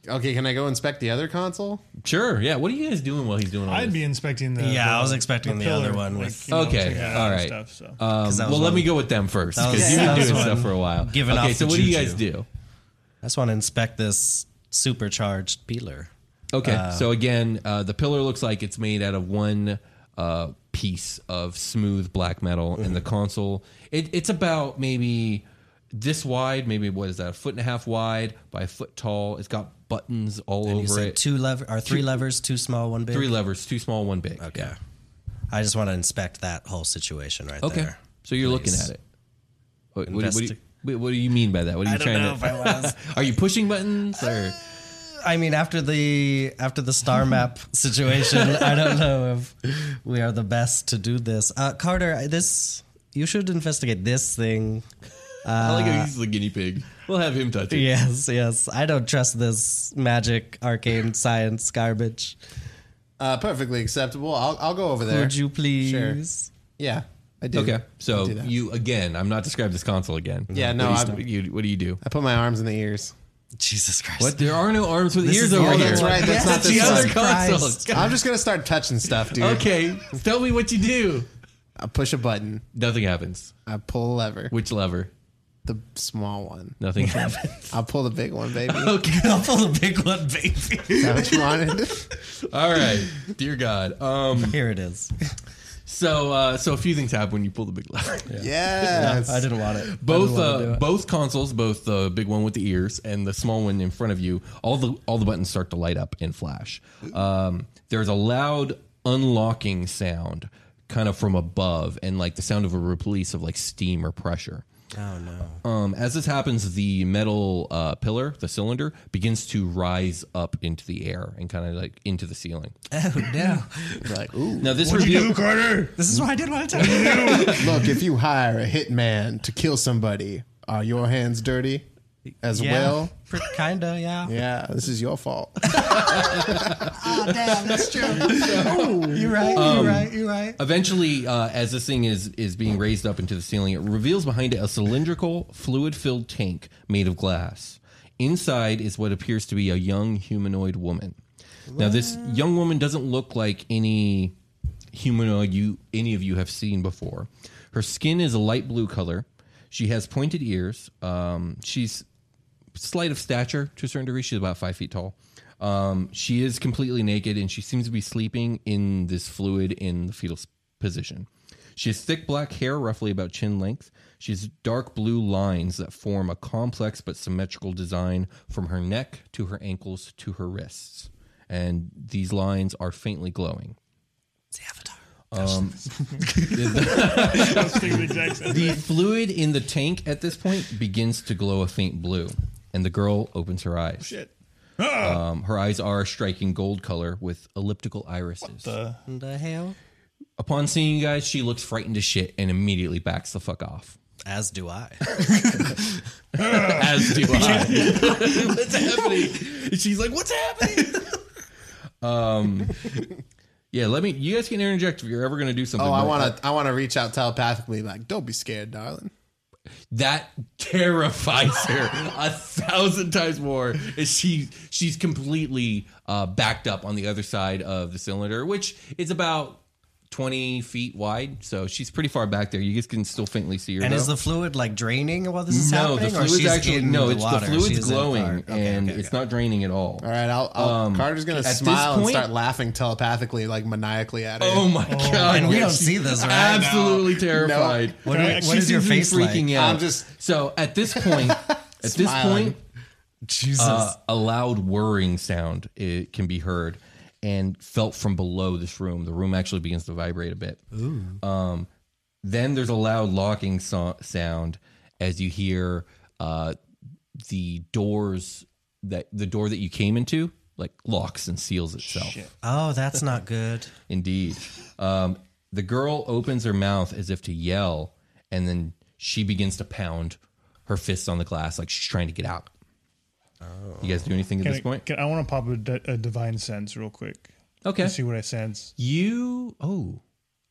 Speaker 6: okay, can I go inspect the other console?
Speaker 3: Sure. Yeah. What are you guys doing while he's doing all
Speaker 4: I'd
Speaker 3: this?
Speaker 4: be inspecting the.
Speaker 5: Yeah, I
Speaker 4: the-
Speaker 5: was expecting the other one with-
Speaker 3: Okay,
Speaker 4: check it out
Speaker 3: all
Speaker 4: and
Speaker 3: right.
Speaker 4: Stuff, so.
Speaker 3: Um,
Speaker 5: 'Cause that
Speaker 3: well,
Speaker 5: was
Speaker 3: let
Speaker 5: one-
Speaker 3: me go with them first
Speaker 5: that was-
Speaker 3: because you've
Speaker 5: that
Speaker 3: been
Speaker 5: was
Speaker 3: doing
Speaker 5: one
Speaker 3: stuff for a while.
Speaker 5: giving
Speaker 3: okay,
Speaker 5: off
Speaker 3: so
Speaker 5: the
Speaker 3: what do you
Speaker 5: juju.
Speaker 3: guys do?
Speaker 5: I just want to inspect this supercharged peeler.
Speaker 3: Okay, so again, uh, the pillar looks like it's made out of one uh, piece of smooth black metal, and the
Speaker 5: Mm-hmm.
Speaker 3: console it, it's about maybe this wide, maybe what is that, a foot and a half wide by a foot tall. It's got buttons all
Speaker 5: And you
Speaker 3: over
Speaker 5: said
Speaker 3: it.
Speaker 5: two lever or three levers, two small, one big.
Speaker 3: Three levers, two small, one big. Okay. Yeah.
Speaker 5: I just want to inspect that whole situation right
Speaker 3: Okay.
Speaker 5: there.
Speaker 3: so you're looking
Speaker 5: Please.
Speaker 3: at it. What, what, do- what do you,
Speaker 5: Investi-
Speaker 3: wait, what do you mean by that? What are you
Speaker 5: I don't
Speaker 3: trying
Speaker 5: know
Speaker 3: to?
Speaker 5: if I was.
Speaker 3: *laughs* Are you pushing buttons or?
Speaker 5: *laughs* I mean, after the after
Speaker 3: *laughs*
Speaker 5: the star map situation, I don't know if we are the best to do this. Uh, Carter, I- this you should investigate this thing. Uh,
Speaker 3: I like how he's the guinea pig. We'll have him touch it.
Speaker 5: Yes, yes. I don't trust this magic, arcane science garbage.
Speaker 6: Uh, perfectly acceptable. I'll, I'll go over there.
Speaker 5: Would you please?
Speaker 6: Yeah, I do.
Speaker 3: Okay, so
Speaker 6: do that.
Speaker 3: you again. I'm not describing this console again.
Speaker 6: Yeah, no,
Speaker 3: What do
Speaker 6: I'm-
Speaker 3: you, you- what do you do?
Speaker 6: I put my arms in the
Speaker 3: *laughs*
Speaker 6: ears.
Speaker 5: Jesus Christ!
Speaker 3: What? There are no arms with
Speaker 5: This
Speaker 3: ears
Speaker 5: is
Speaker 3: over
Speaker 5: the
Speaker 3: here.
Speaker 5: other
Speaker 6: That's
Speaker 5: one.
Speaker 6: right. That's
Speaker 5: Yes,
Speaker 6: not this
Speaker 3: The other
Speaker 5: Jesus
Speaker 6: one.
Speaker 3: console.
Speaker 5: *laughs* Christ.
Speaker 6: I'm just gonna start touching stuff, dude.
Speaker 3: Okay, tell me what you do.
Speaker 6: I push a button.
Speaker 3: Nothing happens.
Speaker 6: I pull a lever.
Speaker 3: Which lever?
Speaker 6: The small one.
Speaker 3: Nothing happens.
Speaker 6: I'll pull the big one, baby. Is
Speaker 3: Okay.
Speaker 5: I'll pull the big one, baby.
Speaker 6: that what
Speaker 3: *laughs*
Speaker 6: you wanted?
Speaker 3: All right. Dear God. Um.
Speaker 5: Here it is.
Speaker 3: So uh. So a few things happen when you pull the big lever.
Speaker 6: Yes.
Speaker 5: I didn't want it.
Speaker 3: Both uh, both consoles, both the big one with the ears and the small one in front of you, all the all the buttons start to light up and flash. Um, there's a loud unlocking sound, kind of from above, and like the sound of a release of like steam or pressure.
Speaker 5: Oh no!
Speaker 3: Um, as this happens, the metal uh, pillar, the cylinder, begins to rise up into the air and kind of like into the ceiling.
Speaker 5: Oh
Speaker 3: *laughs*
Speaker 5: no!
Speaker 3: Now this
Speaker 4: What'd you
Speaker 3: reveal-
Speaker 4: do, Carter?
Speaker 5: This is why I didn't want to tell you.
Speaker 3: *laughs*
Speaker 6: Look, if you hire a hitman to kill somebody, are your hands dirty as well?
Speaker 5: kinda, yeah.
Speaker 6: Yeah, this is your fault.
Speaker 5: Oh, damn, that's true. you're right. you're right. You're right.
Speaker 3: Eventually, uh, as this thing is is being raised up into the ceiling, it reveals behind it a cylindrical, fluid-filled tank made of glass. Inside is what appears to be a young humanoid woman. Now, this young woman doesn't look like any humanoid you any of you have seen before. Her skin is a light blue color. She has pointed ears. Um, she's slight of stature to a certain degree. She's about five feet tall. Um, she is completely naked and she seems to be sleeping in this fluid in the fetal s- position. She has thick black hair, roughly about chin length. She has dark blue lines that form a complex but symmetrical design from her neck to her ankles to her wrists. And these lines are faintly glowing.
Speaker 5: It's the Avatar.
Speaker 4: I was thinking the exact same
Speaker 3: The
Speaker 4: thing.
Speaker 3: fluid in the tank at this point begins to glow a faint blue, and the girl opens her eyes.
Speaker 4: Shit.
Speaker 3: Um, her eyes are a striking gold color with elliptical irises.
Speaker 4: The-
Speaker 5: The hell?
Speaker 3: Upon seeing you guys, she looks frightened as shit and immediately backs the fuck off.
Speaker 5: As do I.
Speaker 3: As *laughs* do I. Ah! *laughs* What's happening? And she's like, "What's happening?" Um. Yeah, let me. You guys can interject if you're ever going to do something.
Speaker 6: Oh, I
Speaker 3: but
Speaker 6: want to. I want to reach out telepathically. Like, don't be scared, darling.
Speaker 3: That terrifies her a thousand times more. Is she? She's completely uh, backed up on the other side of the cylinder, which is about twenty feet wide. So she's pretty far back there. You guys can still faintly see her.
Speaker 5: And
Speaker 3: though.
Speaker 5: is the fluid like draining while this is
Speaker 3: No,
Speaker 5: happening?
Speaker 3: the
Speaker 5: Or
Speaker 3: fluid's
Speaker 5: she's
Speaker 3: actually
Speaker 5: in
Speaker 3: no.
Speaker 5: the
Speaker 3: it's
Speaker 5: water,
Speaker 3: the fluid's
Speaker 5: she's in the
Speaker 3: glowing
Speaker 5: car. Okay,
Speaker 3: and
Speaker 5: okay,
Speaker 3: it's not draining at all.
Speaker 6: All right, I'll. I'll Carter's gonna
Speaker 3: Um, at this
Speaker 6: smile
Speaker 3: point-
Speaker 6: and start laughing telepathically, like maniacally at her.
Speaker 3: Oh my god!
Speaker 5: And we
Speaker 3: Rich,
Speaker 5: don't see this, right?
Speaker 3: Absolutely terrified.
Speaker 5: What, do-
Speaker 4: Right,
Speaker 5: what
Speaker 4: she
Speaker 5: is your
Speaker 3: She's been
Speaker 5: face
Speaker 3: freaking
Speaker 5: like?
Speaker 3: out.
Speaker 6: I'm just-
Speaker 3: so at this
Speaker 5: *laughs*
Speaker 3: point, at this
Speaker 6: Smiling.
Speaker 3: point,
Speaker 5: Jesus.
Speaker 3: uh, a loud whirring sound it can be heard and felt from below this room. The room actually begins to vibrate a bit. Um, then there's a loud locking so- sound as you hear uh, the doors that the door that you came into like locks and seals itself.
Speaker 5: oh, that's not good.
Speaker 3: Indeed. Um, the girl opens her mouth as if to yell, and then she begins to pound her fists on the glass, like she's trying to get out. You guys do anything at
Speaker 4: Can
Speaker 3: this
Speaker 4: I,
Speaker 3: point?
Speaker 4: can- I want to pop a, di- a divine sense real quick.
Speaker 3: Okay.
Speaker 4: To see what I sense.
Speaker 3: You oh,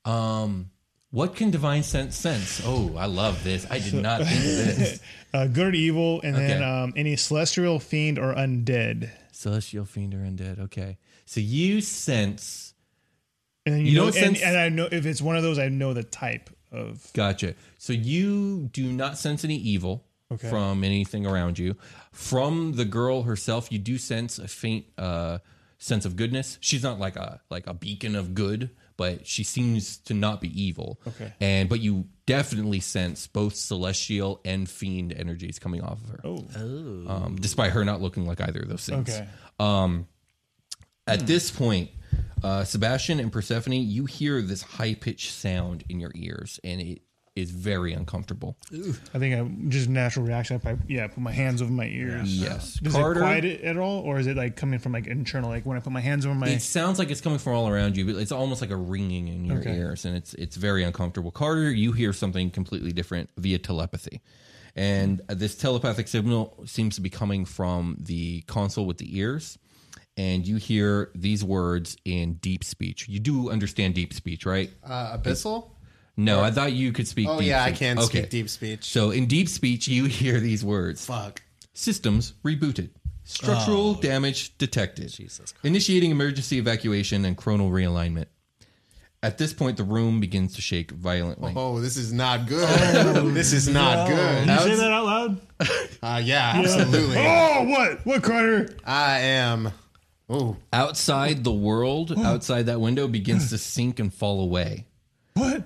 Speaker 3: um, what can divine sense sense? Oh, I love this. I did not think of this.
Speaker 4: Uh, good or evil, and then
Speaker 3: Okay.
Speaker 4: um, any celestial, fiend, or undead.
Speaker 3: Celestial fiend or undead. Okay, so you sense.
Speaker 4: And then you,
Speaker 3: You
Speaker 4: know,
Speaker 3: don't
Speaker 4: and,
Speaker 3: sense-
Speaker 4: and I know if it's one of those, I know the type of.
Speaker 3: Gotcha. So you do not sense any evil
Speaker 4: Okay.
Speaker 3: from anything around you. From the girl herself, you do sense a faint uh, sense of goodness. She's not like a like a beacon of good, but she seems to not be evil.
Speaker 4: Okay.
Speaker 3: And but you definitely sense both celestial and fiend energies coming off of her.
Speaker 4: Oh,
Speaker 3: um, despite her not looking like either of those things.
Speaker 4: okay.
Speaker 3: At this point, uh, Sebastian and Persephone, you hear this high pitched sound in your ears, and it is very uncomfortable.
Speaker 4: I think I just natural reaction. I probably, yeah, put my hands over my ears.
Speaker 3: Yes.
Speaker 4: Does
Speaker 3: Carter-
Speaker 4: it quiet it at all, or is it like coming from like internal? Like when I put my hands over my.
Speaker 3: It sounds like it's coming from all around you, but it's almost like a ringing in your
Speaker 4: Okay.
Speaker 3: ears, and it's it's very uncomfortable. Carter, you hear something completely different via telepathy, and
Speaker 6: Hmm.
Speaker 3: this telepathic signal seems to be coming from the console with the ears, and you hear these words in deep speech. You do understand deep speech, right?
Speaker 6: Uh, abyssal?
Speaker 3: No, I thought you could speak.
Speaker 6: Oh,
Speaker 3: deep
Speaker 6: yeah, I
Speaker 3: speech.
Speaker 6: can
Speaker 3: Okay.
Speaker 6: speak deep speech.
Speaker 3: So in deep speech, you *laughs* hear these words:
Speaker 6: Fuck.
Speaker 3: systems rebooted, structural damage detected, initiating emergency evacuation and chronal realignment. At this point, the room begins to shake violently.
Speaker 6: Oh, this is not good.
Speaker 3: Oh,
Speaker 6: this is not good.
Speaker 4: you say that out loud?
Speaker 6: Uh, yeah,
Speaker 3: *laughs*
Speaker 6: absolutely.
Speaker 4: Oh, what? What, Carter?
Speaker 6: I am. Oh,
Speaker 3: Outside, the world outside that window begins to sink and fall away.
Speaker 4: What?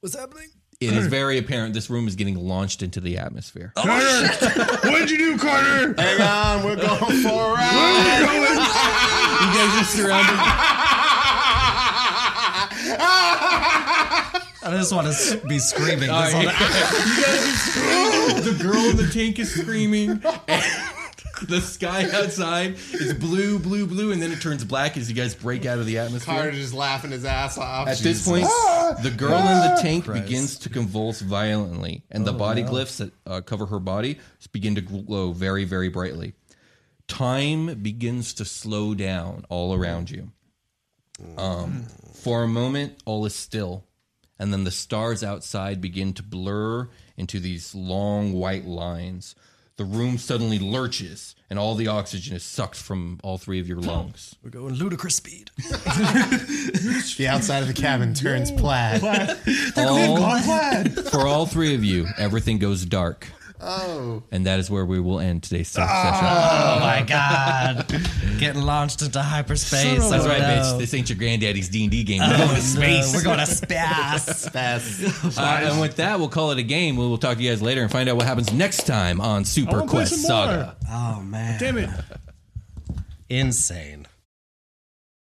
Speaker 5: What's happening?
Speaker 3: It is very apparent this room is getting launched into the atmosphere.
Speaker 4: Carter? What'd you do, Carter?
Speaker 6: hang on, we're going
Speaker 3: *laughs*
Speaker 6: for a ride.
Speaker 3: You guys are surrounded.
Speaker 5: I just want to be screaming.
Speaker 3: All
Speaker 5: This
Speaker 3: right.
Speaker 5: whole-
Speaker 3: *laughs* you guys are screaming. The girl in the tank is screaming. And the sky outside is blue, blue, blue, and then it turns black as you guys break out of the atmosphere.
Speaker 6: Carter's just laughing his ass off.
Speaker 3: At this point, the girl in the tank begins to convulse violently, and the body glyphs that uh, cover her body begin to glow very, very brightly. Time begins to slow down all around you. Um, for a moment, all is still, and then the stars outside begin to blur into these long white lines. The room suddenly lurches, and all the oxygen is sucked from all three of your lungs.
Speaker 5: We're going ludicrous speed.
Speaker 6: the outside of the cabin turns plaid.
Speaker 3: All- for all three of you, everything goes dark.
Speaker 6: Oh,
Speaker 3: And that is where we will end today's se- session.
Speaker 4: Ah.
Speaker 5: Oh my god! Getting launched into hyperspace.
Speaker 3: That's
Speaker 5: Oh,
Speaker 3: right, bitch.
Speaker 5: no.
Speaker 3: This ain't your granddaddy's D and D game.
Speaker 5: Oh, no. We're going to space.
Speaker 6: that's
Speaker 3: Uh, and with that, we'll call it a game. We will talk to you guys later and find out what happens next time on Super
Speaker 4: wanna play
Speaker 3: Quest
Speaker 4: some more.
Speaker 3: Saga.
Speaker 5: oh man!
Speaker 4: Damn it.
Speaker 5: Insane.